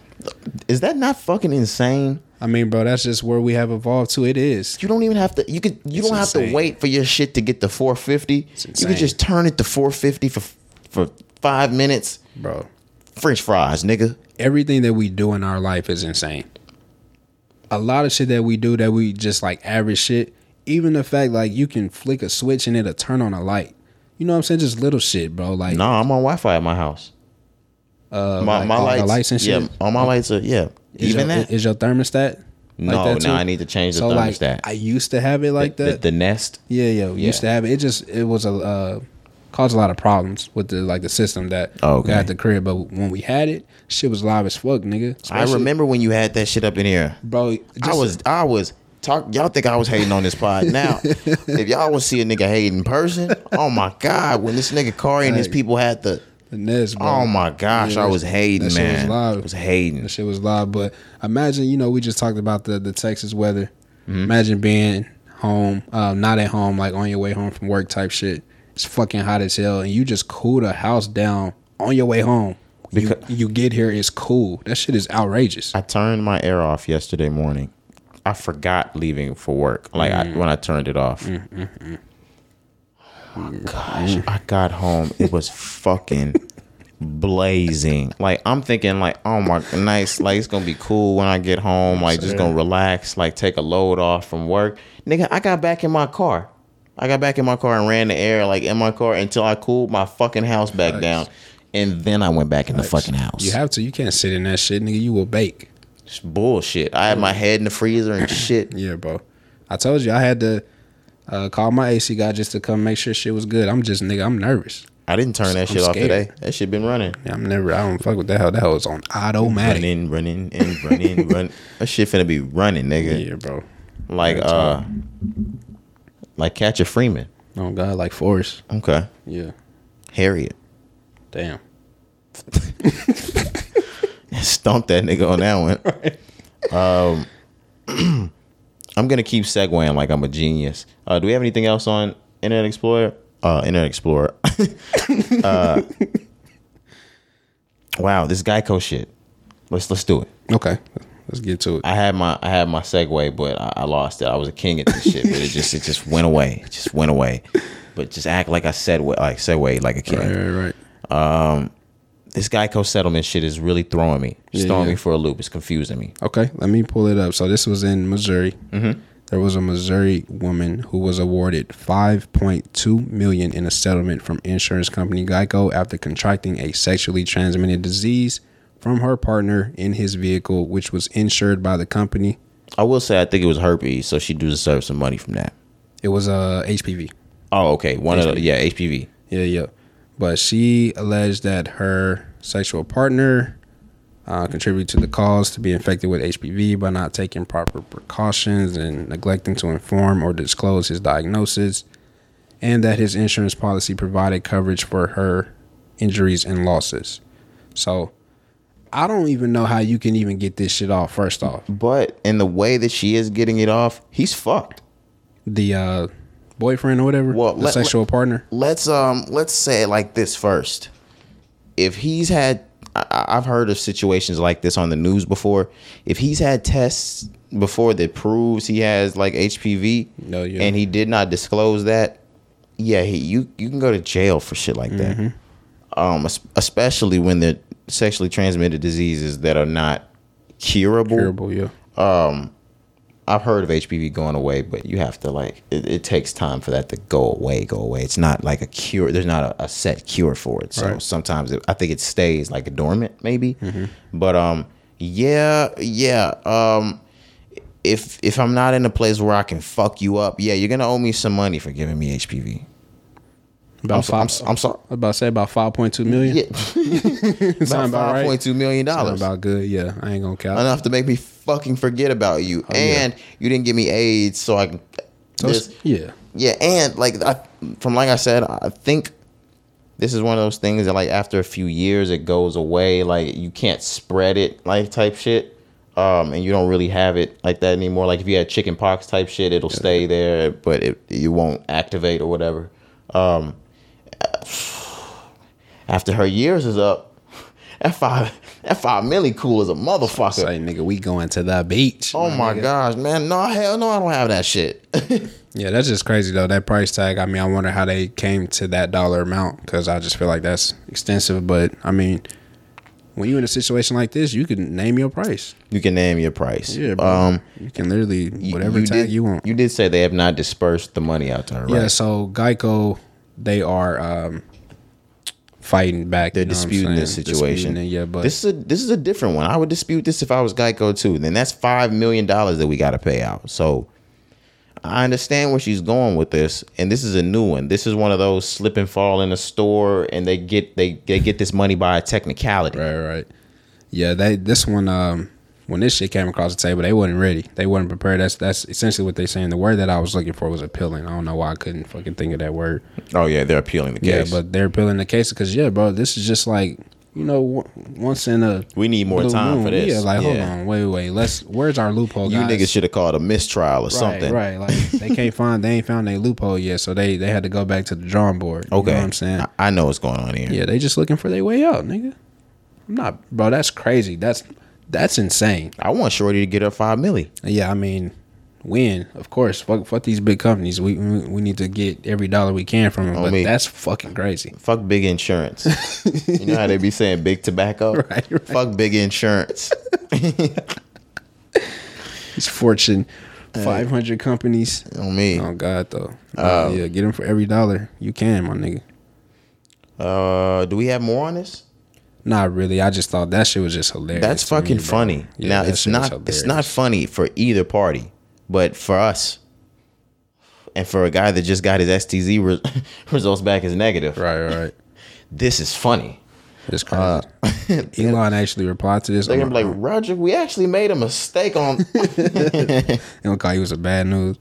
[SPEAKER 1] Is that not fucking insane?
[SPEAKER 2] I mean, bro, that's just where we have evolved to. It is.
[SPEAKER 1] You don't even have to. You could. You
[SPEAKER 2] It's
[SPEAKER 1] don't have
[SPEAKER 2] insane.
[SPEAKER 1] to wait for your shit to get to 450. You
[SPEAKER 2] insane.
[SPEAKER 1] could just turn it to 450 for for five minutes.
[SPEAKER 2] Bro,
[SPEAKER 1] French fries, nigga.
[SPEAKER 2] everything that we do in our life is insane. A lot of shit that we do that we just like average shit. Even the fact like you can flick a switch and it'll turn on a light. You know what I'm saying? Just little shit, bro. Like
[SPEAKER 1] No, I'm on Wi-Fi at my house.
[SPEAKER 2] uh,
[SPEAKER 1] my,
[SPEAKER 2] like,
[SPEAKER 1] my
[SPEAKER 2] all the
[SPEAKER 1] lights,
[SPEAKER 2] and shit.
[SPEAKER 1] Yeah, all my lights are yeah.
[SPEAKER 2] Is
[SPEAKER 1] Even
[SPEAKER 2] your,
[SPEAKER 1] that.
[SPEAKER 2] is your thermostat?
[SPEAKER 1] no,
[SPEAKER 2] that
[SPEAKER 1] no,
[SPEAKER 2] too?
[SPEAKER 1] I need to change the
[SPEAKER 2] so like
[SPEAKER 1] thermostat.
[SPEAKER 2] I used to have it like
[SPEAKER 1] the,
[SPEAKER 2] that.
[SPEAKER 1] the Nest.
[SPEAKER 2] yeah, yeah, we used to
[SPEAKER 1] Yeah.
[SPEAKER 2] have it. It just it was a uh, caused a lot of problems with the like the system that
[SPEAKER 1] Oh,
[SPEAKER 2] we
[SPEAKER 1] okay.
[SPEAKER 2] had at the crib. But when we had it, shit was live as fuck, nigga.
[SPEAKER 1] I
[SPEAKER 2] Especially-
[SPEAKER 1] remember when you had that shit up in here.
[SPEAKER 2] bro.
[SPEAKER 1] I was I was talk. Y'all think I was hating on this pod now? if y'all would see a nigga hate in person, oh my god! When this nigga Corey and his
[SPEAKER 2] Like-
[SPEAKER 1] people had the
[SPEAKER 2] the Nez, bro.
[SPEAKER 1] oh my gosh,
[SPEAKER 2] Yeah,
[SPEAKER 1] I was hating,
[SPEAKER 2] that shit
[SPEAKER 1] man.
[SPEAKER 2] was live.
[SPEAKER 1] I was hating.
[SPEAKER 2] That shit was live, but imagine you know we just talked about the the Texas weather.
[SPEAKER 1] Mm-hmm.
[SPEAKER 2] Imagine being home, um, not at home, like on your way home from work type shit. It's fucking hot as hell, and you just cool the house down on your way home. You,
[SPEAKER 1] Because-
[SPEAKER 2] you get here, it's cool. That shit is outrageous.
[SPEAKER 1] I turned my air off yesterday morning. I forgot leaving for work. Like I, when I turned it off. Oh, gosh, I got home. It was fucking blazing. Like I'm thinking, like oh my, nice. Like it's gonna be cool when I get home. Like just gonna relax. Like take a load off from work. Nigga, I got back in my car. I got back in my car and ran the air like in my car until I cooled my fucking house back
[SPEAKER 2] Facts.
[SPEAKER 1] down, and then I went back in the fucking house.
[SPEAKER 2] You have to. You can't sit in that shit, nigga. You will bake.
[SPEAKER 1] It's bullshit. I had my head in the freezer and shit.
[SPEAKER 2] Yeah, bro. I told you I had to uh, call my AC guy just to come make sure shit was good. I'm just nigga. I'm nervous.
[SPEAKER 1] I didn't turn that
[SPEAKER 2] I'm
[SPEAKER 1] shit off
[SPEAKER 2] scared.
[SPEAKER 1] today. That shit been running.
[SPEAKER 2] Yeah, I'm never. I don't fuck with that hell. That hell is on automatic.
[SPEAKER 1] Running, running, and running, run. That shit finna be running, nigga.
[SPEAKER 2] Yeah, bro.
[SPEAKER 1] Like
[SPEAKER 2] That's
[SPEAKER 1] uh, like Catcher Freeman.
[SPEAKER 2] Oh God, like Forrest.
[SPEAKER 1] Okay,
[SPEAKER 2] Yeah.
[SPEAKER 1] Harriet.
[SPEAKER 2] Damn.
[SPEAKER 1] Stomp that nigga on that one. Um, I'm gonna keep segueing like I'm a genius. Uh, do we have anything else on Internet Explorer? Uh, Internet Explorer. uh, wow, this Geico shit. Let's let's do it.
[SPEAKER 2] Okay. Let's get to it.
[SPEAKER 1] I had my I had my segue, but I, I lost it. I was a king at this shit, but it just it just went away. It just went away. But just act like I said like segue like a king.
[SPEAKER 2] Right, right, right.
[SPEAKER 1] This Geico settlement shit is really throwing me. It's
[SPEAKER 2] Yeah,
[SPEAKER 1] throwing
[SPEAKER 2] yeah.
[SPEAKER 1] me for a loop. It's confusing me.
[SPEAKER 2] Okay, let me pull it up. So this was in Missouri. Mm-hmm. There was a Missouri woman who was awarded 5.2 million in a settlement from insurance company Geico after contracting a sexually transmitted disease from her partner in his vehicle, which was insured by the company.
[SPEAKER 1] I will say I think it was herpes, so she do deserve some money from that.
[SPEAKER 2] It was a HPV.
[SPEAKER 1] Oh, okay. One of the yeah, HPV.
[SPEAKER 2] Yeah, yeah. But she alleged that her sexual partner uh, contributed to the cause to be infected with HPV by not taking proper precautions and neglecting to inform or disclose his diagnosis, and that his insurance policy provided coverage for her injuries and losses. So I don't even know how you can even get this shit off, first off.
[SPEAKER 1] But in the way that she is getting it off, he's fucked.
[SPEAKER 2] The uh, boyfriend or whatever,
[SPEAKER 1] Well,
[SPEAKER 2] the
[SPEAKER 1] let-
[SPEAKER 2] sexual partner.
[SPEAKER 1] let's um let's say it like this first if he's had I- I- i've heard of situations like this on the news before if he's had tests before that proves he has like hpv
[SPEAKER 2] No, yeah.
[SPEAKER 1] and he did not disclose that yeah he, you you can go to jail for shit like
[SPEAKER 2] Mm-hmm.
[SPEAKER 1] that um es- especially when the sexually transmitted diseases that are not curable
[SPEAKER 2] Terrible, yeah.
[SPEAKER 1] I've heard of HPV going away, but you have to like it, it takes time for that to go away, go away. It's not like a cure. There's not a, a set cure for it. So
[SPEAKER 2] Right. Mm-hmm.
[SPEAKER 1] sometimes it, I think it stays like a dormant, maybe. But um, yeah, yeah. Um, if if I'm not in a place where I can fuck you up, yeah, you're gonna owe me some money for giving me HPV.
[SPEAKER 2] About
[SPEAKER 1] I'm so, I'm, so- I'm sorry.
[SPEAKER 2] I was about to say about five point two million.
[SPEAKER 1] Yeah, about
[SPEAKER 2] Sound about right?
[SPEAKER 1] five point two million dollars.
[SPEAKER 2] About good, yeah. I ain't gonna count.
[SPEAKER 1] enough to make me fucking forget about you,
[SPEAKER 2] Oh, yeah.
[SPEAKER 1] and you didn't give me AIDS, so I can.
[SPEAKER 2] So it's-
[SPEAKER 1] this-
[SPEAKER 2] yeah,
[SPEAKER 1] Yeah, and like I, from like I said, I think this is one of those things that like after a few years it goes away. Like you can't spread it, like type shit. Um, and you don't really have it like that anymore. Like if you had chicken pox type shit, it'll stay there, but it you won't activate or whatever. Um, after her years is up, that five that five milli cool as a motherfucker.
[SPEAKER 2] say nigga, we going to the beach.
[SPEAKER 1] oh my gosh, man! No hell no, I don't have that shit.
[SPEAKER 2] Yeah, that's just crazy though. That price tag. I mean, I wonder how they came to that dollar amount because I just feel like that's extensive. But I mean, when you in a situation like this, you can name your price.
[SPEAKER 1] you can name your price.
[SPEAKER 2] Yeah, bro.
[SPEAKER 1] Um.
[SPEAKER 2] you can literally whatever tag
[SPEAKER 1] did,
[SPEAKER 2] you want.
[SPEAKER 1] You did say they have not dispersed the money out to her, right?
[SPEAKER 2] Yeah. So Geico, they are um, fighting back.
[SPEAKER 1] They're
[SPEAKER 2] you know what I'm
[SPEAKER 1] disputing this
[SPEAKER 2] saying?
[SPEAKER 1] situation.
[SPEAKER 2] Disputing it, yeah, but
[SPEAKER 1] this is a this is a different one. I would dispute this if I was Geico too. Then that's five million dollars that we got to pay out. So I understand where she's going with this, and this is a new one. This is one of those slip and fall in a store, and they get they they get this money by a technicality.
[SPEAKER 2] Right, right. Yeah, they this one um when this shit came across the table, they wasn't ready. They wasn't prepared. That's that's essentially what they saying. The word that I was looking for was appealing. I don't know why I couldn't fucking think of that word.
[SPEAKER 1] Oh yeah, they're appealing the case.
[SPEAKER 2] Yeah,
[SPEAKER 1] but
[SPEAKER 2] but they're appealing the case because yeah, bro, this is just like you know w- once in a
[SPEAKER 1] we need more
[SPEAKER 2] blue
[SPEAKER 1] time for
[SPEAKER 2] moon.
[SPEAKER 1] this.
[SPEAKER 2] Yeah, like hold
[SPEAKER 1] Yeah.
[SPEAKER 2] on, wait, wait, let's. Where's our loophole?
[SPEAKER 1] You
[SPEAKER 2] guys?
[SPEAKER 1] niggas should have called a mistrial or something.
[SPEAKER 2] Right, right. Like they can't find, they ain't found their loophole yet, so they they had to go back to the drawing board.
[SPEAKER 1] Okay,
[SPEAKER 2] you know what I'm saying.
[SPEAKER 1] I- I know what's going on here.
[SPEAKER 2] Yeah, they just looking for their way out, nigga. I'm not, bro. That's crazy. That's that's insane.
[SPEAKER 1] I want Shorty to get her five milli.
[SPEAKER 2] Yeah, I mean, win of course. Fuck, fuck these big companies. We we we need to get every dollar we can from them.
[SPEAKER 1] I
[SPEAKER 2] But
[SPEAKER 1] mean-
[SPEAKER 2] that's fucking crazy.
[SPEAKER 1] fuck big insurance. you know how they be saying big tobacco?
[SPEAKER 2] Right, right.
[SPEAKER 1] Fuck big insurance.
[SPEAKER 2] These Fortune Five hundred companies.
[SPEAKER 1] On me.
[SPEAKER 2] Oh God, though.
[SPEAKER 1] Oh.
[SPEAKER 2] Uh, yeah, get them for every dollar you can, my nigga.
[SPEAKER 1] Uh, do we have more on this?
[SPEAKER 2] Not really. I just thought that shit was just hilarious.
[SPEAKER 1] That's
[SPEAKER 2] to me,
[SPEAKER 1] fucking
[SPEAKER 2] bro.
[SPEAKER 1] funny.
[SPEAKER 2] Yeah,
[SPEAKER 1] now
[SPEAKER 2] that
[SPEAKER 1] it's
[SPEAKER 2] shit was
[SPEAKER 1] not it's
[SPEAKER 2] hilarious.
[SPEAKER 1] not funny for either party, but for us, and for a guy that just got his STZ re- results back as negative,
[SPEAKER 2] Right, right.
[SPEAKER 1] this is funny.
[SPEAKER 2] It's crazy. Elon actually replied to this.
[SPEAKER 1] Uh, They're
[SPEAKER 2] I'm
[SPEAKER 1] gonna be like, Roger, we actually made a mistake on.
[SPEAKER 2] They don't call you was a bad news.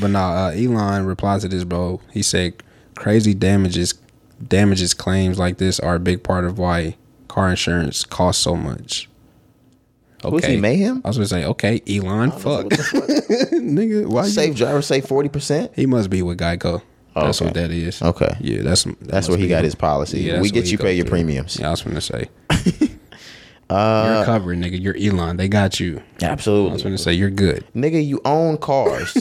[SPEAKER 2] But nah, uh, Elon replied to this, bro. He said, "Crazy damages, damages claims like this are a big part of why car insurance costs so much." Okay,
[SPEAKER 1] Who's he, Mayhem?
[SPEAKER 2] I was gonna say, okay, Elon, fuck, nigga, why you?
[SPEAKER 1] Save driver, save forty percent.
[SPEAKER 2] He must be with Geico.
[SPEAKER 1] Oh,
[SPEAKER 2] that's
[SPEAKER 1] okay.
[SPEAKER 2] what that is.
[SPEAKER 1] Okay.
[SPEAKER 2] yeah, that's
[SPEAKER 1] That's where he got his policy. we get you pay your premiums. Uh,
[SPEAKER 2] Yeah, I was gonna say. you're covered, nigga. You're Elon. They got you. I was
[SPEAKER 1] Absolutely,
[SPEAKER 2] gonna say you're good.
[SPEAKER 1] nigga. You own cars.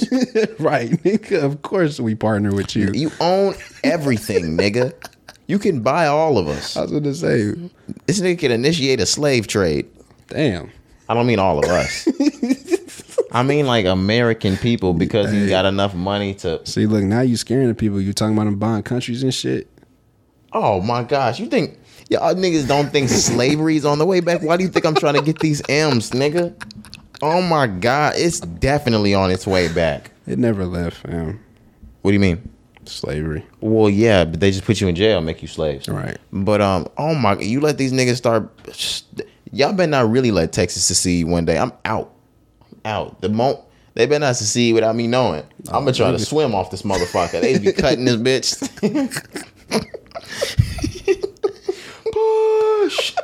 [SPEAKER 2] Right, nigga. Of course, we partner with you.
[SPEAKER 1] you own everything, nigga. You can buy all of us.
[SPEAKER 2] I was gonna say,
[SPEAKER 1] This nigga can initiate a slave trade.
[SPEAKER 2] damn.
[SPEAKER 1] I don't mean all of us. I mean like American people because he got enough money to.
[SPEAKER 2] See, look, now you scaring the people. You talking about them buying countries and shit.
[SPEAKER 1] Oh my gosh, you think y'all niggas don't think slavery's on the way back? Why do you think I'm trying to get these M's, nigga? Oh my god, it's definitely on its way back.
[SPEAKER 2] It never left, fam.
[SPEAKER 1] What do you mean?
[SPEAKER 2] Slavery.
[SPEAKER 1] Well, yeah, but they just put you in jail, and make you slaves,
[SPEAKER 2] Right.
[SPEAKER 1] But um, oh my, you let these niggas start. Y'all better not really let Texas secede one day. I'm out, I'm out. The moment they better not secede without me knowing. I'm gonna try to swim off this motherfucker. they be cutting this bitch. push.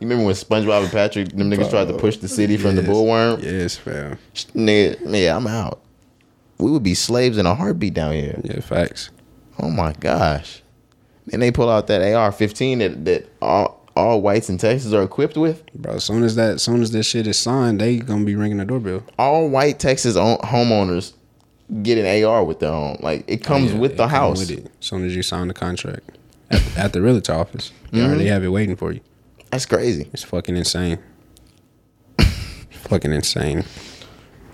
[SPEAKER 1] You remember when SpongeBob and Patrick, them niggas tried to push the city from the
[SPEAKER 2] Yes.
[SPEAKER 1] bullworm?
[SPEAKER 2] Yes, fam.
[SPEAKER 1] Nigga, yeah, I'm out. We would be slaves in a heartbeat down here.
[SPEAKER 2] Yeah, facts.
[SPEAKER 1] Oh my gosh. And they pull out that AR fifteen that, that all all whites in Texas are equipped with.
[SPEAKER 2] Bro, as soon as that, as soon as this shit is signed, they gonna be ringing the doorbell.
[SPEAKER 1] All white Texas own, homeowners get an AR with their home. Like it comes
[SPEAKER 2] Yeah,
[SPEAKER 1] with
[SPEAKER 2] they
[SPEAKER 1] the
[SPEAKER 2] come
[SPEAKER 1] house.
[SPEAKER 2] with it. As soon as you sign the contract at, at the realtor office, they already
[SPEAKER 1] Mm-hmm.
[SPEAKER 2] have it waiting for you.
[SPEAKER 1] That's crazy.
[SPEAKER 2] It's fucking insane. fucking insane.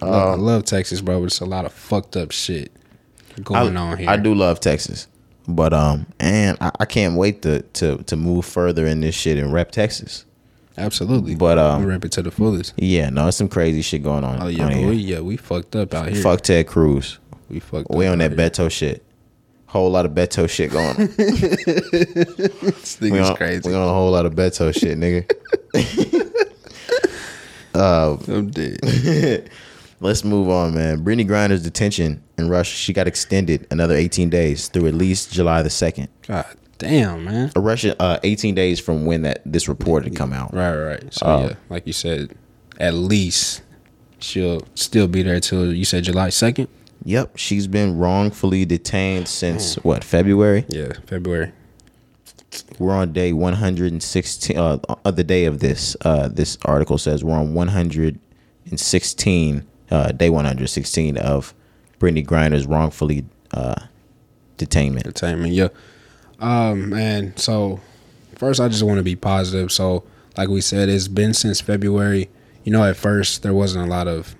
[SPEAKER 1] Uh,
[SPEAKER 2] Look, I love Texas, bro, but it's a lot of fucked up shit going
[SPEAKER 1] I,
[SPEAKER 2] on here.
[SPEAKER 1] I do love Texas. But um and I, I can't wait to, to to move further in this shit and rep Texas.
[SPEAKER 2] Absolutely.
[SPEAKER 1] But, um,
[SPEAKER 2] we rep it to the fullest.
[SPEAKER 1] Yeah, no, it's some crazy shit going on.
[SPEAKER 2] Oh yeah,
[SPEAKER 1] on
[SPEAKER 2] but
[SPEAKER 1] here.
[SPEAKER 2] we yeah, we fucked up out here.
[SPEAKER 1] Fuck Ted Cruz.
[SPEAKER 2] we fucked.
[SPEAKER 1] We
[SPEAKER 2] up
[SPEAKER 1] on that
[SPEAKER 2] out here.
[SPEAKER 1] Beto shit. Whole lot of Beto shit going on.
[SPEAKER 2] This thing
[SPEAKER 1] We
[SPEAKER 2] is
[SPEAKER 1] on,
[SPEAKER 2] crazy.
[SPEAKER 1] we on a whole lot of Beto shit, nigga.
[SPEAKER 2] I'm dead.
[SPEAKER 1] Let's move on, man. Brittany Griner's detention in Russia, she got extended another 18 days through at least July the 2nd.
[SPEAKER 2] God damn, man.
[SPEAKER 1] A Russia, uh, 18 days from when that this report had come out.
[SPEAKER 2] Right, right. So
[SPEAKER 1] Uh,
[SPEAKER 2] yeah, like you said, at least she'll still be there till you said July second.
[SPEAKER 1] Yep, she's been wrongfully detained since what February.
[SPEAKER 2] Yeah, February.
[SPEAKER 1] We're on day 116. Uh, of the day of this, uh, this article says we're on 116, uh, day 116 of Brittany Griner's wrongfully uh, detainment.
[SPEAKER 2] Entertainment, yeah. Um, man. So first, I just want to be positive. So, like we said, it's been since February. You know, at first there wasn't a lot of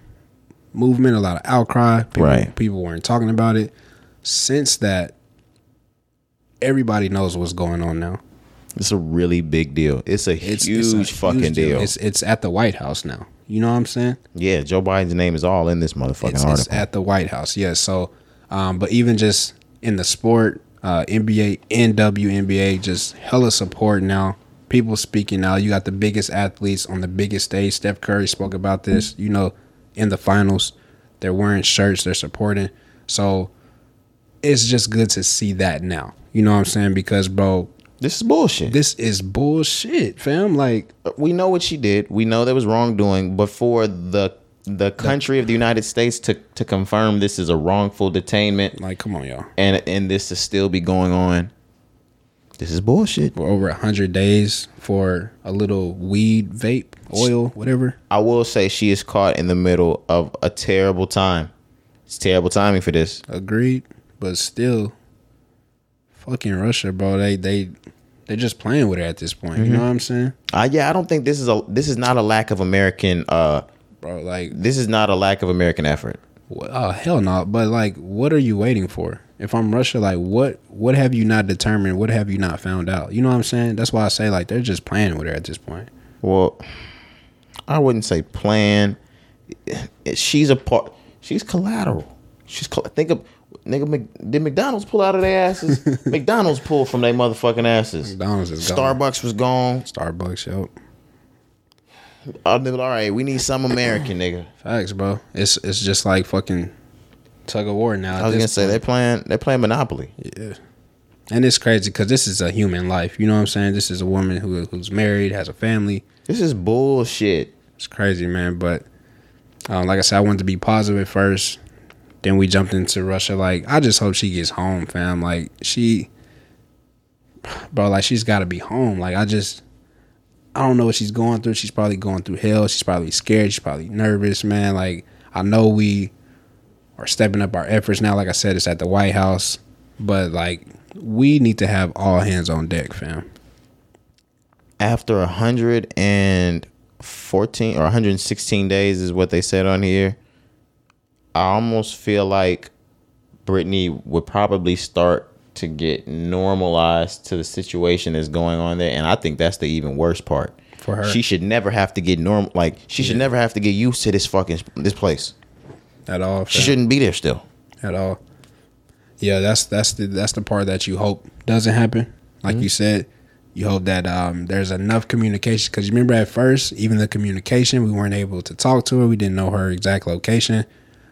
[SPEAKER 2] movement, a lot of outcry. People,
[SPEAKER 1] Right.
[SPEAKER 2] People weren't talking about it. Since that, everybody knows what's going on now.
[SPEAKER 1] It's a really big deal. It's a huge
[SPEAKER 2] a
[SPEAKER 1] fucking
[SPEAKER 2] huge
[SPEAKER 1] deal.
[SPEAKER 2] It's it's at the White House now. You know what I'm saying?
[SPEAKER 1] Yeah, Joe Biden's name is all in this motherfucking
[SPEAKER 2] It's,
[SPEAKER 1] article.
[SPEAKER 2] it's at the White House. Yeah. So, um, but even just in the sport, uh, NBA, NWNBA, just hella support now. People speaking now. You got the biggest athletes on the biggest stage. Steph Curry spoke about this. You know, in the finals, they're wearing shirts. They're supporting. So, it's just good to see that now. You know what I'm saying? Because bro,
[SPEAKER 1] this is bullshit.
[SPEAKER 2] this is bullshit, fam. Like
[SPEAKER 1] we know what she did. We know there was wrongdoing, but for the the country of the United States to to confirm this is a wrongful detainment
[SPEAKER 2] Like, come on, y'all.
[SPEAKER 1] and and this to still be going on, this is bullshit.
[SPEAKER 2] For over 100 days for a little weed, vape, oil, whatever.
[SPEAKER 1] I will say she is caught in the middle of a terrible time. It's terrible timing for this.
[SPEAKER 2] Agreed. But still, fucking Russia, bro. They, they, they just
[SPEAKER 1] Mm-hmm.
[SPEAKER 2] playing with it at this point. You know what I'm saying?
[SPEAKER 1] Uh, yeah, I don't think this is a this is not a lack of American uh,
[SPEAKER 2] bro. Like,
[SPEAKER 1] This is not a lack of American effort.
[SPEAKER 2] wh- oh hell no. But like, what are you waiting for? If I'm Russia, like, what what have you not determined? What have you not found out? You know what I'm saying? That's why I say like they're just playing with her at this point.
[SPEAKER 1] Well, I wouldn't say plan. She's a part. She's collateral. She's coll- think of nigga. Mc- did McDonald's pull out of their asses? McDonald's pulled from their motherfucking asses.
[SPEAKER 2] McDonald's is gone.
[SPEAKER 1] Starbucks was gone.
[SPEAKER 2] Starbucks, yo.
[SPEAKER 1] I nigga, all right, we need some American nigga.
[SPEAKER 2] Facts, bro. It's it's just like fucking tug of war now.
[SPEAKER 1] I was gonna say they're playing. They're playing Monopoly.
[SPEAKER 2] Yeah. And it's crazy because this is a human life. You know what I'm saying? This is a woman who who's married, has a family.
[SPEAKER 1] This is bullshit.
[SPEAKER 2] It's crazy, man. But um, like I said, I wanted to be positive at first. Then we jumped into Russia. Like I just hope she gets home, fam. Like she, bro. Like she's got to be home. Like I just, I don't know what she's going through. She's probably going through hell. She's probably scared. She's probably nervous, man. Like I know we are stepping up our efforts now. Like I said, it's at the White House, but like we need to have all hands on deck, fam.
[SPEAKER 1] After hundred and fourteen or hundred and sixteen days is what they said on here. I almost feel like Brittany would probably start to get normalized to the situation that's going on there, and I think that's the even worse part.
[SPEAKER 2] For her.
[SPEAKER 1] she should never have to get normal. Like she should never have to get used to this fucking this place.
[SPEAKER 2] At all,
[SPEAKER 1] She
[SPEAKER 2] fam.
[SPEAKER 1] shouldn't be there still.
[SPEAKER 2] at all. Yeah, that's that's the that's the part that you hope doesn't happen. Like you said, you hope that um, there's enough communication because you remember at first, even the communication, we weren't able to talk to her. We didn't know her exact location,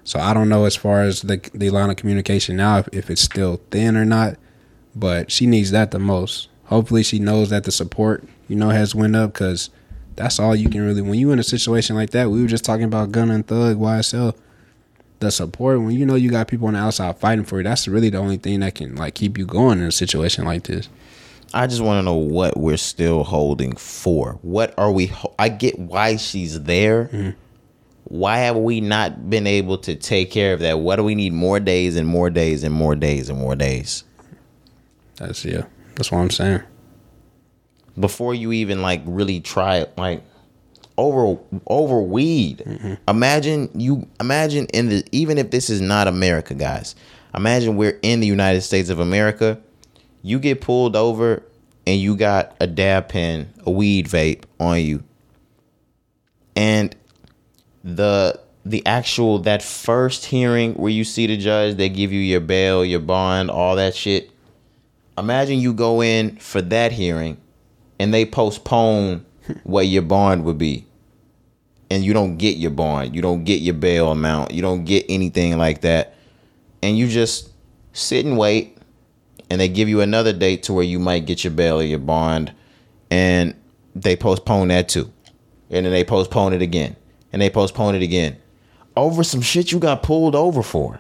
[SPEAKER 2] so I don't know as far as the the line of communication now if, if it's still thin or not. But she needs that the most. Hopefully, she knows that the support you know has went up because that's all you can really. When you in a situation like that, we were just talking about Gunna and Thug YSL the support when you know you got people on the outside fighting for you that's really the only thing that can like keep you going in a situation like this
[SPEAKER 1] I just want to know what we're still holding for. What are we? Ho- I get why she's there. Why have we not been able to take care of that? Why do we need more days and more days and more days and more days
[SPEAKER 2] that's yeah that's what i'm saying
[SPEAKER 1] before you even like really try it? Like over over weed. Imagine you imagine in the even if this is not America, guys. Imagine we're in the United States of America. You get pulled over and you got a dab pen, a weed vape on you. and the the actual that first hearing where you see the judge they give you your bail your bond all that shit imagine you go in for that hearing and they postpone what your bond would be and you don't get your bond you don't get your bail amount you don't get anything like that and you just sit and wait and they give you another date to where you might get your bail or your bond and they postpone that too and then they postpone it again and they postpone it again over some shit you got pulled over for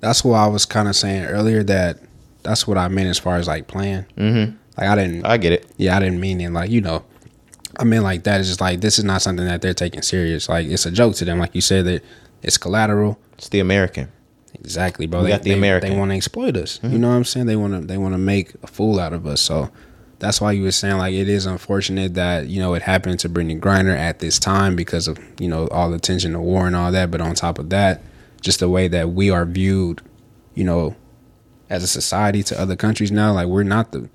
[SPEAKER 2] that's what i was kind of saying earlier that that's what i meant as far as like playing mm-hmm. like i didn't
[SPEAKER 1] i get it
[SPEAKER 2] yeah i didn't mean it like you know i mean like that is just like this is not something that they're taking serious like it's a joke to them like you said that it's collateral
[SPEAKER 1] it's the american
[SPEAKER 2] Exactly, bro.
[SPEAKER 1] We got the
[SPEAKER 2] they,
[SPEAKER 1] American. Mm-hmm.
[SPEAKER 2] They want to exploit us. You know what I'm saying? They want to. They want to make a fool out of us. So that's why you were saying like it is unfortunate that you know it happened to Brittany Griner at this time because of you know all the tension, the war, and all that. But on top of that, just the way that we are viewed, you know, as a society to other countries now, like we're not the.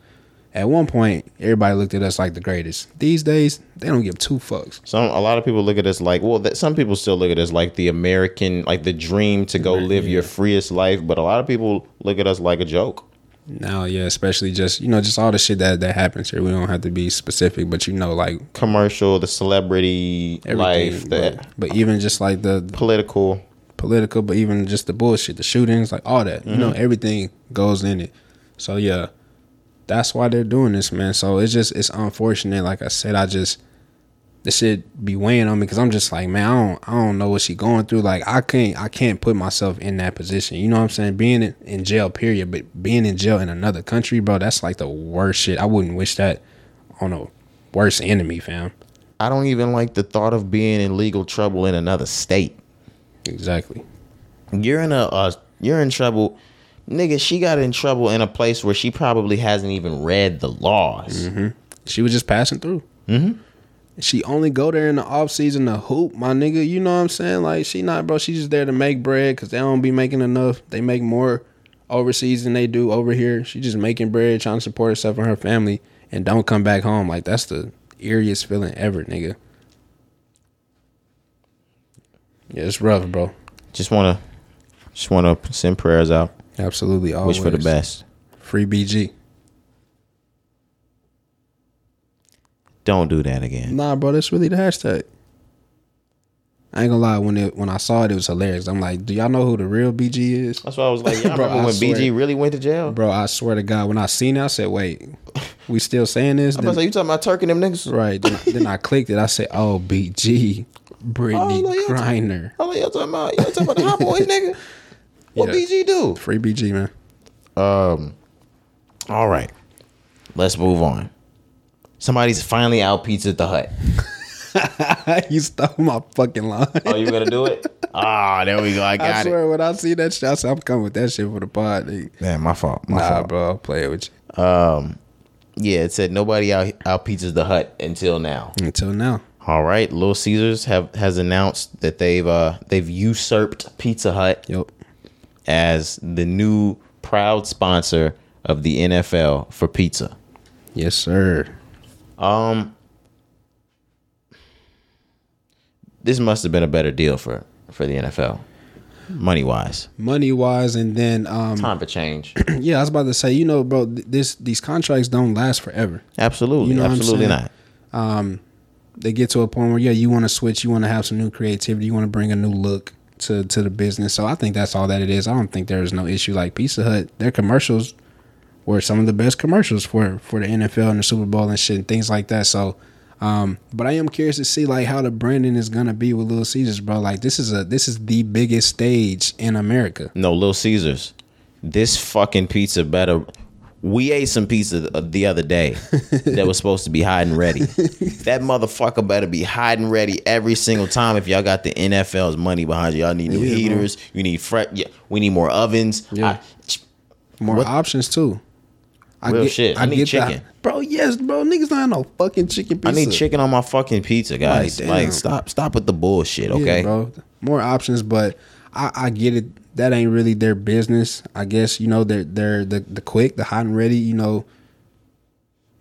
[SPEAKER 2] At one point, everybody looked at us like the greatest. These days, they don't give two fucks.
[SPEAKER 1] some a lot of people look at us like well that some people still look at us like the american like the dream to go live your freest life but a lot of people look at us like a joke
[SPEAKER 2] Now, yeah, especially just you know just all the shit that that happens here. We don't have to be specific, but you know, like
[SPEAKER 1] commercial the celebrity life
[SPEAKER 2] everything,
[SPEAKER 1] the
[SPEAKER 2] But, but even just like the the
[SPEAKER 1] political
[SPEAKER 2] political, but even just the bullshit, the shootings, like all that. You know, everything goes in it. So yeah, that's why they're doing this, man. So it's just it's unfortunate. Like I said, I just the shit be weighing on me because I'm just like, man, I don't I don't know what she going through. Like I can't I can't put myself in that position. You know what I'm saying? Being in, in jail, period. But being in jail in another country, bro, that's like the worst shit. I wouldn't wish that on a worse enemy, fam.
[SPEAKER 1] i don't even like the thought of being in legal trouble in another state
[SPEAKER 2] Exactly.
[SPEAKER 1] you're in a uh, you're in trouble nigga she got in trouble in a place where she probably hasn't even read the laws Mm-hmm.
[SPEAKER 2] She was just passing through. She only go there in the off season to hoop, my nigga. You know what I'm saying? Like she not, bro. She just there to make bread because they don't be making enough. They make more overseas than they do over here. She just making bread, trying to support herself and her family, and don't come back home. Like that's the eeriest feeling ever, nigga. Yeah, it's rough, bro.
[SPEAKER 1] Just wanna, just wanna send prayers out.
[SPEAKER 2] Absolutely, always
[SPEAKER 1] Wish for the best.
[SPEAKER 2] Free BG.
[SPEAKER 1] Don't do that again.
[SPEAKER 2] Nah, bro, that's really the hashtag. I ain't gonna lie, when it when I saw it, it was hilarious. I'm like, do y'all know who the real BG is?
[SPEAKER 1] That's why I was like, y'all
[SPEAKER 2] Bro,
[SPEAKER 1] remember
[SPEAKER 2] I
[SPEAKER 1] when
[SPEAKER 2] swear.
[SPEAKER 1] BG really went to jail?
[SPEAKER 2] Bro, I swear to God, when I seen it, I said, wait, we still saying this?
[SPEAKER 1] I'm about to say, you talking about Turk and them niggas?
[SPEAKER 2] right. Then, then I clicked it. I said, oh, BG, Brittany
[SPEAKER 1] Oh, yeah.
[SPEAKER 2] Griner.
[SPEAKER 1] I'm like, y'all talking about, y'all talking about the hot boys, nigga? What
[SPEAKER 2] Yeah.
[SPEAKER 1] BG do?
[SPEAKER 2] Free BG, man.
[SPEAKER 1] Um, all right, let's move on. Somebody's finally out pizza at the hut.
[SPEAKER 2] you stole my fucking line.
[SPEAKER 1] Oh, you gonna do it? Ah, there we go. I
[SPEAKER 2] I
[SPEAKER 1] got it.
[SPEAKER 2] swear, when I see that shit, I said, I'm coming with that shit for the pod. Nigga.
[SPEAKER 1] Man, my fault. My
[SPEAKER 2] Nah,
[SPEAKER 1] fault.
[SPEAKER 2] bro, I'll play it with you.
[SPEAKER 1] Yeah, it said nobody out out pizzas the hut until now.
[SPEAKER 2] Until now.
[SPEAKER 1] All right, Little Caesars have has announced that they've uh they've usurped Pizza Hut
[SPEAKER 2] Yup.
[SPEAKER 1] as the new proud sponsor of the NFL for pizza.
[SPEAKER 2] Yes, sir.
[SPEAKER 1] Um, This must have been a better deal for for the NFL, money wise.
[SPEAKER 2] Money wise, and then um,
[SPEAKER 1] Time for change.
[SPEAKER 2] Yeah, I was about to say, you know, bro, th- this these contracts don't last forever.
[SPEAKER 1] Absolutely,
[SPEAKER 2] You know what I'm
[SPEAKER 1] absolutely
[SPEAKER 2] saying?
[SPEAKER 1] not.
[SPEAKER 2] They get to a point where yeah, you want to switch, you want to have some new creativity, you want to bring a new look to to the business. So I think that's all that it is. I don't think there is no issue like Pizza Hut. Their commercials were some of the best commercials for for the NFL and the Super Bowl and shit and things like that. So um, but I am curious to see like how the branding is gonna be with Little Caesars, bro. Like this is a this is the biggest stage in America.
[SPEAKER 1] No, Little Caesars. This fucking pizza better. We ate some pizza th- the other day that was supposed to be hot and ready. That motherfucker better be hot and ready every single time. If y'all got the NFL's money behind you, y'all need new
[SPEAKER 2] Yeah, bro.
[SPEAKER 1] heaters. You need fre- yeah, We need more ovens.
[SPEAKER 2] Yeah.
[SPEAKER 1] I-
[SPEAKER 2] More
[SPEAKER 1] What-
[SPEAKER 2] options too. I
[SPEAKER 1] Real shit. I need
[SPEAKER 2] the-
[SPEAKER 1] chicken.
[SPEAKER 2] bro. Yes, bro. Niggas not no fucking chicken pizza.
[SPEAKER 1] I need chicken on my fucking pizza, guys.
[SPEAKER 2] Like,
[SPEAKER 1] Like,
[SPEAKER 2] damn.
[SPEAKER 1] stop, stop with the bullshit,
[SPEAKER 2] Yeah,
[SPEAKER 1] okay?
[SPEAKER 2] bro. More options, but I, I get it. That ain't really their business. I guess you know they're they're the the quick, the hot and ready. You know,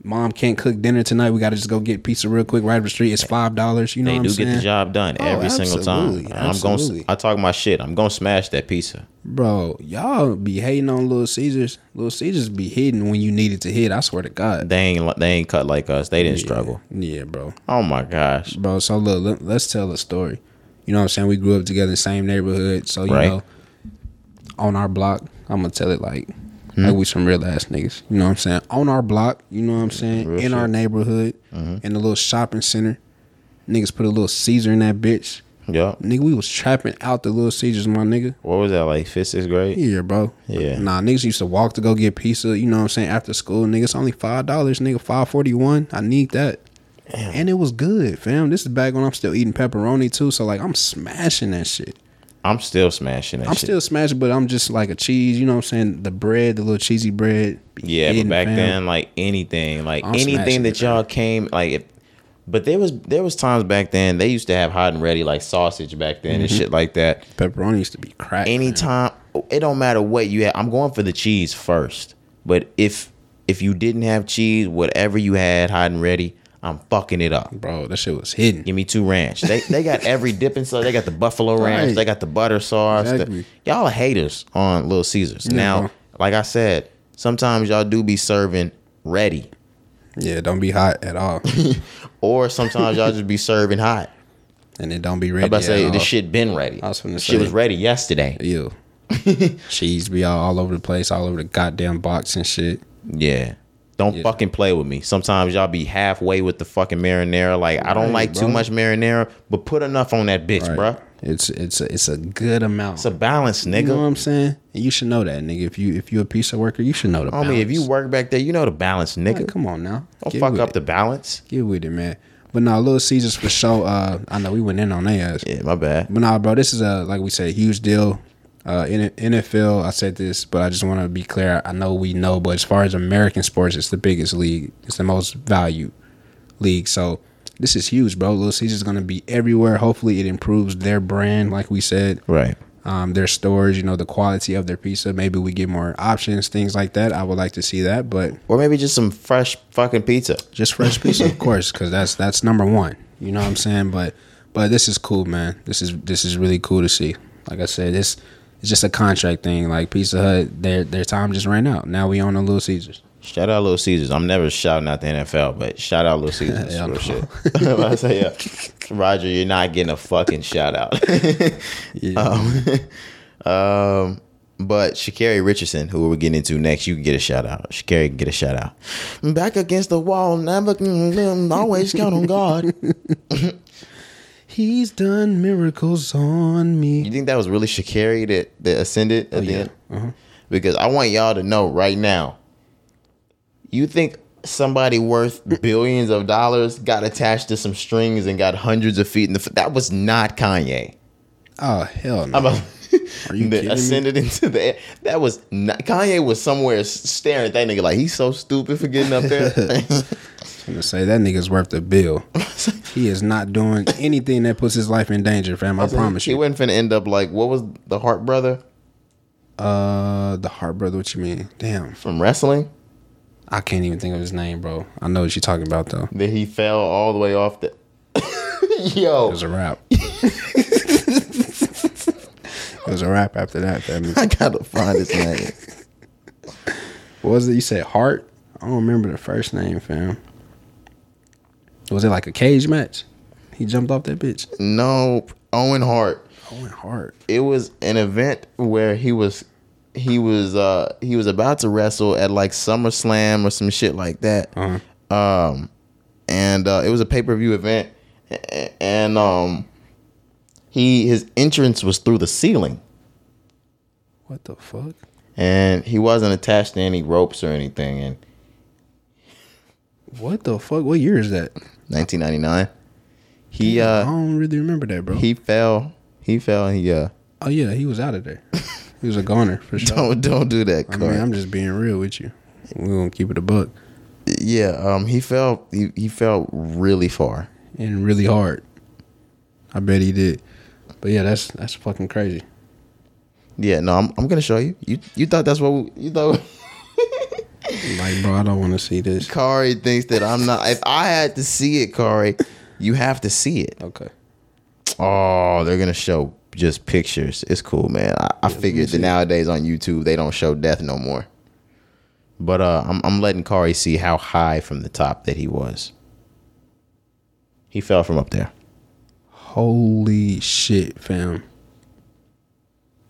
[SPEAKER 2] mom can't cook dinner tonight. We got to just go get pizza real quick right up the street. It's five dollars. You know
[SPEAKER 1] they
[SPEAKER 2] what
[SPEAKER 1] do
[SPEAKER 2] I'm
[SPEAKER 1] get
[SPEAKER 2] saying?
[SPEAKER 1] the job done
[SPEAKER 2] Oh,
[SPEAKER 1] every single time.
[SPEAKER 2] absolutely,
[SPEAKER 1] And I'm going.
[SPEAKER 2] absolutely.
[SPEAKER 1] I talk my shit. I'm gonna smash that pizza.
[SPEAKER 2] bro. Y'all be hating on Little Caesars. Little Caesars be hitting when you need it to hit. I swear to God.
[SPEAKER 1] They ain't. li- They ain't cut like us. They didn't struggle.
[SPEAKER 2] Yeah, bro.
[SPEAKER 1] Oh my gosh.
[SPEAKER 2] bro. So look, let, let's tell a story. You know what I'm saying? We grew up together in the same neighborhood, so you
[SPEAKER 1] Right.
[SPEAKER 2] know, on our block, I'm gonna tell it like, like we some real ass niggas. You know what I'm saying? On our block, you know what I'm saying?
[SPEAKER 1] Hmm. Real
[SPEAKER 2] in our
[SPEAKER 1] shit. Mm-hmm.
[SPEAKER 2] neighborhood, in the little shopping center, niggas put a little Caesar in that bitch.
[SPEAKER 1] Yup.
[SPEAKER 2] Nigga, we was trapping out the little Caesars, my nigga.
[SPEAKER 1] What was that like? Fifth, sixth grade?
[SPEAKER 2] Yeah, bro.
[SPEAKER 1] Yeah.
[SPEAKER 2] Nah, niggas used to walk to go get pizza. You know what I'm saying? After school, niggas only five dollars, nigga. Five forty one. I need that. And it was good, fam. This is back when I'm still eating pepperoni too. So like, I'm smashing that shit.
[SPEAKER 1] I'm still smashing that
[SPEAKER 2] I'm
[SPEAKER 1] shit.
[SPEAKER 2] still smashing, but I'm just like a cheese. You know what I'm saying? The bread, the little cheesy bread. be
[SPEAKER 1] yeah,
[SPEAKER 2] hitting,
[SPEAKER 1] but back
[SPEAKER 2] fam.
[SPEAKER 1] then, like anything, like
[SPEAKER 2] I'm smashing
[SPEAKER 1] anything
[SPEAKER 2] it,
[SPEAKER 1] that y'all came, like, if, but there was there was times back then they used to have hot and ready like sausage back then
[SPEAKER 2] Mm-hmm.
[SPEAKER 1] and shit like that.
[SPEAKER 2] pepperoni used to be crack. fam.
[SPEAKER 1] Anytime, it don't matter what you have. I'm going for the cheese first. But if if you didn't have cheese, whatever you had hot and ready, I'm fucking it up.
[SPEAKER 2] bro, that shit was hidden.
[SPEAKER 1] Give me two ranch. They they got every dipping sauce. They got the buffalo ranch.
[SPEAKER 2] Right.
[SPEAKER 1] They got the butter sauce. the-
[SPEAKER 2] Exactly.
[SPEAKER 1] y'all are haters on Little Caesars.
[SPEAKER 2] bro.
[SPEAKER 1] Now, like I said, sometimes y'all do be serving ready,
[SPEAKER 2] Yeah, don't be hot at all,
[SPEAKER 1] or sometimes y'all just be serving hot.
[SPEAKER 2] and it don't be ready.
[SPEAKER 1] I'm about to say
[SPEAKER 2] at
[SPEAKER 1] this
[SPEAKER 2] all.
[SPEAKER 1] shit been ready.
[SPEAKER 2] I was finna
[SPEAKER 1] This
[SPEAKER 2] say.
[SPEAKER 1] shit was ready yesterday.
[SPEAKER 2] Ew. cheese be all, all over the place, all over the goddamn box and shit.
[SPEAKER 1] Yeah. Don't fucking play with me. Sometimes y'all be halfway with the fucking marinara. Like I don't
[SPEAKER 2] Right,
[SPEAKER 1] like
[SPEAKER 2] bro.
[SPEAKER 1] too much marinara, but put enough on that bitch, bruh.
[SPEAKER 2] Right. It's it's a, it's a good amount.
[SPEAKER 1] It's a balance, nigga.
[SPEAKER 2] you know what I'm saying? And you should know that, nigga. If you if you're a pizza worker, you should know the.
[SPEAKER 1] Homie, if you
[SPEAKER 2] balance.
[SPEAKER 1] work back there, you know the balance, nigga.
[SPEAKER 2] Like, come on now,
[SPEAKER 1] Don't
[SPEAKER 2] Get
[SPEAKER 1] fuck
[SPEAKER 2] with
[SPEAKER 1] up
[SPEAKER 2] it.
[SPEAKER 1] the balance.
[SPEAKER 2] Get with it, man. But nah, Little Caesars for sure. Uh, I know we went in on their ass.
[SPEAKER 1] Yeah, my bad.
[SPEAKER 2] But nah, bro, this is a like we said, huge deal. Uh, in NFL, I said this, but I just want to be clear. I know we know, but as far as American sports, it's the biggest league. It's the most valued league. So This is huge, bro. Little Caesars going to be everywhere. Hopefully, it improves their brand, like we said.
[SPEAKER 1] Right.
[SPEAKER 2] Um, their stores, you know, the quality of their pizza. Maybe we get more options, things like that. I would like to see that, but
[SPEAKER 1] Or maybe just some fresh fucking pizza.
[SPEAKER 2] just fresh pizza, of course, because that's that's number one. You know what I'm saying? But but this is cool, man. This is this is really cool to see. Like I said, this it's just a contract thing. Like Pizza Hut, their their time just ran out. Now we own the Little Caesars.
[SPEAKER 1] Shout out Little Caesars. I'm never shouting out the NFL, but shout out Little Caesars.
[SPEAKER 2] Yeah, I
[SPEAKER 1] real
[SPEAKER 2] know.
[SPEAKER 1] shit. I say, yeah. Roger, you're not getting a fucking shout out. um, um, but Shakari Richardson, who we're getting into next, you can get a shout out. Shakari can get a shout out. Back against the wall, never mm, always count on God.
[SPEAKER 2] He's done miracles on
[SPEAKER 1] You
[SPEAKER 2] me.
[SPEAKER 1] think that was really Shakari that, that ascended at the
[SPEAKER 2] Oh, yeah. Mm-hmm.
[SPEAKER 1] end? Because I want y'all to know right now. You think somebody worth billions of dollars got attached to some strings and got hundreds of feet in the f- that was not Kanye.
[SPEAKER 2] Oh hell no!
[SPEAKER 1] I'm a-
[SPEAKER 2] Are you
[SPEAKER 1] that
[SPEAKER 2] kidding me?
[SPEAKER 1] ascended into the air. That was not, Kanye was somewhere s- staring at that nigga like he's so stupid for getting up there.
[SPEAKER 2] gonna say that nigga's worth a bill. he is not doing anything that puts his life in danger, fam. I promise
[SPEAKER 1] he
[SPEAKER 2] you.
[SPEAKER 1] wasn't finna end up like what was the Hart brother
[SPEAKER 2] Uh, the Hart brother. What you mean? Damn,
[SPEAKER 1] from wrestling?
[SPEAKER 2] I can't even think of his name, bro. I know what you're talking about though.
[SPEAKER 1] That he fell all the way off the Yo.
[SPEAKER 2] It was a wrap. it was a wrap after that. Fam.
[SPEAKER 1] I gotta find his name.
[SPEAKER 2] What was it? You said Hart? I don't remember the first name, fam. Was it like a cage match? He jumped off that bitch.
[SPEAKER 1] No, Owen Hart.
[SPEAKER 2] Owen Hart.
[SPEAKER 1] It was an event where he was he was uh he was about to wrestle at like SummerSlam or some shit like that. Um and uh it was a pay-per-view event A- a- and um he his entrance was through the ceiling
[SPEAKER 2] What the fuck?
[SPEAKER 1] and he wasn't attached to any ropes or anything in
[SPEAKER 2] What the fuck? What year is that?
[SPEAKER 1] 1999. He uh
[SPEAKER 2] I don't really remember that, bro.
[SPEAKER 1] he fell. He fell and he uh
[SPEAKER 2] oh yeah, he was out of there. he was a goner for sure.
[SPEAKER 1] don't don't do that.
[SPEAKER 2] I
[SPEAKER 1] Carl.
[SPEAKER 2] mean, I'm just being real with you. We gonna keep it a buck
[SPEAKER 1] Yeah, um, he fell. He, he fell really far.
[SPEAKER 2] and really hard. I bet he did. But yeah, that's that's fucking crazy.
[SPEAKER 1] Yeah, no, I'm, I'm gonna show you. You you thought that's what we, you thought.
[SPEAKER 2] Like, bro, I don't want to see this.
[SPEAKER 1] Kari thinks that I'm not. If I had to see it, Kari, you have to see it.
[SPEAKER 2] Okay.
[SPEAKER 1] Oh, they're gonna show just pictures. It's cool, man. I, I figured that nowadays on YouTube they don't show death no more. But uh, I'm I'm letting Kari see how high from the top that he was. He fell from up there.
[SPEAKER 2] Holy shit, fam.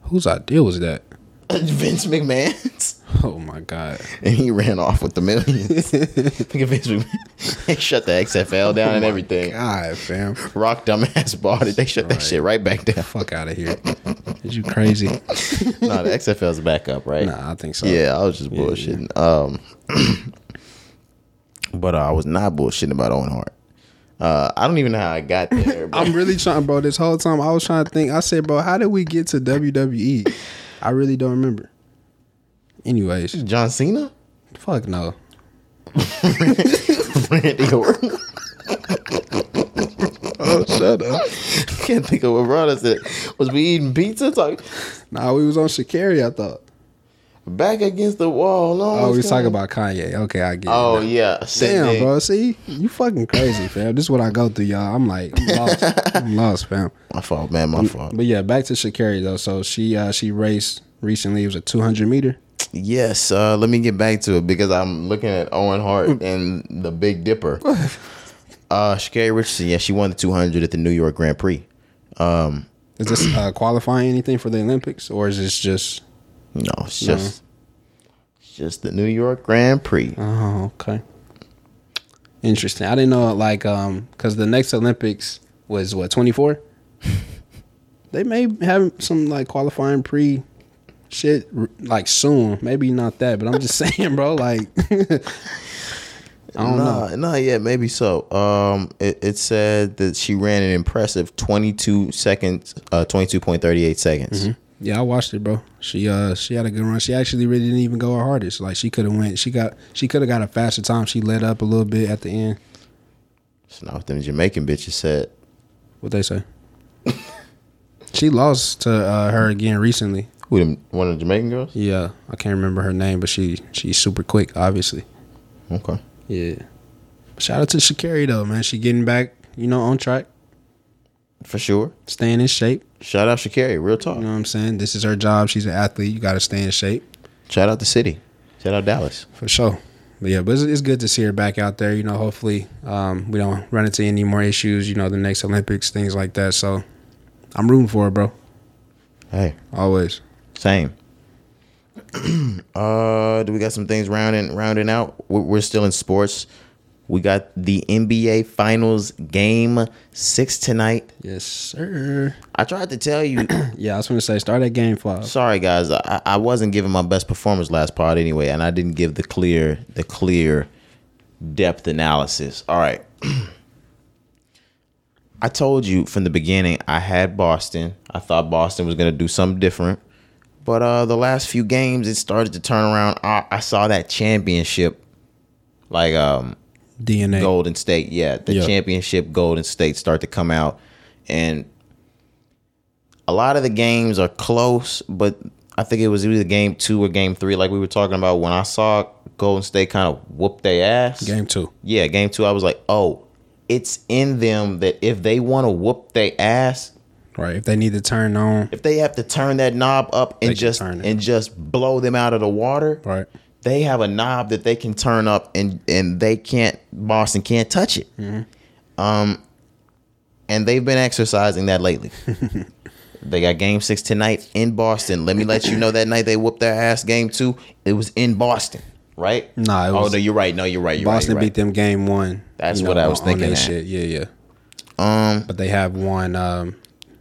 [SPEAKER 2] Whose idea was that?
[SPEAKER 1] Vince McMahon's.
[SPEAKER 2] Oh my god.
[SPEAKER 1] and he ran off with the millions. Think of Oh Vince McMahon. They shut the XFL down and everything.
[SPEAKER 2] God, fam.
[SPEAKER 1] Rock dumbass bought it. They shut that shit right back down.
[SPEAKER 2] Fuck out of here. Is you crazy?
[SPEAKER 1] no, the XFL's back up, right?
[SPEAKER 2] Nah, I think so.
[SPEAKER 1] yeah, I was just bullshitting. Um, but uh, I was not bullshitting about Owen Hart. Uh, I don't even know how I got there. But
[SPEAKER 2] I'm really trying, bro. This whole time I was trying to think. I said, bro, how did we get to WWE? I really don't remember. Anyways,
[SPEAKER 1] John Cena,
[SPEAKER 2] fuck no.
[SPEAKER 1] Randy Orton.
[SPEAKER 2] Oh, shut up.
[SPEAKER 1] Can't think of what brought us it. Was we eating pizza? Talk
[SPEAKER 2] Nah, we was on Shakari, I thought.
[SPEAKER 1] back against the wall.
[SPEAKER 2] Oh, we was talking about Kanye. Okay, I get it.
[SPEAKER 1] Oh yeah, Same
[SPEAKER 2] Damn,
[SPEAKER 1] thing.
[SPEAKER 2] bro. See, you fucking crazy, fam. This is what I go through, y'all. I'm like, I'm lost. I'm lost, fam.
[SPEAKER 1] My fault, man. My fault.
[SPEAKER 2] But yeah, back to Shakari though. So she uh she raced recently. It was a 200 meter.
[SPEAKER 1] Yes, uh, let me get back to it because I'm looking at Owen
[SPEAKER 2] Mm.
[SPEAKER 1] Hart and the Big Dipper. Uh, Shakari Richardson, yeah, she won the 200 at the New York Grand Prix.
[SPEAKER 2] Is this uh, qualifying anything for the Olympics, or is this just?
[SPEAKER 1] No, it's
[SPEAKER 2] Mm-hmm.
[SPEAKER 1] just, it's just the New York Grand Prix.
[SPEAKER 2] Oh, okay. Interesting. I didn't know like um because the next Olympics was what 24. they may have some like qualifying pre shit r- like soon. Maybe not that, but I'm just saying, bro. Like, I don't know.
[SPEAKER 1] Nah, nah, yeah, maybe so. Um, it, it said that she ran an impressive 22 seconds, uh, 22.38 seconds.
[SPEAKER 2] Yeah, I watched it, bro. She uh she had a good run. She actually really didn't even go her hardest. Like she could have went. She got she could have got a faster time. She let up a little bit at the end.
[SPEAKER 1] It's not what them Jamaican bitches said.
[SPEAKER 2] What they say? she lost to uh, her again recently.
[SPEAKER 1] Who them? One of the Jamaican girls?
[SPEAKER 2] Yeah, I can't remember her name, but she she's super quick, obviously.
[SPEAKER 1] Okay.
[SPEAKER 2] Yeah. Shout out to Shakari though, man. She getting back, you know, on track,
[SPEAKER 1] For sure.
[SPEAKER 2] staying in shape.
[SPEAKER 1] Shout out Shakari. Real talk.
[SPEAKER 2] You know what I'm saying? This is her job. She's an athlete. You got to stay in shape
[SPEAKER 1] Shout out the city. Shout out Dallas.
[SPEAKER 2] for sure. But yeah, but it's, it's good to see her back out there. You know, hopefully um, we don't run into any more issues. You know, the next Olympics, things like that. So I'm rooting for her, bro.
[SPEAKER 1] Hey.
[SPEAKER 2] Always.
[SPEAKER 1] Same. uh, do we got some things rounding rounding out? We're, we're still in sports. We got the NBA Finals game six tonight.
[SPEAKER 2] Yes, sir.
[SPEAKER 1] I tried to tell you.
[SPEAKER 2] Yeah, I was gonna say start at game five.
[SPEAKER 1] sorry guys, I, I wasn't giving my best performance last part anyway, and I didn't give the clear the clear depth analysis. All right. I told you from the beginning I had Boston. I thought Boston was going to do something different. But uh, the last few games, it started to turn around. I, I saw that championship, like um,
[SPEAKER 2] DNA.
[SPEAKER 1] Golden State, yeah, the
[SPEAKER 2] Yeah.
[SPEAKER 1] championship Golden State start to come out, and a lot of the games are close, but I think it was either game two or game three, like we were talking about. When I saw Golden State kind of whoop their ass,
[SPEAKER 2] Game two.
[SPEAKER 1] yeah, game two, I was like, oh, it's in them that if they want to whoop their ass,
[SPEAKER 2] Right. If they need to turn on.
[SPEAKER 1] if they have to turn that knob up and
[SPEAKER 2] can
[SPEAKER 1] just
[SPEAKER 2] turn it.
[SPEAKER 1] and just blow them out of the water,
[SPEAKER 2] Right.
[SPEAKER 1] they have a knob that they can turn up and and they can't Boston can't touch it. Um,
[SPEAKER 2] Mm-hmm.
[SPEAKER 1] and they've been exercising that lately. they got game six tonight in Boston. Let me let you know that night they whooped their ass. Game two, it was in Boston, right?
[SPEAKER 2] Nah, it was-
[SPEAKER 1] oh no, you're right. No, you're right. You're
[SPEAKER 2] Boston
[SPEAKER 1] right, you're
[SPEAKER 2] beat them game one.
[SPEAKER 1] That's what I was
[SPEAKER 2] on- on
[SPEAKER 1] thinking that.
[SPEAKER 2] their Shit. Yeah, yeah.
[SPEAKER 1] right. Um,
[SPEAKER 2] But they have one. Um,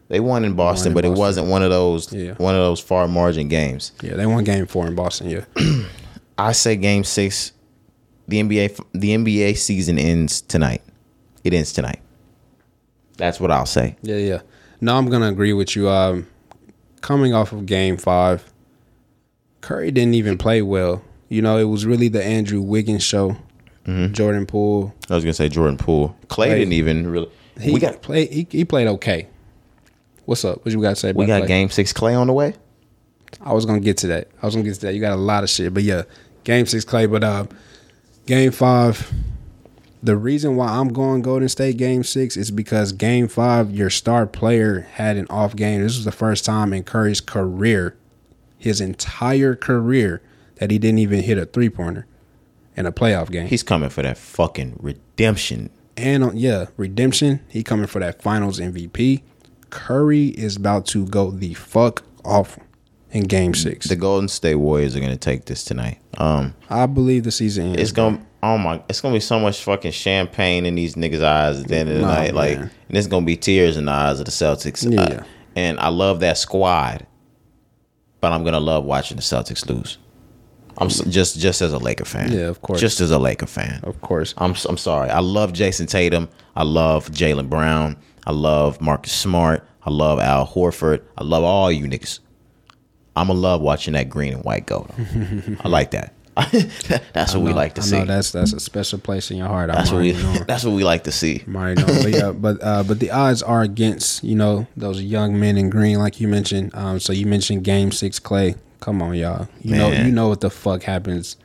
[SPEAKER 1] they won in Boston,
[SPEAKER 2] in
[SPEAKER 1] but it
[SPEAKER 2] Boston.
[SPEAKER 1] wasn't one of those
[SPEAKER 2] Yeah.
[SPEAKER 1] one of those far margin games.
[SPEAKER 2] yeah, they won game four in Boston. Yeah.
[SPEAKER 1] I say game six. The NBA f- the NBA season ends tonight. It ends tonight. That's what I'll say.
[SPEAKER 2] Yeah, yeah. No, I'm gonna agree with you. Um, coming off of Game Five, Curry didn't even play well. You know, it was really the Andrew Wiggins show.
[SPEAKER 1] Mm-hmm.
[SPEAKER 2] Jordan Poole.
[SPEAKER 1] I was gonna say Jordan Poole. Clay
[SPEAKER 2] Clay.
[SPEAKER 1] didn't even really.
[SPEAKER 2] He
[SPEAKER 1] we got
[SPEAKER 2] play. He, he played okay. What's up? What you got to say? About
[SPEAKER 1] we got
[SPEAKER 2] Clay?
[SPEAKER 1] game six Clay on the way.
[SPEAKER 2] I was gonna get to that. I was gonna get to that. You got a lot of shit, but yeah, game six Clay. But uh, game five. The reason why I'm going Golden State game six is because game five, your star player had an off game. This was the first time in Curry's career, his entire career, that he didn't even hit a three pointer in a playoff game.
[SPEAKER 1] He's coming for that fucking redemption.
[SPEAKER 2] And on, yeah, redemption. He coming for that Finals MVP. Curry is about to go the fuck off in game six.
[SPEAKER 1] Mm, The Golden State Warriors are gonna take this tonight. Um,
[SPEAKER 2] I believe the season ends.
[SPEAKER 1] it's gonna oh my, it's gonna be so much fucking champagne in these niggas' eyes at the end of the
[SPEAKER 2] Nah,
[SPEAKER 1] night. Like,
[SPEAKER 2] man.
[SPEAKER 1] and it's gonna be tears in the eyes of the Celtics.
[SPEAKER 2] Yeah.
[SPEAKER 1] Uh, and I love that squad, but I'm gonna love watching the Celtics lose. I'm s just just as a Laker fan.
[SPEAKER 2] Yeah, of course.
[SPEAKER 1] Just as a Laker fan.
[SPEAKER 2] Of course.
[SPEAKER 1] I'm s- I'm sorry. I love Jason Tatum. I love Jalen Brown. I love Marcus Smart. I love Al Horford. I love all you niggas. I'ma love watching that green and white go. though. I like that. that's what we like to
[SPEAKER 2] I
[SPEAKER 1] see.
[SPEAKER 2] know that's that's a special place in your heart.
[SPEAKER 1] that's
[SPEAKER 2] I'm
[SPEAKER 1] what we
[SPEAKER 2] already knowing.
[SPEAKER 1] that's what we like to see.
[SPEAKER 2] I'm already knowing. But yeah, but uh, but the odds are against you know those young men in green, like you mentioned. Um, so you mentioned Game Six, Clay. Come on, y'all. You know
[SPEAKER 1] Man.
[SPEAKER 2] you know what the fuck happens.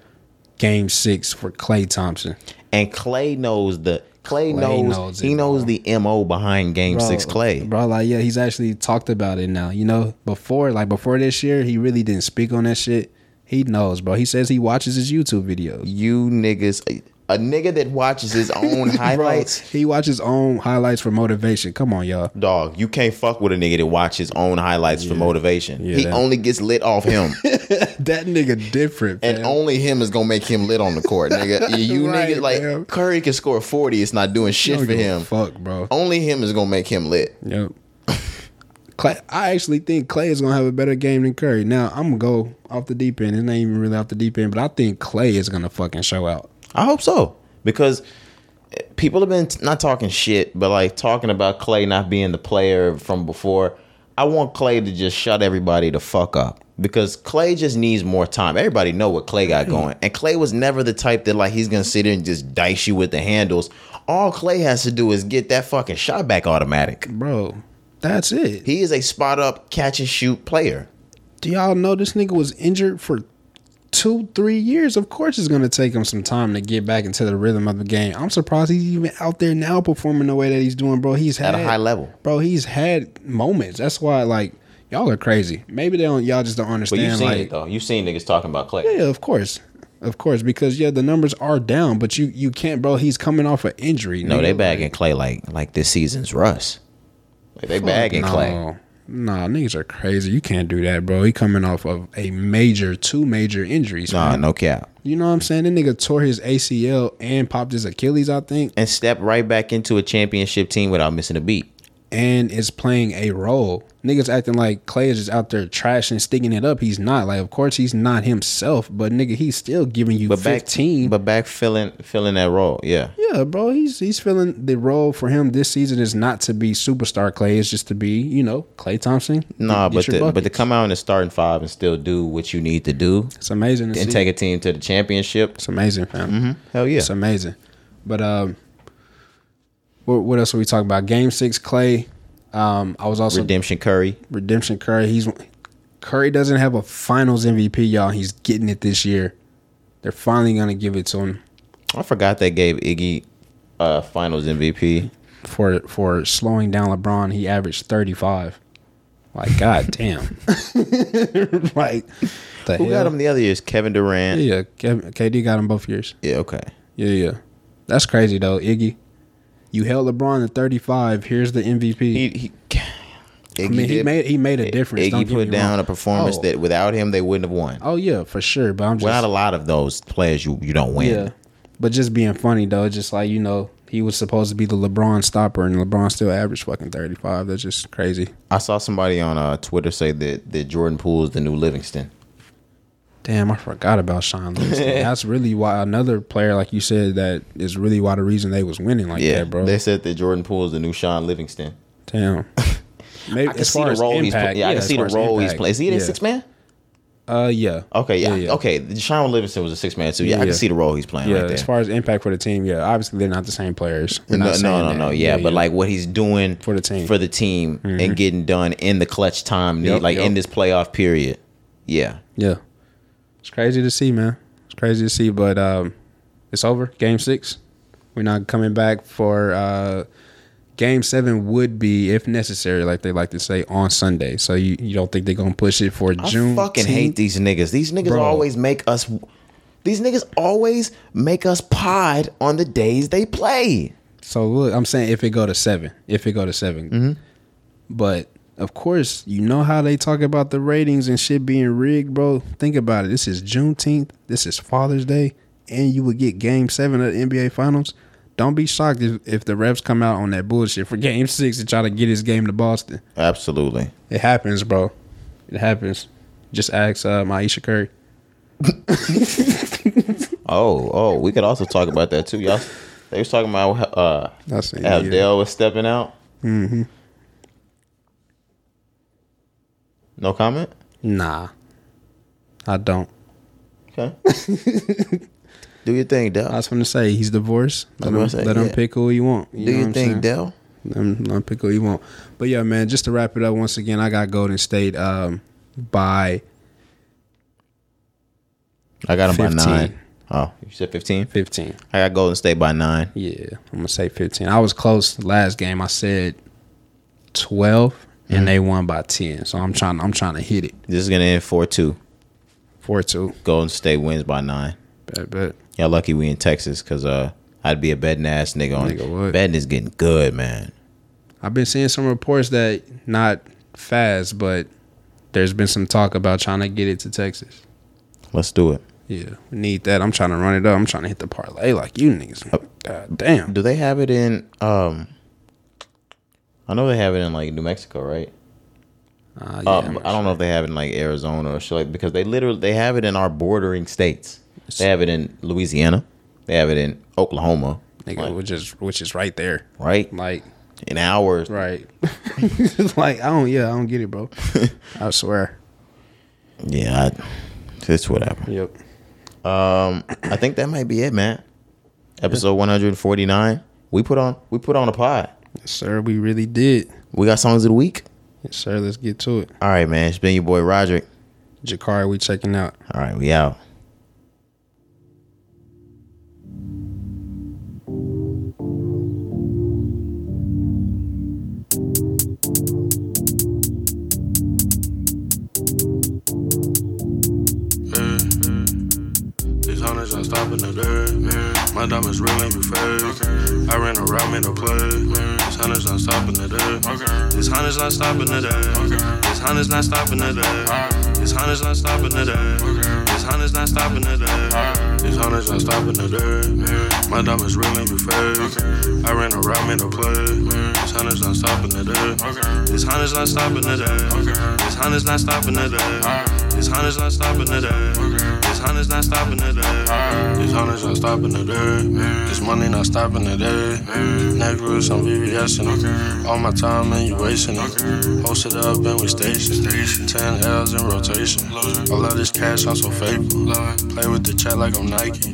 [SPEAKER 2] Game Six for Clay Thompson.
[SPEAKER 1] And Clay knows the Clay,
[SPEAKER 2] Clay
[SPEAKER 1] knows,
[SPEAKER 2] knows
[SPEAKER 1] he
[SPEAKER 2] it,
[SPEAKER 1] knows
[SPEAKER 2] bro.
[SPEAKER 1] the MO behind game
[SPEAKER 2] Bro,
[SPEAKER 1] six Clay.
[SPEAKER 2] bro. Like yeah, he's actually talked about it now. You know, before like before this year, he really didn't speak on that shit. He knows, bro. He says he watches his YouTube videos.
[SPEAKER 1] You niggas a, a nigga that watches his own
[SPEAKER 2] Bro,
[SPEAKER 1] highlights.
[SPEAKER 2] he watches his own highlights for motivation. Come on, y'all.
[SPEAKER 1] Dog, you can't fuck with a nigga that watches his own highlights for motivation.
[SPEAKER 2] Yeah,
[SPEAKER 1] he
[SPEAKER 2] that-
[SPEAKER 1] only gets lit off him,
[SPEAKER 2] That nigga different.
[SPEAKER 1] and
[SPEAKER 2] fam.
[SPEAKER 1] only him is gonna make him lit on the court, nigga. You
[SPEAKER 2] Right,
[SPEAKER 1] niggas like
[SPEAKER 2] man.
[SPEAKER 1] Curry can score forty, it's not doing shit
[SPEAKER 2] Don't
[SPEAKER 1] for
[SPEAKER 2] give a
[SPEAKER 1] him.
[SPEAKER 2] Fuck, bro.
[SPEAKER 1] Only him is gonna make him lit.
[SPEAKER 2] Yep. Clay, I actually think Clay is gonna have a better game than Curry. Now I'm gonna go off the deep end. It's not even really off the deep end, but I think Clay is gonna fucking show out.
[SPEAKER 1] I hope so because people have been t- not talking shit, but like talking about Clay not being the player from before. I want Clay to just shut everybody the fuck up because Clay just needs more time. Everybody know what Clay
[SPEAKER 2] Mm-hmm.
[SPEAKER 1] got going, and Clay was never the type that like he's gonna sit there and just dice you with the handles. All Clay has to do is get that fucking shot back automatic.
[SPEAKER 2] bro. That's it.
[SPEAKER 1] He is a spot up catch and shoot player.
[SPEAKER 2] Do y'all know this nigga was injured for two, three years? Of course, it's gonna take him some time to get back into the rhythm of the game. I'm surprised he's even out there now performing the way that he's doing, bro. He's
[SPEAKER 1] At a
[SPEAKER 2] had,
[SPEAKER 1] high level.
[SPEAKER 2] bro. He's had moments. That's why, like, y'all are crazy. Maybe they don't. Y'all just don't
[SPEAKER 1] But
[SPEAKER 2] understand.
[SPEAKER 1] you've seen
[SPEAKER 2] like,
[SPEAKER 1] it though. You've seen niggas talking about Clay.
[SPEAKER 2] Yeah, of course. Of course, because yeah, the numbers are down, but you you can't, bro. He's coming off an injury.
[SPEAKER 1] No,
[SPEAKER 2] nigga.
[SPEAKER 1] they bagging Clay like like this season's Russ. Like they bagging Clay.
[SPEAKER 2] No. Nah, niggas are crazy. You can't do that, bro. He coming off of a major, two major injuries.
[SPEAKER 1] Nah,
[SPEAKER 2] man.
[SPEAKER 1] no cap.
[SPEAKER 2] You know what I'm saying? That nigga tore his ACL and popped his Achilles, I think,
[SPEAKER 1] And step right back into a championship team without missing a beat.
[SPEAKER 2] and is playing a role. Niggas acting like Clay is just out there trashing, sticking it up. He's not. Like, of course, he's not himself, but nigga, he's still giving you
[SPEAKER 1] But back
[SPEAKER 2] 15.
[SPEAKER 1] but back filling filling that role. Yeah.
[SPEAKER 2] Yeah, bro, he's he's feeling the role for him this season is not to be superstar Clay, it's just to be, you know, Clay Thompson.
[SPEAKER 1] Nah,
[SPEAKER 2] Get
[SPEAKER 1] but
[SPEAKER 2] your
[SPEAKER 1] the, but to
[SPEAKER 2] buckets.
[SPEAKER 1] come out in the starting five and still do what you need to do
[SPEAKER 2] it's amazing to
[SPEAKER 1] and
[SPEAKER 2] see.
[SPEAKER 1] take a team to the championship.
[SPEAKER 2] It's amazing, fam.
[SPEAKER 1] Hell yeah.
[SPEAKER 2] It's amazing. But um what, what else are we talking about? Game 6 Clay. Um I was also
[SPEAKER 1] Redemption Curry.
[SPEAKER 2] Redemption Curry. He's Curry doesn't have a finals MVP, y'all. He's getting it this year. They're finally going to give it to him
[SPEAKER 1] I forgot they gave Iggy uh finals MVP.
[SPEAKER 2] for for slowing down LeBron. He averaged 35. Like god damn. like the
[SPEAKER 1] Who
[SPEAKER 2] hell?
[SPEAKER 1] got him the other years? Kevin Durant.
[SPEAKER 2] Yeah, Kev- KD got him both years.
[SPEAKER 1] yeah okay.
[SPEAKER 2] Yeah, yeah. That's crazy though, Iggy. You held LeBron at 35. Here's the MVP.
[SPEAKER 1] He, he,
[SPEAKER 2] I mean, he made he made a difference. don't
[SPEAKER 1] Iggy
[SPEAKER 2] get
[SPEAKER 1] put
[SPEAKER 2] me wrong.
[SPEAKER 1] down a performance
[SPEAKER 2] Oh,
[SPEAKER 1] that without him they wouldn't have won.
[SPEAKER 2] Oh yeah, for sure. But I'm just
[SPEAKER 1] Without a lot of those players, you you don't win.
[SPEAKER 2] yeah. But just being funny though, just like you know, he was supposed to be the LeBron stopper, and LeBron still averaged fucking 35. That's just crazy.
[SPEAKER 1] I saw somebody on uh, Twitter say that that Jordan Poole is the new Livingston.
[SPEAKER 2] Damn, I forgot about Sean Livingston. That's really why another player like you said that is really why the reason they was winning like
[SPEAKER 1] Yeah,
[SPEAKER 2] that, bro.
[SPEAKER 1] They said that Jordan Poole is the new Sean Livingston.
[SPEAKER 2] Damn. Maybe
[SPEAKER 1] I can see the role he's playing. Yeah, I can
[SPEAKER 2] as
[SPEAKER 1] see the Oh,
[SPEAKER 2] far as
[SPEAKER 1] role he's
[SPEAKER 2] impact,
[SPEAKER 1] playing. Is he in
[SPEAKER 2] yeah.
[SPEAKER 1] six man?
[SPEAKER 2] Uh, yeah.
[SPEAKER 1] Okay, yeah,
[SPEAKER 2] yeah.
[SPEAKER 1] okay. Sean Livingston was a six man too. Yeah, I
[SPEAKER 2] Yeah.
[SPEAKER 1] can see the role he's playing
[SPEAKER 2] Yeah,
[SPEAKER 1] right there.
[SPEAKER 2] as far as impact for the team, yeah. Obviously, they're not the same players. We're
[SPEAKER 1] no,
[SPEAKER 2] not
[SPEAKER 1] no,
[SPEAKER 2] saying
[SPEAKER 1] no,
[SPEAKER 2] that.
[SPEAKER 1] no. Yeah, but like what he's doing
[SPEAKER 2] For the team. Mm-hmm.
[SPEAKER 1] for the team, and getting done in the clutch time, need
[SPEAKER 2] Yep,
[SPEAKER 1] like in
[SPEAKER 2] yep.
[SPEAKER 1] this playoff period. Yeah,
[SPEAKER 2] yeah, it's crazy to see, man. It's crazy to see, but um, it's over. Game six, we're not coming back for uh, game seven. Would be if necessary, like they like to say on Sunday. So you, you don't think they're gonna push it for
[SPEAKER 1] I
[SPEAKER 2] June?
[SPEAKER 1] fucking hate these niggas. These niggas
[SPEAKER 2] Bro.
[SPEAKER 1] always make us. These niggas always make us pod on the days they play.
[SPEAKER 2] So look, I'm saying if it go to seven, if it go to 7 but of course you know how they talk about the ratings and shit being rigged, bro. Think about it. This is Juneteenth. This is Father's Day, and you would get Game Seven of the NBA Finals. Don't be shocked if, if the refs come out on that bullshit for Game Six and try to get his game to Boston.
[SPEAKER 1] Absolutely.
[SPEAKER 2] It happens, bro. It happens. Just ask uh, Maisha Curry.
[SPEAKER 1] Oh, oh, we could also talk about that too, y'all. They was talking about uh,
[SPEAKER 2] I see,
[SPEAKER 1] how
[SPEAKER 2] yeah.
[SPEAKER 1] Dell was stepping out. Mm-hmm. No comment.
[SPEAKER 2] Nah, I don't.
[SPEAKER 1] Okay. Do your thing, Dell.
[SPEAKER 2] I was gonna say he's divorced. Let
[SPEAKER 1] I'm
[SPEAKER 2] him,
[SPEAKER 1] gonna say,
[SPEAKER 2] let him
[SPEAKER 1] yeah.
[SPEAKER 2] pick who he want.
[SPEAKER 1] Do
[SPEAKER 2] You know what
[SPEAKER 1] your
[SPEAKER 2] I'm
[SPEAKER 1] thing,
[SPEAKER 2] saying?
[SPEAKER 1] Dell.
[SPEAKER 2] I'm not pick who you want. But yeah, man, just to wrap it up once again, I got Golden State um, by
[SPEAKER 1] I got him
[SPEAKER 2] 15.
[SPEAKER 1] by nine. Oh, you said fifteen.
[SPEAKER 2] 15.
[SPEAKER 1] I got Golden State by nine.
[SPEAKER 2] Yeah, I'm going to say 15. I was close last game. I said 12 and they won by 10. So I'm trying I'm trying to hit it.
[SPEAKER 1] This is gonna end four two.
[SPEAKER 2] 4-2.
[SPEAKER 1] Golden State wins by nine.
[SPEAKER 2] Bet, bet.
[SPEAKER 1] Y'all lucky we in Texas because uh, I'd be a betting ass nigga on
[SPEAKER 2] Nigga, what?
[SPEAKER 1] betting is getting good, man.
[SPEAKER 2] I've been seeing some reports that not fast, but there's been some talk about trying to get it to Texas.
[SPEAKER 1] Let's do it.
[SPEAKER 2] Yeah, we need that. I'm trying to run it up. I'm trying to hit the parlay like you niggas. God damn.
[SPEAKER 1] Do they have it in? um I know they have it in like New Mexico, right?
[SPEAKER 2] Uh,
[SPEAKER 1] Uh,
[SPEAKER 2] yeah.
[SPEAKER 1] but I don't know if they have it in like Arizona or shit like because they literally they have it in our bordering states. They have it in Louisiana. They have it in Oklahoma,
[SPEAKER 2] Nigga, which is which is right there.
[SPEAKER 1] right?
[SPEAKER 2] Like
[SPEAKER 1] In ours,
[SPEAKER 2] Right. like I don't. Yeah, I don't get it, bro. I swear.
[SPEAKER 1] Yeah, I, it's whatever.
[SPEAKER 2] Yep.
[SPEAKER 1] Um, I think that might be it, man. Episode 149. We put on we put on a pod.
[SPEAKER 2] Yes, sir. We really did.
[SPEAKER 1] We got songs of the week.
[SPEAKER 2] Yes, sir. Let's get to it.
[SPEAKER 1] All right, man. It's been your boy Roderick.
[SPEAKER 2] Jakari, we checking out.
[SPEAKER 1] All right, we out.
[SPEAKER 5] Yeah. These hunters are stopping the dirt. Yeah. My diamonds real ain't you fake. I ran around in the play. Yeah. These hunters not stopping the dirt. These hunters not stopping the dirt. These hunters not stopping the dirt. These hunters not stopping the dirt. These hunters not stopping the dirt. These hunters not stopping the dirt. Yeah. My diamonds real ain't you fake. I ran around in the play. Yeah. These hunters not stopping the dirt. These hunters not stopping the dirt. These hunters not stopping the dirt. These hunters not stopping the dirt. These hunters not stopping the dirt. These hunters not stopping the dirt. This money not stopping the dirt. Negros on VVS and all my time and you wasting it. Post it up and we station. Ten L's in rotation. I love this cash, I'm so faithful. Play with the chat like I'm Nike.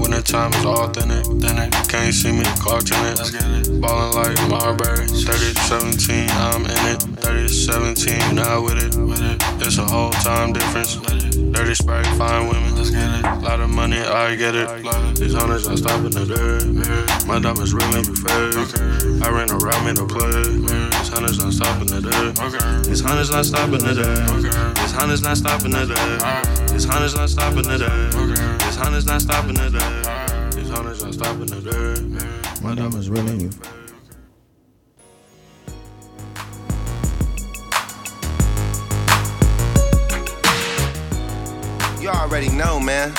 [SPEAKER 5] Winter time is authentic. You can't see me clutching it. Ballin' like Marbury. 30, 17, I'm in it. 30, 17, now with it. It's a whole time difference. Dirty Sprite, fine women. Let's get it. Lot of money, I get it. These hunters are stopping the dirt. My diamonds real ain't be fair. I ran around in the play. These hunters not stopping the dirt. These hunters not stopping the dirt. These hunters not stopping the dirt. These hunters not stopping the dirt. These hunters not stopping the dirt. These hunters not stopping the dirt. My diamonds real ain't be fair.
[SPEAKER 6] You already know, man.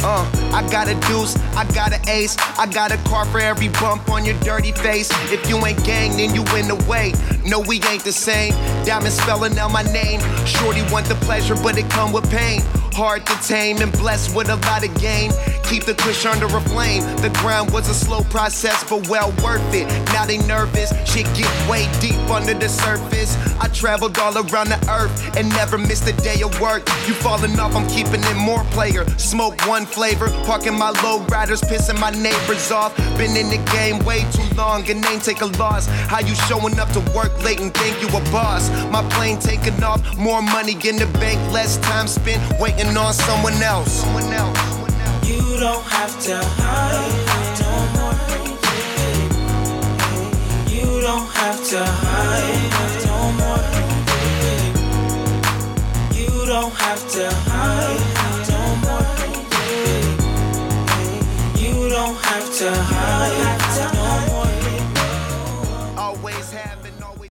[SPEAKER 6] Uh, I got a deuce, I got an ace, I got a car for every bump on your dirty face. If you ain't gang, then you in the way. No, we ain't the same. Diamond spelling out my name. Shorty want the pleasure, but it come with pain. Hard to tame and blessed with a lot of game. Keep the push under a flame. The grind was a slow process, but well worth it. Now they nervous, shit get way deep under the surface. I traveled all around the earth and never missed a day of work. You falling off, I'm keeping it more player. Smoke one flavor, parking my low riders, pissing my neighbors off. Been in the game way too long and ain't take a loss. How you showing up to work late and think you a boss? My plane taking off, more money in the bank, less time spent waiting on someone else. Someone else.
[SPEAKER 7] You don't have to hide no more. You don't have to hide.